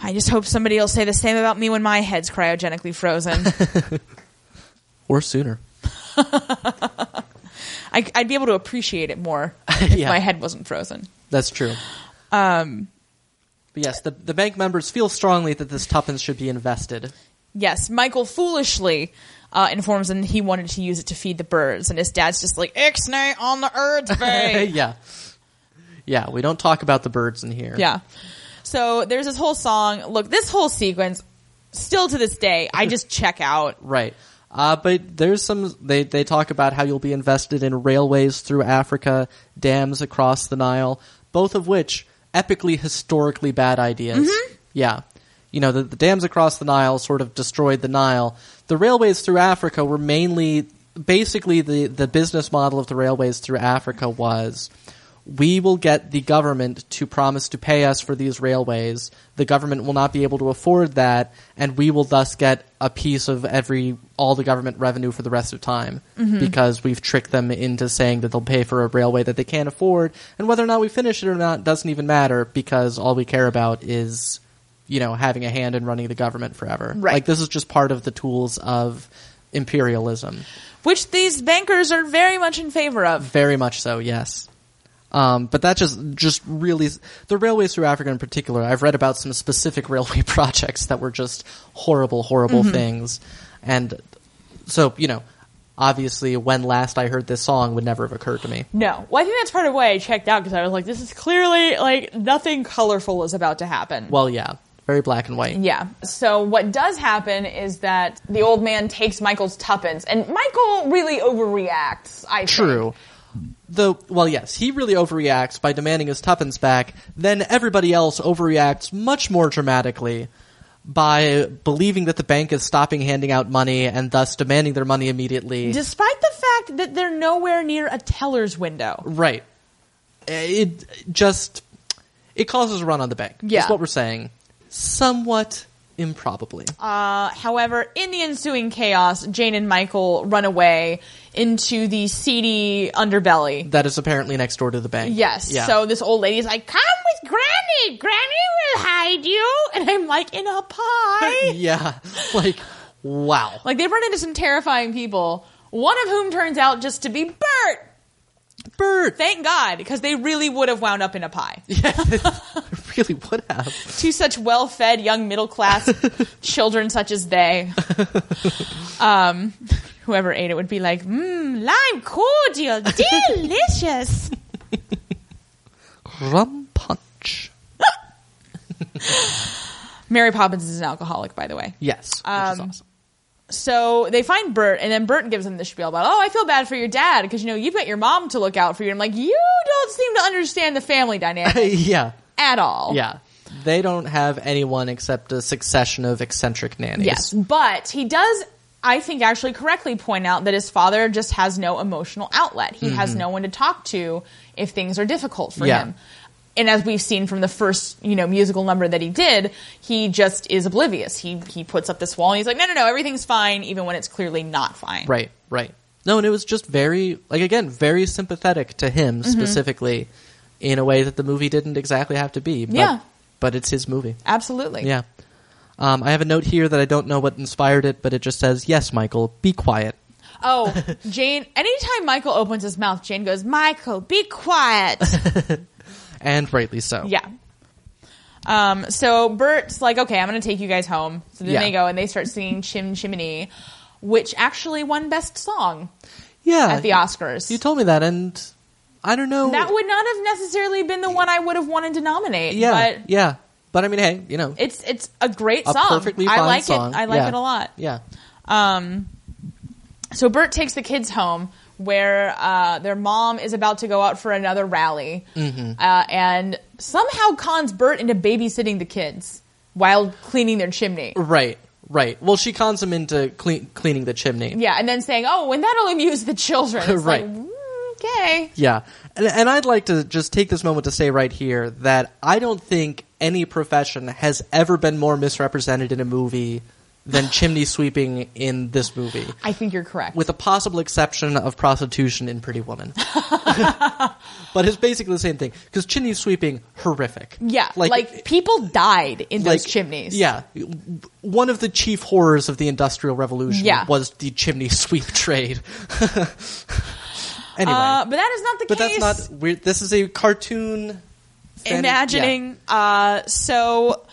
Speaker 2: I just hope somebody will say the same about me when my head's cryogenically frozen.
Speaker 1: Or sooner.
Speaker 2: I, I'd be able to appreciate it more if
Speaker 1: Yeah.
Speaker 2: my head wasn't frozen.
Speaker 1: That's true. Um, but yes, the, the bank members feel strongly that this tuppence should be invested.
Speaker 2: Yes, Michael foolishly uh, informs him he wanted to use it to feed the birds, and his dad's just like, Ixnay on the earth, babe.
Speaker 1: yeah. Yeah, we don't talk about the birds in here.
Speaker 2: Yeah. So there's this whole song. Look, this whole sequence, still to this day, I just check out.
Speaker 1: Right. Uh, but there's some, they, they talk about how you'll be invested in railways through Africa, dams across the Nile, both of which epically historically bad ideas. Yeah. You know, the, the dams across the Nile sort of destroyed the Nile. The railways through Africa were mainly, basically the, the business model of the railways through Africa was we will get the government to promise to pay us for these railways. The government will not be able to afford that, and we will thus get a piece of every all the government revenue for the rest of time because we've tricked them into saying that they'll pay for a railway that they can't afford, and whether or not we finish it or not doesn't even matter because all we care about is you know having a hand in running the government forever.
Speaker 2: Right.
Speaker 1: Like this is just part of the tools of imperialism.
Speaker 2: Which these bankers are very much in favor of.
Speaker 1: Very much so, yes. Um, but that just just really the railways through Africa in particular. I've read about some specific railway projects that were just horrible, horrible things, and so you know, obviously, when last I heard this song would never have occurred to me.
Speaker 2: No. Well, I think that's part of why I checked out because I was like, this is clearly like nothing colorful is about to happen.
Speaker 1: Well, yeah, very black and white.
Speaker 2: yeah. So what does happen is that the old man takes Michael's tuppence, and Michael really overreacts. I think.
Speaker 1: True. Though, well, yes, he really overreacts by demanding his tuppence back. Then everybody else overreacts much more dramatically by believing that the bank is stopping handing out money and thus demanding their money immediately.
Speaker 2: Despite the fact that they're nowhere near a teller's window.
Speaker 1: right. It just it causes a run on the bank.
Speaker 2: Yeah.
Speaker 1: That's what we're saying. Somewhat improbably.
Speaker 2: Uh, however, in the ensuing chaos, Jane and Michael run away into the seedy underbelly.
Speaker 1: that is apparently next door to the bank.
Speaker 2: Yes.
Speaker 1: Yeah.
Speaker 2: So this old lady's like, "Come with Granny. Granny will hide you." And I'm like, "In a pie."
Speaker 1: yeah. Like wow.
Speaker 2: Like they run into some terrifying people, one of whom turns out just to be Bert.
Speaker 1: Bert.
Speaker 2: Thank God, because they really would have wound up in a pie.
Speaker 1: really would have.
Speaker 2: to such well fed young middle class children such as they. Um, whoever ate it would be like, mmm, lime cordial, delicious.
Speaker 1: Rum punch.
Speaker 2: Mary Poppins is an alcoholic, by the way.
Speaker 1: Yes, which
Speaker 2: Um,
Speaker 1: is awesome.
Speaker 2: So they find Bert, and then Bert gives him the spiel about, oh, I feel bad for your dad because, you know, you've got your mom to look out for you. And I'm like, you don't seem to understand the family dynamic
Speaker 1: yeah,
Speaker 2: at all.
Speaker 1: yeah. They don't have anyone except a succession of eccentric nannies.
Speaker 2: Yes, but he does, I think, actually correctly point out that his father just has no emotional outlet. He has no one to talk to if things are difficult for
Speaker 1: Mm-hmm. Yeah.
Speaker 2: him. And as we've seen from the first, you know, musical number that he did, he just is oblivious. He he puts up this wall and he's like, no, no, no, everything's fine, even when it's clearly not fine.
Speaker 1: Right, right. No, and it was just very, like, again, very sympathetic to him
Speaker 2: Mm-hmm.
Speaker 1: specifically in a way that the movie didn't exactly have to be. But,
Speaker 2: Yeah.
Speaker 1: But it's his movie.
Speaker 2: Absolutely.
Speaker 1: Yeah. Um, I have a note here that I don't know what inspired it, but it just says, yes, Michael, be quiet.
Speaker 2: Oh, Jane. Anytime Michael opens his mouth, Jane goes, "Michael, be quiet."
Speaker 1: And rightly so.
Speaker 2: Yeah. Um, so Bert's like, okay, I'm going to take you guys home. So then
Speaker 1: Yeah.
Speaker 2: they go and they start singing Chim Chimney, which actually won Best Song
Speaker 1: Yeah.
Speaker 2: at the Oscars.
Speaker 1: You told me that, and I don't know.
Speaker 2: that would not have necessarily been the one I would have wanted to nominate.
Speaker 1: Yeah.
Speaker 2: But
Speaker 1: yeah. But I mean, hey, you know,
Speaker 2: it's it's a great
Speaker 1: a
Speaker 2: song.
Speaker 1: perfectly fine
Speaker 2: I like
Speaker 1: song.
Speaker 2: it. I like
Speaker 1: Yeah.
Speaker 2: it a lot.
Speaker 1: Yeah.
Speaker 2: Um, So Bert takes the kids home where uh, their mom is about to go out for another rally,
Speaker 1: Mm-hmm.
Speaker 2: uh, and somehow cons Bert into babysitting the kids while cleaning their chimney.
Speaker 1: Right. Right. Well, she cons him into clean, cleaning the chimney.
Speaker 2: Yeah, and then saying, "Oh, and that'll amuse the children." It's
Speaker 1: Right.
Speaker 2: Like, mm, okay.
Speaker 1: Yeah. And, and I'd like to just take this moment to say right here that I don't think any profession has ever been more misrepresented in a movie than chimney sweeping in this movie,
Speaker 2: I think you're correct.
Speaker 1: with a possible exception of prostitution in Pretty Woman. but it's basically the same thing because chimney sweeping horrific.
Speaker 2: yeah, like, people died in those
Speaker 1: like,
Speaker 2: chimneys.
Speaker 1: Yeah, one of the chief horrors of the Industrial Revolution
Speaker 2: Yeah.
Speaker 1: was the chimney sweep trade. anyway,
Speaker 2: Uh, but that is not the
Speaker 1: but
Speaker 2: case.
Speaker 1: that's not weird. This is a cartoon. fan-
Speaker 2: imagining. Uh, so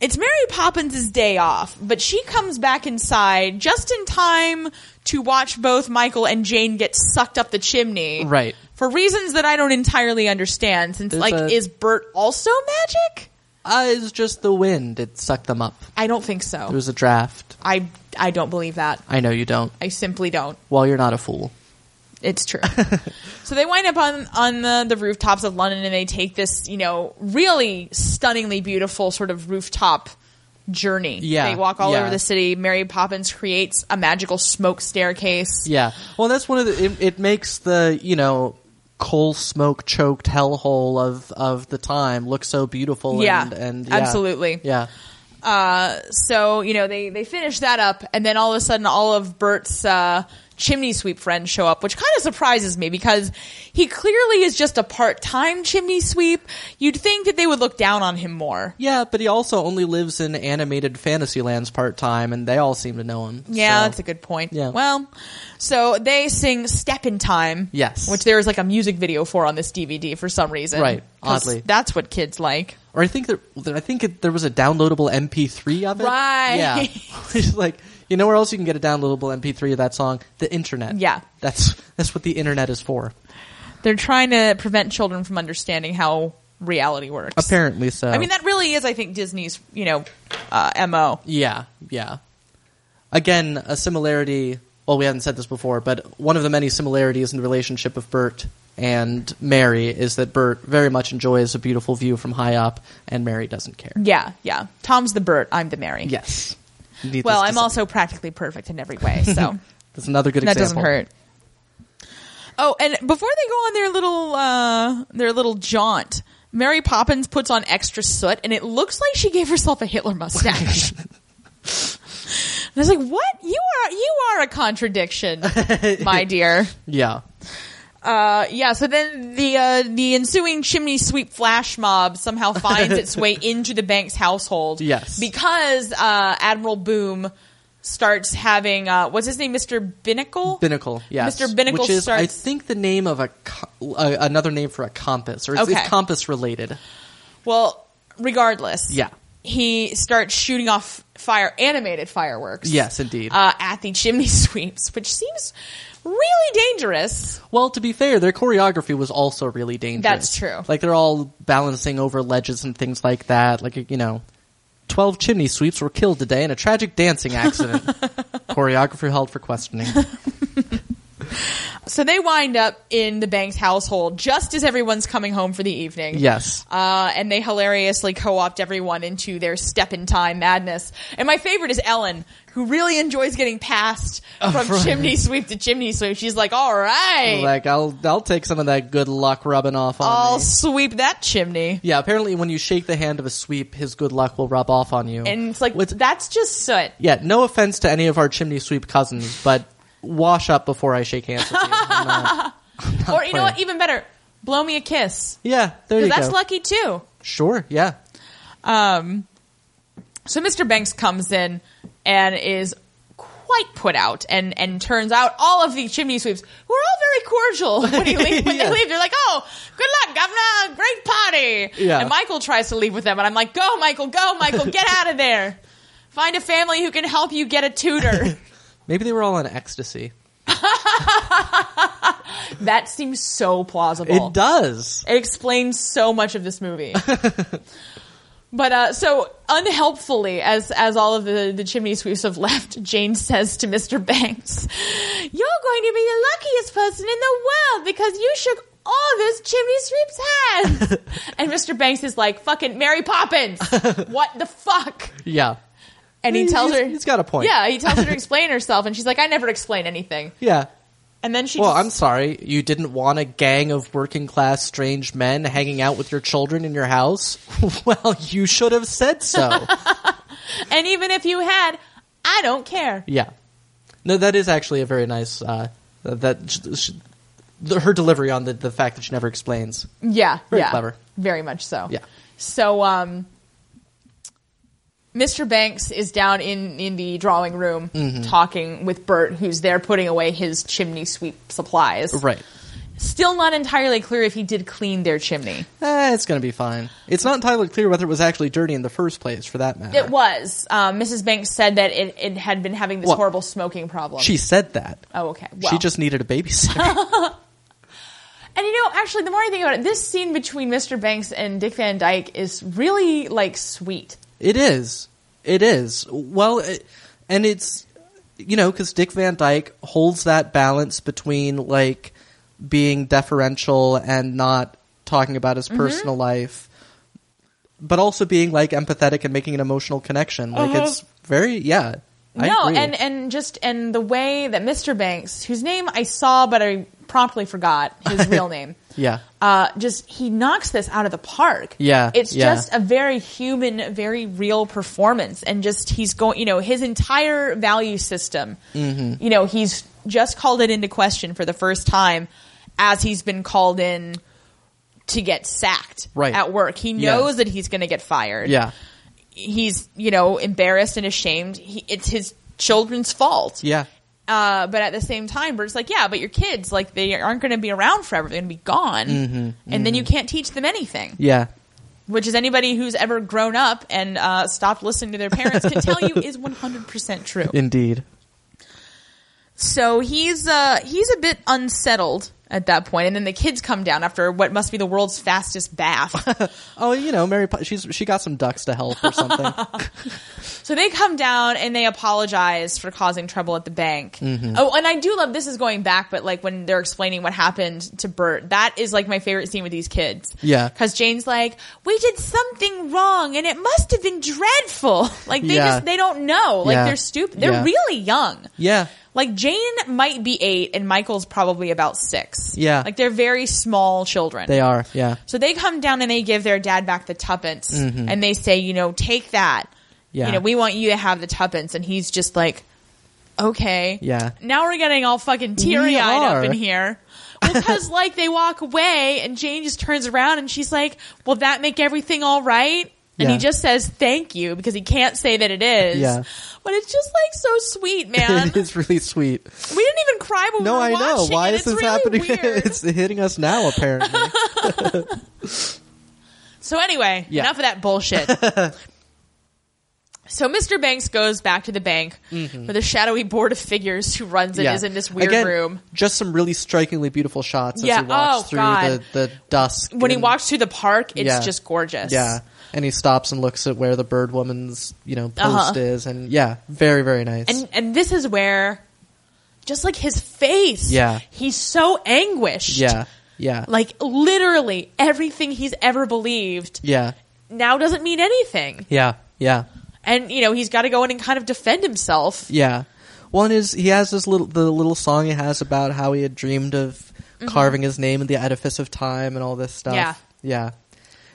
Speaker 2: it's Mary Poppins' day off, but she comes back inside just in time to watch both Michael and Jane get sucked up the chimney.
Speaker 1: Yeah. right?
Speaker 2: For reasons that I don't entirely understand, since
Speaker 1: There's
Speaker 2: like,
Speaker 1: a-
Speaker 2: is Bert also magic?
Speaker 1: Uh, it's just the wind. It sucked them up.
Speaker 2: I don't think so.
Speaker 1: It was a draft.
Speaker 2: I I don't believe that.
Speaker 1: I know you don't.
Speaker 2: I simply don't.
Speaker 1: Well, you're not a fool.
Speaker 2: It's true. so they wind up on on the, the rooftops of London, and they take this, you know, really stunningly beautiful sort of rooftop journey.
Speaker 1: Yeah,
Speaker 2: they walk all
Speaker 1: yeah.
Speaker 2: over the city. Mary Poppins creates a magical smoke staircase.
Speaker 1: Yeah. Well, that's one of the. It, it makes the you know coal smoke choked hellhole of of the time look so beautiful.
Speaker 2: Yeah,
Speaker 1: and, and yeah.
Speaker 2: absolutely.
Speaker 1: Yeah.
Speaker 2: Uh, So you know they they finish that up, and then all of a sudden, all of Bert's. Uh, chimney sweep friends show up which kind of surprises me because he clearly is just a part-time chimney sweep you'd think that they would look down on him more
Speaker 1: Yeah, but he also only lives in animated Fantasylands part time, and they all seem to know him.
Speaker 2: Yeah,
Speaker 1: so-
Speaker 2: that's a good point.
Speaker 1: Yeah.
Speaker 2: Well, so they sing "Step in Time."
Speaker 1: Yes.
Speaker 2: Which there is like a music video for on this DVD for some reason.
Speaker 1: Right,
Speaker 2: 'Cause
Speaker 1: oddly.
Speaker 2: That's what kids like.
Speaker 1: or I think there, I think it, there was a downloadable MP3 of it.
Speaker 2: Right.
Speaker 1: Yeah. It's like you know where else you can get a downloadable MP3 of that song? The internet.
Speaker 2: Yeah.
Speaker 1: That's that's what the internet is for.
Speaker 2: They're trying to prevent children from understanding how reality works.
Speaker 1: Apparently so.
Speaker 2: I mean, that really is, I think, Disney's you know uh, mo.
Speaker 1: Yeah, yeah. Again, a similarity. Well, we haven't said this before, but one of the many similarities in the relationship of Bert and Mary is that Bert very much enjoys a beautiful view from high up, and Mary doesn't care.
Speaker 2: Yeah, yeah. Tom's the Bert. I'm the Mary.
Speaker 1: Yes. Needless
Speaker 2: Well,
Speaker 1: to
Speaker 2: I'm
Speaker 1: say.
Speaker 2: also practically perfect in every way, so.
Speaker 1: That's another good
Speaker 2: that
Speaker 1: example.
Speaker 2: doesn't hurt. Oh, and before they go on their little uh, their little jaunt, Mary Poppins puts on extra soot, and it looks like she gave herself a Hitler mustache. and I was like, "What? You are you are a contradiction, my dear."
Speaker 1: Yeah.
Speaker 2: Uh, yeah. So then the uh, the ensuing chimney sweep flash mob somehow finds its way into the bank's household.
Speaker 1: Yes.
Speaker 2: because uh, Admiral Boom starts having uh, what's his name, Mister Binnacle.
Speaker 1: Binnacle. Yes.
Speaker 2: Mr. Binnacle
Speaker 1: Which is, I
Speaker 2: starts-
Speaker 1: think, the name of a, co- uh, another name for a compass, or it's,
Speaker 2: Okay.
Speaker 1: it's compass related.
Speaker 2: Well, Regardless,
Speaker 1: Yeah.
Speaker 2: he starts shooting off fire animated fireworks.
Speaker 1: Yes, indeed.
Speaker 2: uh, at the chimney sweeps, which seems really dangerous.
Speaker 1: well, to be fair, their choreography was also really dangerous.
Speaker 2: That's true.
Speaker 1: Like they're all balancing over ledges and things like that. Like you know, twelve chimney sweeps were killed today in a tragic dancing accident. Choreographer held for questioning.
Speaker 2: So they wind up in the Banks household just as everyone's coming home for the evening.
Speaker 1: Yes.
Speaker 2: Uh, and they hilariously co-opt everyone into their step in time madness. And my favorite is Ellen, who really enjoys getting passed from
Speaker 1: Oh, right.
Speaker 2: chimney sweep to chimney sweep. She's like, all right,
Speaker 1: Like I'll I'll take some of that good luck rubbing off on
Speaker 2: I'll
Speaker 1: me.
Speaker 2: sweep that chimney.
Speaker 1: Yeah, apparently when you shake the hand of a sweep, his good luck will rub off on you.
Speaker 2: And it's like,
Speaker 1: With-
Speaker 2: that's just soot.
Speaker 1: yeah, no offense to any of our chimney sweep cousins, but wash up before I shake hands with you. I'm not- I'm not
Speaker 2: Or you know
Speaker 1: playing.
Speaker 2: what, even better, blow me a kiss.
Speaker 1: yeah, there
Speaker 2: 'Cause
Speaker 1: you
Speaker 2: that's
Speaker 1: go.
Speaker 2: lucky too.
Speaker 1: sure, yeah.
Speaker 2: Um, so Mr. Banks comes in and is quite put out and, and turns out all of the chimney sweeps who are all very cordial when, he leave, when
Speaker 1: Yeah.
Speaker 2: they leave. They're like, oh, good luck, governor. Great party.
Speaker 1: Yeah.
Speaker 2: And Michael tries to leave with them. And I'm like, go, Michael, go, Michael, get out of there. Find a family who can help you get a tutor.
Speaker 1: Maybe they were all in ecstasy.
Speaker 2: that seems so plausible.
Speaker 1: It does.
Speaker 2: It explains so much of this movie. but uh, so unhelpfully, as as all of the, the chimney sweeps have left, Jane says to Mr. Banks, "You're going to be the luckiest person in the world because you shook all those chimney sweeps' hands." and Mr. Banks is like, "Fucking Mary Poppins, what the fuck?"
Speaker 1: Yeah.
Speaker 2: And he tells
Speaker 1: He's-
Speaker 2: her,
Speaker 1: he's got a point.
Speaker 2: Yeah, he tells her to explain herself, and she's like, "I never explain anything."
Speaker 1: Yeah.
Speaker 2: And then she,
Speaker 1: Well,
Speaker 2: just-
Speaker 1: I'm sorry. You didn't want a gang of working class strange men hanging out with your children in your house? well, you should have said so.
Speaker 2: and even if you had, I don't care.
Speaker 1: Yeah. No, that is actually a very nice. Uh, that sh- sh- the, her delivery on the, the fact that she never explains.
Speaker 2: Yeah,
Speaker 1: Very
Speaker 2: yeah,
Speaker 1: clever.
Speaker 2: very much so.
Speaker 1: Yeah.
Speaker 2: So, um, Mr. Banks is down in in the drawing room
Speaker 1: Mm-hmm.
Speaker 2: talking with Bert, who's there putting away his chimney sweep supplies.
Speaker 1: Right.
Speaker 2: Still not entirely clear if he did clean their chimney.
Speaker 1: Eh, it's going to be fine. It's not entirely clear whether it was actually dirty in the first place, for that matter.
Speaker 2: It was. Um, Mrs. Banks said that it, it had been having this
Speaker 1: Well,
Speaker 2: horrible smoking problem.
Speaker 1: She said that.
Speaker 2: oh, okay. Well,
Speaker 1: She just needed a babysitter.
Speaker 2: And you know, actually, the more I think about it, this scene between Mr. Banks and Dick Van Dyke is really like sweet.
Speaker 1: it is. It is. Well, it, and it's, you know, because Dick Van Dyke holds that balance between, like, being deferential and not talking about
Speaker 2: Mm-hmm.
Speaker 1: his personal life, but also being, like, empathetic and making an emotional connection. Like, it's very, yeah. I
Speaker 2: Uh-huh. no,
Speaker 1: agree.
Speaker 2: and and just and the way that Mr. Banks, whose name I saw but I promptly forgot his real name,
Speaker 1: Yeah.
Speaker 2: uh, just he knocks this out of the park.
Speaker 1: Yeah,
Speaker 2: it's
Speaker 1: yeah.
Speaker 2: just a very human, very real performance, and just he's going, you know, his entire value system.
Speaker 1: Mm-hmm.
Speaker 2: You know, he's just called it into question for the first time, as he's been called in to get sacked
Speaker 1: Right.
Speaker 2: at work. He
Speaker 1: Yeah.
Speaker 2: knows that he's going to get fired
Speaker 1: Yeah.
Speaker 2: he's you know embarrassed and ashamed. He, it's his children's fault.
Speaker 1: Yeah.
Speaker 2: Uh, but at the same time, Bert's like, yeah, but your kids, like, they aren't going to be around forever. They're going to be gone, and then you can't teach them anything.
Speaker 1: Mm-hmm. Yeah.
Speaker 2: Which is anybody who's ever grown up and uh, stopped listening to their parents can tell you is one hundred percent true.
Speaker 1: Indeed.
Speaker 2: So he's uh, he's a bit unsettled at that point, and then the kids come down after what must be the world's fastest bath.
Speaker 1: Oh, you know, Mary. Po- she's she got some ducks to help or something.
Speaker 2: So they come down and they apologize for causing trouble at the bank.
Speaker 1: Mm-hmm.
Speaker 2: Oh, and I do love this is going back, but like when they're explaining what happened to Bert, that is like my favorite scene with these kids.
Speaker 1: Yeah.
Speaker 2: Cause Jane's like, we did something wrong and it must have been dreadful. Like they
Speaker 1: Yeah.
Speaker 2: just, they don't know. Like
Speaker 1: Yeah.
Speaker 2: they're stupid. They're
Speaker 1: Yeah.
Speaker 2: really young.
Speaker 1: yeah,
Speaker 2: Like Jane might be eight and Michael's probably about six.
Speaker 1: Yeah.
Speaker 2: Like they're very small children.
Speaker 1: they are. Yeah,
Speaker 2: So they come down and they give their dad back the tuppence
Speaker 1: Mm-hmm.
Speaker 2: and they say, you know, take that.
Speaker 1: Yeah.
Speaker 2: You know, we want you to have the tuppence. And he's just like, okay.
Speaker 1: Yeah.
Speaker 2: Now we're getting all fucking teary eyed
Speaker 1: are.
Speaker 2: up in here. Because like they walk away and Jane just turns around and she's like, will that make everything all right?
Speaker 1: Yeah.
Speaker 2: And he just says thank you because he can't say that it is.
Speaker 1: Yeah.
Speaker 2: But it's just like so sweet, man.
Speaker 1: it is really sweet.
Speaker 2: we didn't even cry when
Speaker 1: No,
Speaker 2: we were
Speaker 1: I know.
Speaker 2: watching
Speaker 1: Why is
Speaker 2: it. It's
Speaker 1: this
Speaker 2: really
Speaker 1: happening?
Speaker 2: Weird.
Speaker 1: it's hitting us now. Apparently,
Speaker 2: So anyway,
Speaker 1: Yeah.
Speaker 2: enough of that bullshit. so Mr. Banks goes back to the bank with a shadowy board of figures who runs it is in this weird
Speaker 1: Mm-hmm. Again,
Speaker 2: room.
Speaker 1: Just some really strikingly beautiful shots
Speaker 2: Yeah,
Speaker 1: as he walks
Speaker 2: oh,
Speaker 1: through
Speaker 2: God.
Speaker 1: the the dusk.
Speaker 2: When he
Speaker 1: and-
Speaker 2: walks through the park, it's
Speaker 1: Yeah.
Speaker 2: just gorgeous.
Speaker 1: yeah, and he stops and looks at where the bird woman's you know post
Speaker 2: Uh-huh.
Speaker 1: is, and yeah, very very nice.
Speaker 2: And and this is where just like his face.
Speaker 1: Yeah.
Speaker 2: He's so anguished.
Speaker 1: yeah, yeah,
Speaker 2: Like literally everything he's ever believed
Speaker 1: yeah,
Speaker 2: now doesn't mean anything.
Speaker 1: yeah, yeah.
Speaker 2: And you know, he's got to go in and kind of defend himself.
Speaker 1: Yeah. One is he has this little the little song he has about how he had dreamed of carving his name in the edifice of time and all this stuff.
Speaker 2: Mm-hmm. Yeah.
Speaker 1: Yeah.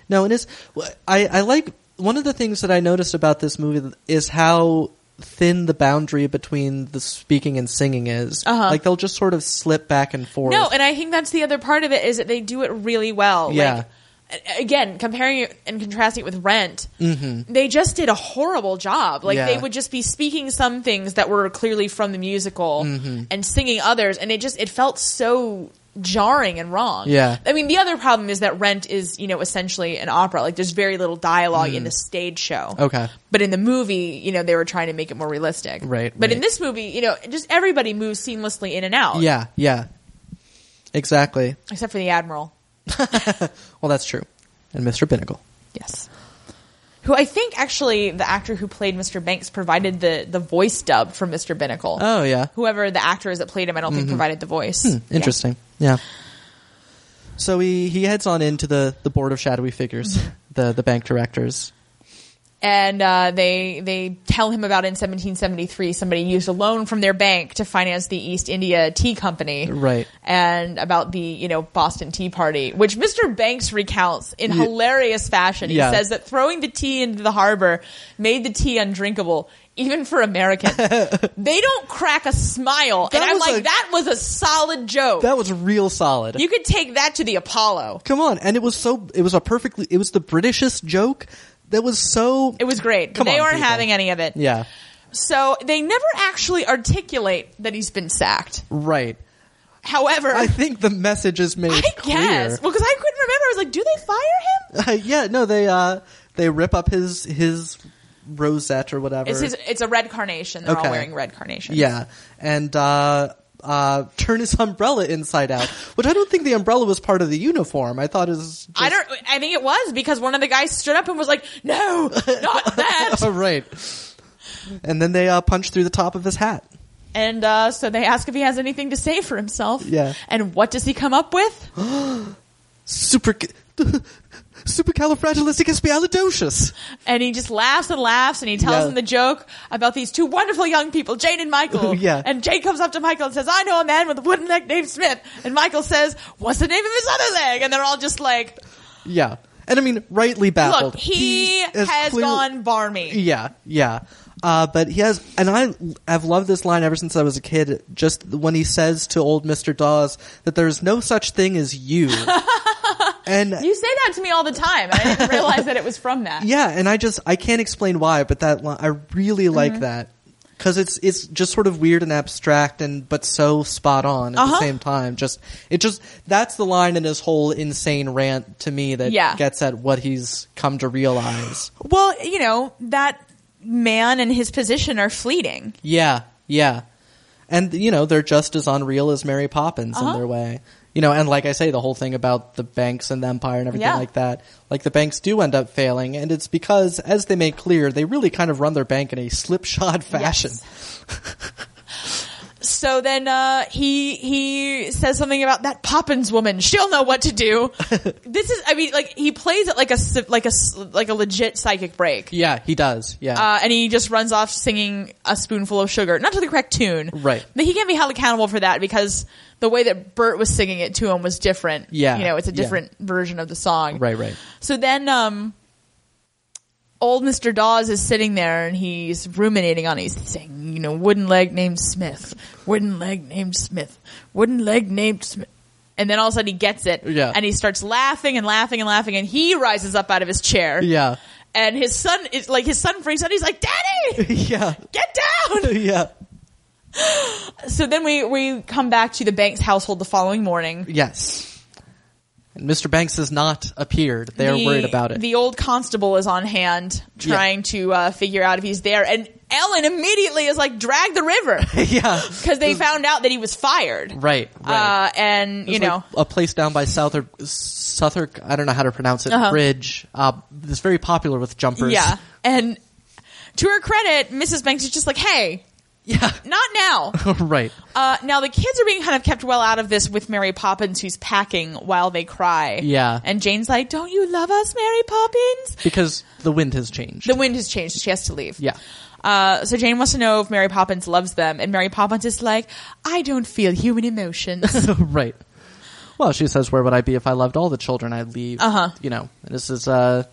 Speaker 1: No, it is. wh- I I like one of the things that I noticed about this movie is how thin the boundary between the speaking and singing is.
Speaker 2: Uh-huh.
Speaker 1: Like they'll just sort of slip back and forth.
Speaker 2: No, and I think that's the other part of it is that they do it really well.
Speaker 1: Yeah.
Speaker 2: Like, a- again, comparing it and contrasting it with Rent, mm-hmm. they just did a horrible job. Like
Speaker 1: Yeah.
Speaker 2: they would just be speaking some things that were clearly from the musical
Speaker 1: Mm-hmm.
Speaker 2: and singing others, and it just it felt so jarring and wrong.
Speaker 1: Yeah.
Speaker 2: I mean, the other problem is that Rent is you know essentially an opera. Like there's very little dialogue
Speaker 1: Mm.
Speaker 2: in the stage show.
Speaker 1: Okay.
Speaker 2: But in the movie, you know, they were trying to make it more realistic.
Speaker 1: Right,
Speaker 2: But in
Speaker 1: right.
Speaker 2: this movie, you know, just everybody moves seamlessly in and out.
Speaker 1: Yeah, yeah. Exactly.
Speaker 2: Except for the Admiral.
Speaker 1: Well, that's true. And Mr. Binnacle.
Speaker 2: Yes. Who I think actually the actor who played Mr. Banks provided the, the voice dub for Mr. Binnacle.
Speaker 1: Oh, yeah.
Speaker 2: Whoever the actor is that played him, I don't think provided the voice. Yeah.
Speaker 1: Hmm, Interesting. Yeah. So he, he heads on into the, the board of shadowy figures, the the bank directors.
Speaker 2: And uh, they they tell him about in 1773 somebody used a loan from their bank to finance the East India Tea Company,
Speaker 1: Right.
Speaker 2: And about the you know Boston Tea Party, which Mr. Banks recounts in
Speaker 1: Ye-
Speaker 2: hilarious fashion. He
Speaker 1: Yeah.
Speaker 2: says that throwing the tea into the harbor made the tea undrinkable, even for Americans. they don't crack a smile,
Speaker 1: That
Speaker 2: and I'm
Speaker 1: was
Speaker 2: like,
Speaker 1: a-
Speaker 2: that was a solid joke.
Speaker 1: That was real solid.
Speaker 2: you could take that to the Apollo.
Speaker 1: Come on, and it was so it was a perfectly it was the Britishest joke that was so
Speaker 2: It was great.
Speaker 1: Come
Speaker 2: but they
Speaker 1: on,
Speaker 2: weren't
Speaker 1: people.
Speaker 2: having any of it.
Speaker 1: yeah
Speaker 2: So they never actually articulate that he's been sacked.
Speaker 1: right.
Speaker 2: However,
Speaker 1: I
Speaker 2: I,
Speaker 1: think the message is made clear.
Speaker 2: guess well because I couldn't remember. I was like, do they fire him?
Speaker 1: yeah, no, they uh they rip up his his rosette or whatever.
Speaker 2: It's his, it's a red carnation. They're
Speaker 1: Okay.
Speaker 2: all wearing red carnations.
Speaker 1: Yeah, and uh, uh, turn his umbrella inside out, which I don't think the umbrella was part of the uniform. I thought it was. Just,
Speaker 2: I don't. I think it was because one of the guys stood up and was like, "No, not that."
Speaker 1: Oh, right. And then they uh, punch through the top of his hat.
Speaker 2: and uh, so they ask if he has anything to say for himself.
Speaker 1: Yeah.
Speaker 2: And what does he come up with?
Speaker 1: Super. Supercalifragilisticexpialidocious.
Speaker 2: And he just laughs and laughs, and he tells
Speaker 1: Yeah.
Speaker 2: them the joke about these two wonderful young people, Jane and Michael.
Speaker 1: Yeah.
Speaker 2: And Jane comes up to Michael and says, "I know a man with a wooden leg named Smith." And Michael says, "What's the name of his other leg?" And they're all just like,
Speaker 1: Yeah, and I mean, rightly baffled.
Speaker 2: "Look, he,
Speaker 1: is
Speaker 2: has
Speaker 1: clear-
Speaker 2: gone barmy."
Speaker 1: Yeah, yeah. Uh, but he has, and I have loved this line ever since I was a kid. Just when he says to old Mister Dawes that there is no such thing as you, and
Speaker 2: You say that to me all the time, and I didn't realize that it was from that. Mm-hmm.
Speaker 1: Yeah, and I just I can't explain why, but that li- I really like that because it's it's just sort of weird and abstract and but so spot on at the
Speaker 2: Uh-huh.
Speaker 1: same time. Just it just that's the line in his whole insane rant to me that
Speaker 2: Yeah.
Speaker 1: gets at what he's come to realize.
Speaker 2: Well, you know, that man and his position are fleeting.
Speaker 1: Yeah, yeah, and you know they're just as unreal as Mary Poppins in
Speaker 2: Uh-huh.
Speaker 1: their way. You know, and like I say, the whole thing about the banks and the empire and everything
Speaker 2: Yeah.
Speaker 1: like that. Like the banks do end up failing, and it's because, as they make clear, they really kind of run their bank in a slipshod fashion.
Speaker 2: So then uh, he he says something about that Poppins woman. She'll know what to do. this is, I mean, like he plays it like a s- like a s- like a legit psychic break,
Speaker 1: Yeah, he does. Yeah.
Speaker 2: uh, and he just runs off singing a spoonful of sugar, not to the correct tune,
Speaker 1: Right.
Speaker 2: But he can't be held accountable for that because the way that Bert was singing it to him was different.
Speaker 1: Yeah.
Speaker 2: you know, it's a
Speaker 1: Yeah.
Speaker 2: different version of the song,
Speaker 1: right, right.
Speaker 2: So then, um, old Mr. Dawes is sitting there and he's ruminating on he's saying, you know, wooden leg named Smith, wooden leg named Smith, wooden leg named Smith. And then all of a sudden he gets it
Speaker 1: Yeah.
Speaker 2: and he starts laughing and laughing and laughing and he rises up out of his chair.
Speaker 1: Yeah.
Speaker 2: And his son is like, his son freaks out. He's like, daddy,
Speaker 1: Yeah.
Speaker 2: get down.
Speaker 1: Yeah.
Speaker 2: So then we, we come back to the Banks household the following morning
Speaker 1: Yes. Mr. Banks has not appeared. They are
Speaker 2: the-
Speaker 1: worried about it.
Speaker 2: The old constable is on hand trying to uh, figure out if he's there, and Ellen immediately is like, "Drag the river,"
Speaker 1: yeah.
Speaker 2: because they found out that he was fired,
Speaker 1: Right, right.
Speaker 2: Uh, and you
Speaker 1: There's,
Speaker 2: know,
Speaker 1: like, a place down by Southwark, Southwark. I don't know how to pronounce it.
Speaker 2: Uh-huh.
Speaker 1: Bridge. Uh, that's very popular with jumpers.
Speaker 2: yeah. And to her credit, Mrs. Banks is just like, "Hey,
Speaker 1: yeah.
Speaker 2: not now."
Speaker 1: right.
Speaker 2: Uh, now the kids are being kind of kept well out of this with Mary Poppins, who's packing while they cry.
Speaker 1: Yeah.
Speaker 2: and Jane's like, "Don't you love us, Mary Poppins?"
Speaker 1: Because the wind has changed.
Speaker 2: The wind has changed; she has to leave.
Speaker 1: yeah.
Speaker 2: Uh, so Jane wants to know if Mary Poppins loves them, and Mary Poppins is like, "I don't feel human emotions."
Speaker 1: right. Well, she says, "Where would I be if I loved all the children? I'd leave." Uh
Speaker 2: Uh-huh.
Speaker 1: You know, this is uh,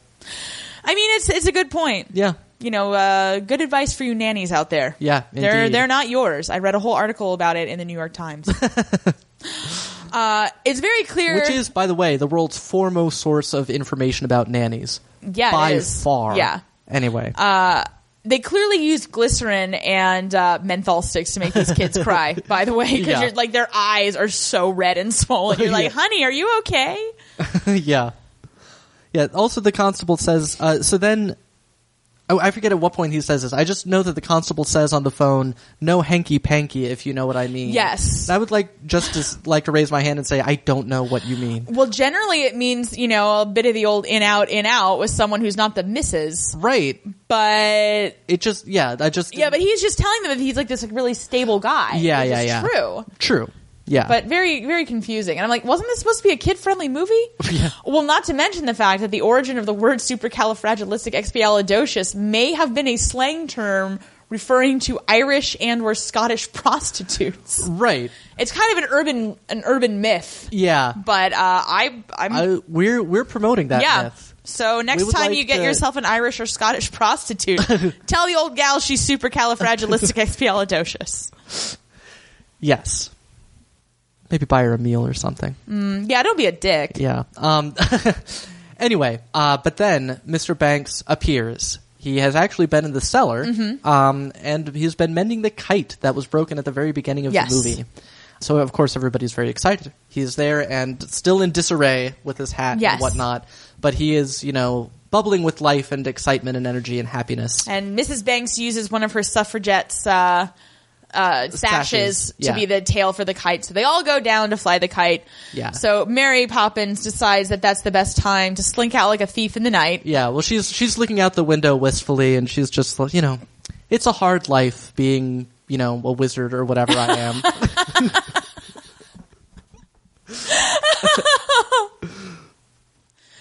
Speaker 2: I mean, it's it's a good point.
Speaker 1: yeah,
Speaker 2: You know, uh, good advice for you nannies out there.
Speaker 1: Yeah,
Speaker 2: they're
Speaker 1: indeed.
Speaker 2: they're not yours. I read a whole article about it in the New York Times. uh, it's very clear.
Speaker 1: which is, by the way, the world's foremost source of information about nannies.
Speaker 2: Yeah, it
Speaker 1: by
Speaker 2: is.
Speaker 1: far.
Speaker 2: Yeah. Uh,
Speaker 1: Anyway,
Speaker 2: they clearly used glycerin and uh, menthol sticks to make these kids cry. By the way, because
Speaker 1: Yeah.
Speaker 2: you're like their eyes are so red and swollen. You're like,
Speaker 1: Yeah.
Speaker 2: honey, are you okay?
Speaker 1: yeah, yeah. Also, the constable says. Uh, so then, oh, I forget at what point he says this. I just know that the constable says on the phone, "No hanky panky," if you know what I mean.
Speaker 2: Yes.
Speaker 1: And I would like just to, like to raise my hand and say, "I don't know what you mean."
Speaker 2: Well, generally it means you know a bit of the old in out in out with someone who's not the missus,
Speaker 1: Right.
Speaker 2: but
Speaker 1: It just yeah. I just
Speaker 2: yeah, but he's just telling them that he's like this like really stable guy.
Speaker 1: Yeah,
Speaker 2: which
Speaker 1: yeah,
Speaker 2: is
Speaker 1: yeah.
Speaker 2: True,
Speaker 1: true. Yeah.
Speaker 2: but very very confusing. And I'm like, wasn't this supposed to be a kid friendly movie?
Speaker 1: Yeah.
Speaker 2: Well, not to mention the fact that the origin of the word supercalifragilisticexpialidocious may have been a slang term referring to Irish and or Scottish prostitutes.
Speaker 1: right.
Speaker 2: It's kind of an urban an urban myth,
Speaker 1: Yeah.
Speaker 2: but uh, I I'm
Speaker 1: I, we're we're promoting that
Speaker 2: yeah.
Speaker 1: myth.
Speaker 2: So next
Speaker 1: We would
Speaker 2: time
Speaker 1: like
Speaker 2: you get
Speaker 1: to-
Speaker 2: yourself an Irish or Scottish prostitute, tell the old gal she's supercalifragilisticexpialidocious.
Speaker 1: Yes. Maybe buy her a meal or something.
Speaker 2: Mm, Yeah, don't be a dick.
Speaker 1: Yeah. Um, anyway, uh, but then Mr. Banks appears. He has actually been in the cellar,
Speaker 2: Mm-hmm.
Speaker 1: um, and he's been mending the kite that was broken at the very beginning of
Speaker 2: Yes.
Speaker 1: the movie. So of course everybody's very excited. He's there and still in disarray with his hat
Speaker 2: Yes.
Speaker 1: and whatnot, but he is, you know, bubbling with life and excitement and energy and happiness.
Speaker 2: And Mrs. Banks uses one of her suffragettes' uh, uh, sashes,
Speaker 1: Sashes, yeah.
Speaker 2: to be the tail for the kite. So they all go down to fly the kite.
Speaker 1: Yeah.
Speaker 2: So Mary Poppins decides that that's the best time to slink out like a thief in the night.
Speaker 1: Yeah, well, she's she's looking out the window wistfully, and she's just like, you know, it's a hard life being, you know, a wizard or whatever I am.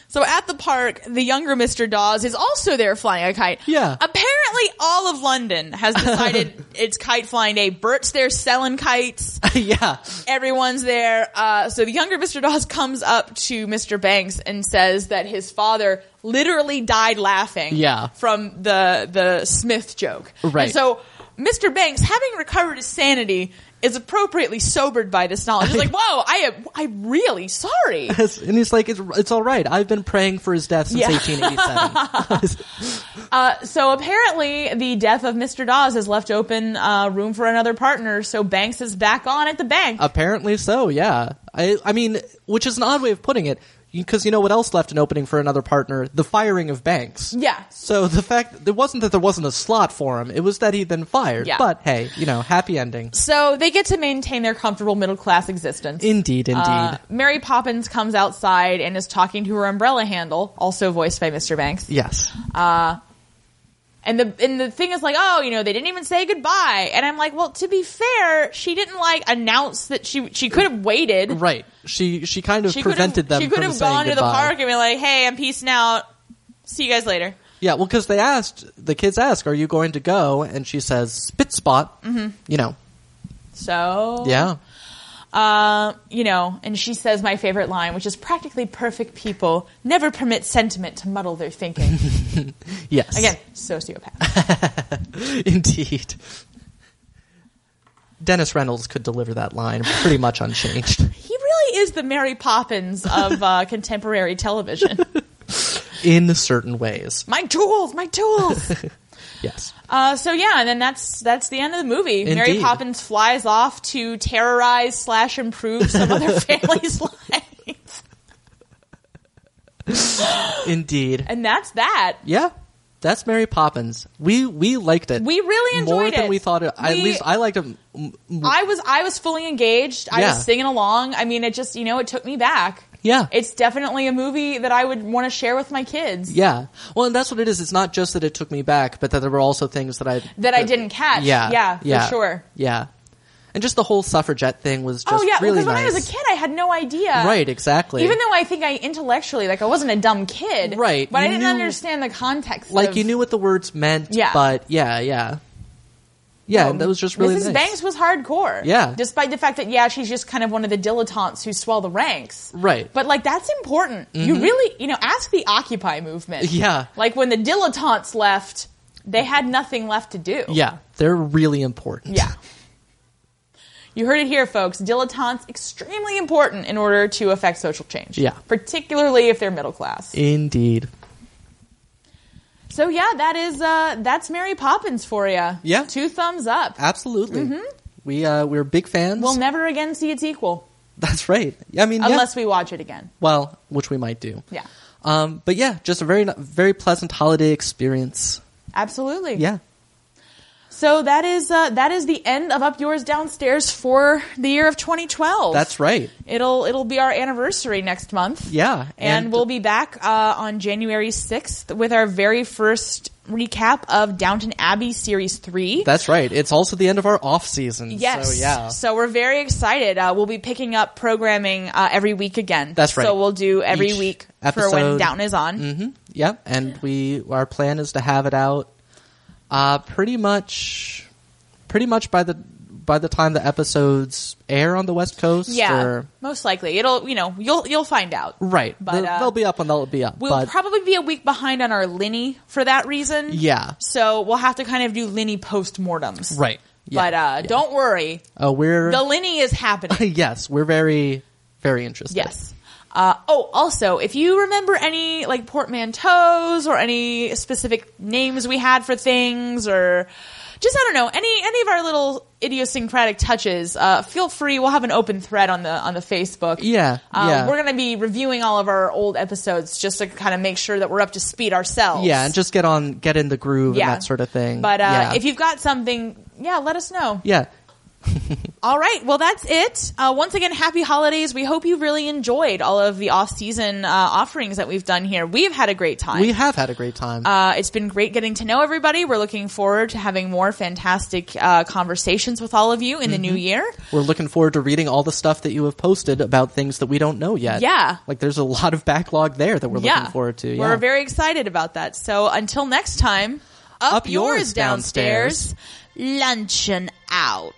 Speaker 2: So at the park, the younger Mr. Dawes is also there flying a kite.
Speaker 1: Yeah.
Speaker 2: Apparently, all of London has decided it's kite flying day. Bert's there selling kites.
Speaker 1: yeah,
Speaker 2: everyone's there. Uh, so the younger Mr. Dawes comes up to Mr. Banks and says that his father literally died laughing
Speaker 1: Yeah.
Speaker 2: from the the Smith joke.
Speaker 1: Right.
Speaker 2: And so Mr. Banks, having recovered his sanity, is appropriately sobered by this knowledge. He's like, "Whoa, I am. I'm really sorry."
Speaker 1: Yes, and he's like, it's it's all right. I've been praying for his death since
Speaker 2: Yeah.
Speaker 1: 1887.
Speaker 2: Uh, so apparently, the death of Mr. Dawes has left open uh, room for another partner. So Banks is back on at the bank.
Speaker 1: Uh, Apparently so. Yeah, I I mean, which is an odd way of putting it, because you know what else left an opening for another partner? The firing of Banks.
Speaker 2: Yeah.
Speaker 1: So the fact it wasn't that there wasn't a slot for him; it was that he'd been fired.
Speaker 2: Yeah.
Speaker 1: But hey, you know, happy ending.
Speaker 2: So they get to maintain their comfortable middle class existence.
Speaker 1: Indeed, indeed.
Speaker 2: Uh, Mary Poppins comes outside and is talking to her umbrella handle, also voiced by Mr. Banks.
Speaker 1: yes.
Speaker 2: Um, And the and the thing is like, oh, you know, they didn't even say goodbye. And I'm like, well, to be fair, she didn't like announce that she she could have waited.
Speaker 1: Right. She she kind of
Speaker 2: She could
Speaker 1: prevented
Speaker 2: have
Speaker 1: them
Speaker 2: she
Speaker 1: from
Speaker 2: could have
Speaker 1: saying
Speaker 2: gone to the
Speaker 1: goodbye.
Speaker 2: park and be like, hey, I'm peacing out. See you guys later.
Speaker 1: Yeah, well, because they asked the kids ask, "Are you going to go?" And she says, "Spit spot." Mm-hmm. You know.
Speaker 2: So
Speaker 1: Yeah.
Speaker 2: uh, you know, and she says my favorite line, which is practically perfect people never permit sentiment to muddle their thinking.
Speaker 1: Yes.
Speaker 2: Again, sociopath.
Speaker 1: Indeed. Dennis Reynolds could deliver that line pretty much unchanged.
Speaker 2: He really is the Mary Poppins of uh, contemporary television.
Speaker 1: In certain ways.
Speaker 2: My jewels, my jewels.
Speaker 1: Yes.
Speaker 2: Uh, so yeah, and then that's that's the end of the movie. Mary
Speaker 1: Indeed.
Speaker 2: Poppins flies off to terrorize slash improve some other family's life.
Speaker 1: Indeed.
Speaker 2: And that's that.
Speaker 1: Yeah. That's Mary Poppins. We we liked it.
Speaker 2: We really enjoyed
Speaker 1: More than
Speaker 2: it.
Speaker 1: we thought it. At
Speaker 2: We-
Speaker 1: least I liked it. m- m-
Speaker 2: I was I was fully engaged. I
Speaker 1: Yeah.
Speaker 2: was singing along. I mean, it just you know it took me back.
Speaker 1: Yeah.
Speaker 2: It's definitely a movie that I would want to share with my kids
Speaker 1: yeah. Well, and that's what it is. It's not just that it took me back, but that there were also things that I
Speaker 2: that I didn't catch.
Speaker 1: Yeah.
Speaker 2: yeah, for sure.
Speaker 1: Yeah. And just the whole suffragette thing was just
Speaker 2: oh yeah,
Speaker 1: really
Speaker 2: because when I
Speaker 1: nice.
Speaker 2: was a kid, I had no idea.
Speaker 1: Right, exactly.
Speaker 2: Even though I think I intellectually, like I wasn't a dumb kid,
Speaker 1: Right,
Speaker 2: But I
Speaker 1: you
Speaker 2: didn't
Speaker 1: knew-
Speaker 2: understand the context.
Speaker 1: like
Speaker 2: of-
Speaker 1: you knew what the words meant,
Speaker 2: Yeah.
Speaker 1: but yeah, yeah. Yeah, and that was just really
Speaker 2: Mrs.
Speaker 1: nice.
Speaker 2: Banks was hardcore.
Speaker 1: Yeah.
Speaker 2: Despite the fact that, yeah, she's just kind of one of the dilettantes who swell the ranks.
Speaker 1: Right. Mm-hmm.
Speaker 2: But, like, that's important. You really, you know, ask the Occupy movement.
Speaker 1: Yeah.
Speaker 2: Like, when the dilettantes left, they had nothing left to do.
Speaker 1: yeah, they're really important.
Speaker 2: Yeah. You heard it here, folks. Dilettantes, extremely important in order to affect social change.
Speaker 1: Yeah.
Speaker 2: Particularly if they're middle class.
Speaker 1: Indeed.
Speaker 2: So, yeah, that is, uh, that's Mary Poppins for you.
Speaker 1: Yeah.
Speaker 2: Two thumbs up.
Speaker 1: Absolutely. We uh, we're big fans.
Speaker 2: Mm-hmm. We'll never again see its equal.
Speaker 1: That's right. Yeah, I mean, yeah.
Speaker 2: Unless we watch it again.
Speaker 1: well, which we might do.
Speaker 2: Yeah.
Speaker 1: Um, but yeah, just a very very pleasant holiday experience.
Speaker 2: Absolutely.
Speaker 1: Yeah.
Speaker 2: So that is uh, that is the end of Up Yours Downstairs for the year of 2012.
Speaker 1: That's right.
Speaker 2: It'll it'll be our anniversary next month.
Speaker 1: Yeah,
Speaker 2: and,
Speaker 1: and-
Speaker 2: we'll be back uh, on January 6th with our very first recap of Downton Abbey series three.
Speaker 1: That's right. It's also the end of our off season.
Speaker 2: Yes.
Speaker 1: So yeah.
Speaker 2: So we're very excited. Uh, we'll be picking up programming uh, every week again.
Speaker 1: That's right.
Speaker 2: So we'll do every
Speaker 1: Each
Speaker 2: week for when
Speaker 1: episode.
Speaker 2: Downton is on.
Speaker 1: hmm Yeah, and we our plan is to have it out uh, pretty much pretty much by the by the time the episodes air on the West Coast.
Speaker 2: Yeah,
Speaker 1: or-
Speaker 2: most likely it'll you know you'll you'll find out.
Speaker 1: right.
Speaker 2: But,
Speaker 1: they'll,
Speaker 2: uh,
Speaker 1: they'll be up when they'll be up.
Speaker 2: We'll
Speaker 1: but
Speaker 2: probably be a week behind on our Linny for that reason.
Speaker 1: Yeah.
Speaker 2: So we'll have to kind of do Linny postmortems.
Speaker 1: right. Yeah,
Speaker 2: but uh,
Speaker 1: yeah.
Speaker 2: don't worry.
Speaker 1: Uh, we're
Speaker 2: The Linny is happening.
Speaker 1: yes, we're very very interested.
Speaker 2: yes. Uh, oh, also, if you remember any like portmanteaus or any specific names we had for things or just I don't know any any of our little idiosyncratic touches, uh, feel free. We'll have an open thread on the on the Facebook.
Speaker 1: Yeah,
Speaker 2: um,
Speaker 1: yeah.
Speaker 2: We're gonna be reviewing all of our old episodes just to kind of make sure that we're up to speed ourselves.
Speaker 1: Yeah, and just get on get in the groove and that sort of thing.
Speaker 2: But uh,
Speaker 1: yeah.
Speaker 2: if you've got something, yeah, let us know.
Speaker 1: yeah.
Speaker 2: All right. Well, that's it. Uh, once again, happy holidays. We hope you really enjoyed all of the off-season uh, offerings that we've done here. We've had a great time.
Speaker 1: We have had a great time.
Speaker 2: uh, it's been great getting to know everybody. We're looking forward to having more fantastic uh, conversations with all of you in the new
Speaker 1: Mm-hmm.
Speaker 2: year.
Speaker 1: We're looking forward to reading all the stuff that you have posted about things that we don't know yet.
Speaker 2: Yeah.
Speaker 1: Like there's a lot of backlog there that we're
Speaker 2: yeah,
Speaker 1: looking forward to. Yeah.
Speaker 2: we're very excited about that. So until next time, up,
Speaker 1: Up
Speaker 2: yours,
Speaker 1: yours
Speaker 2: downstairs, luncheon out.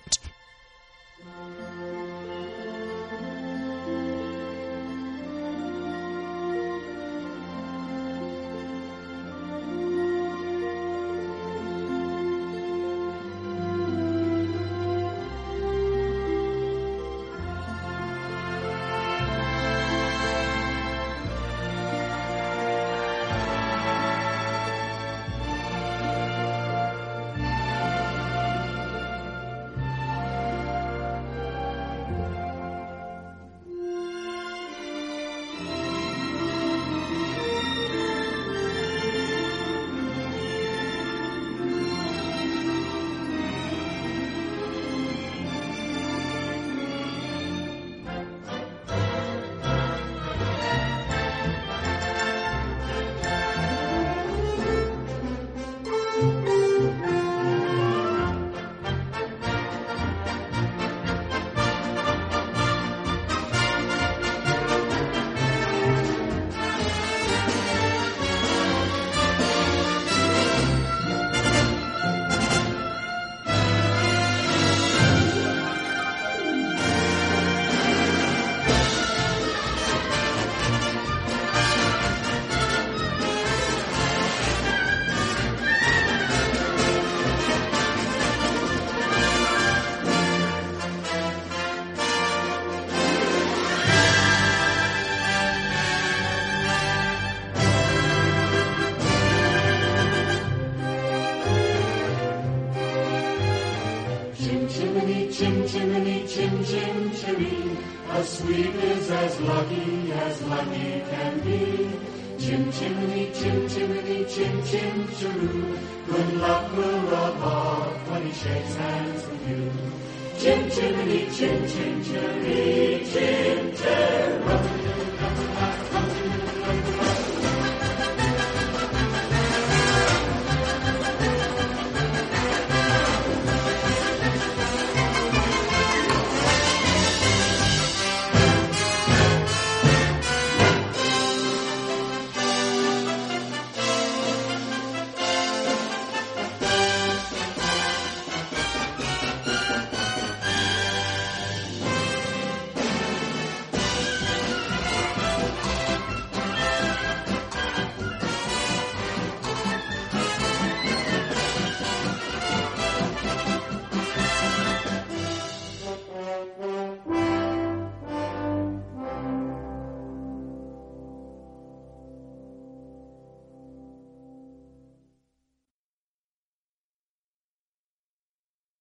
Speaker 3: Chim chimney, chim chimney, chim chim chimney. A sweep is as lucky as lucky can be. Chim chimney, chim chimney, chim chim choo. Good luck will rub off when he shakes hands with you. Chim chimney, chim chim chimney, chim chim chim.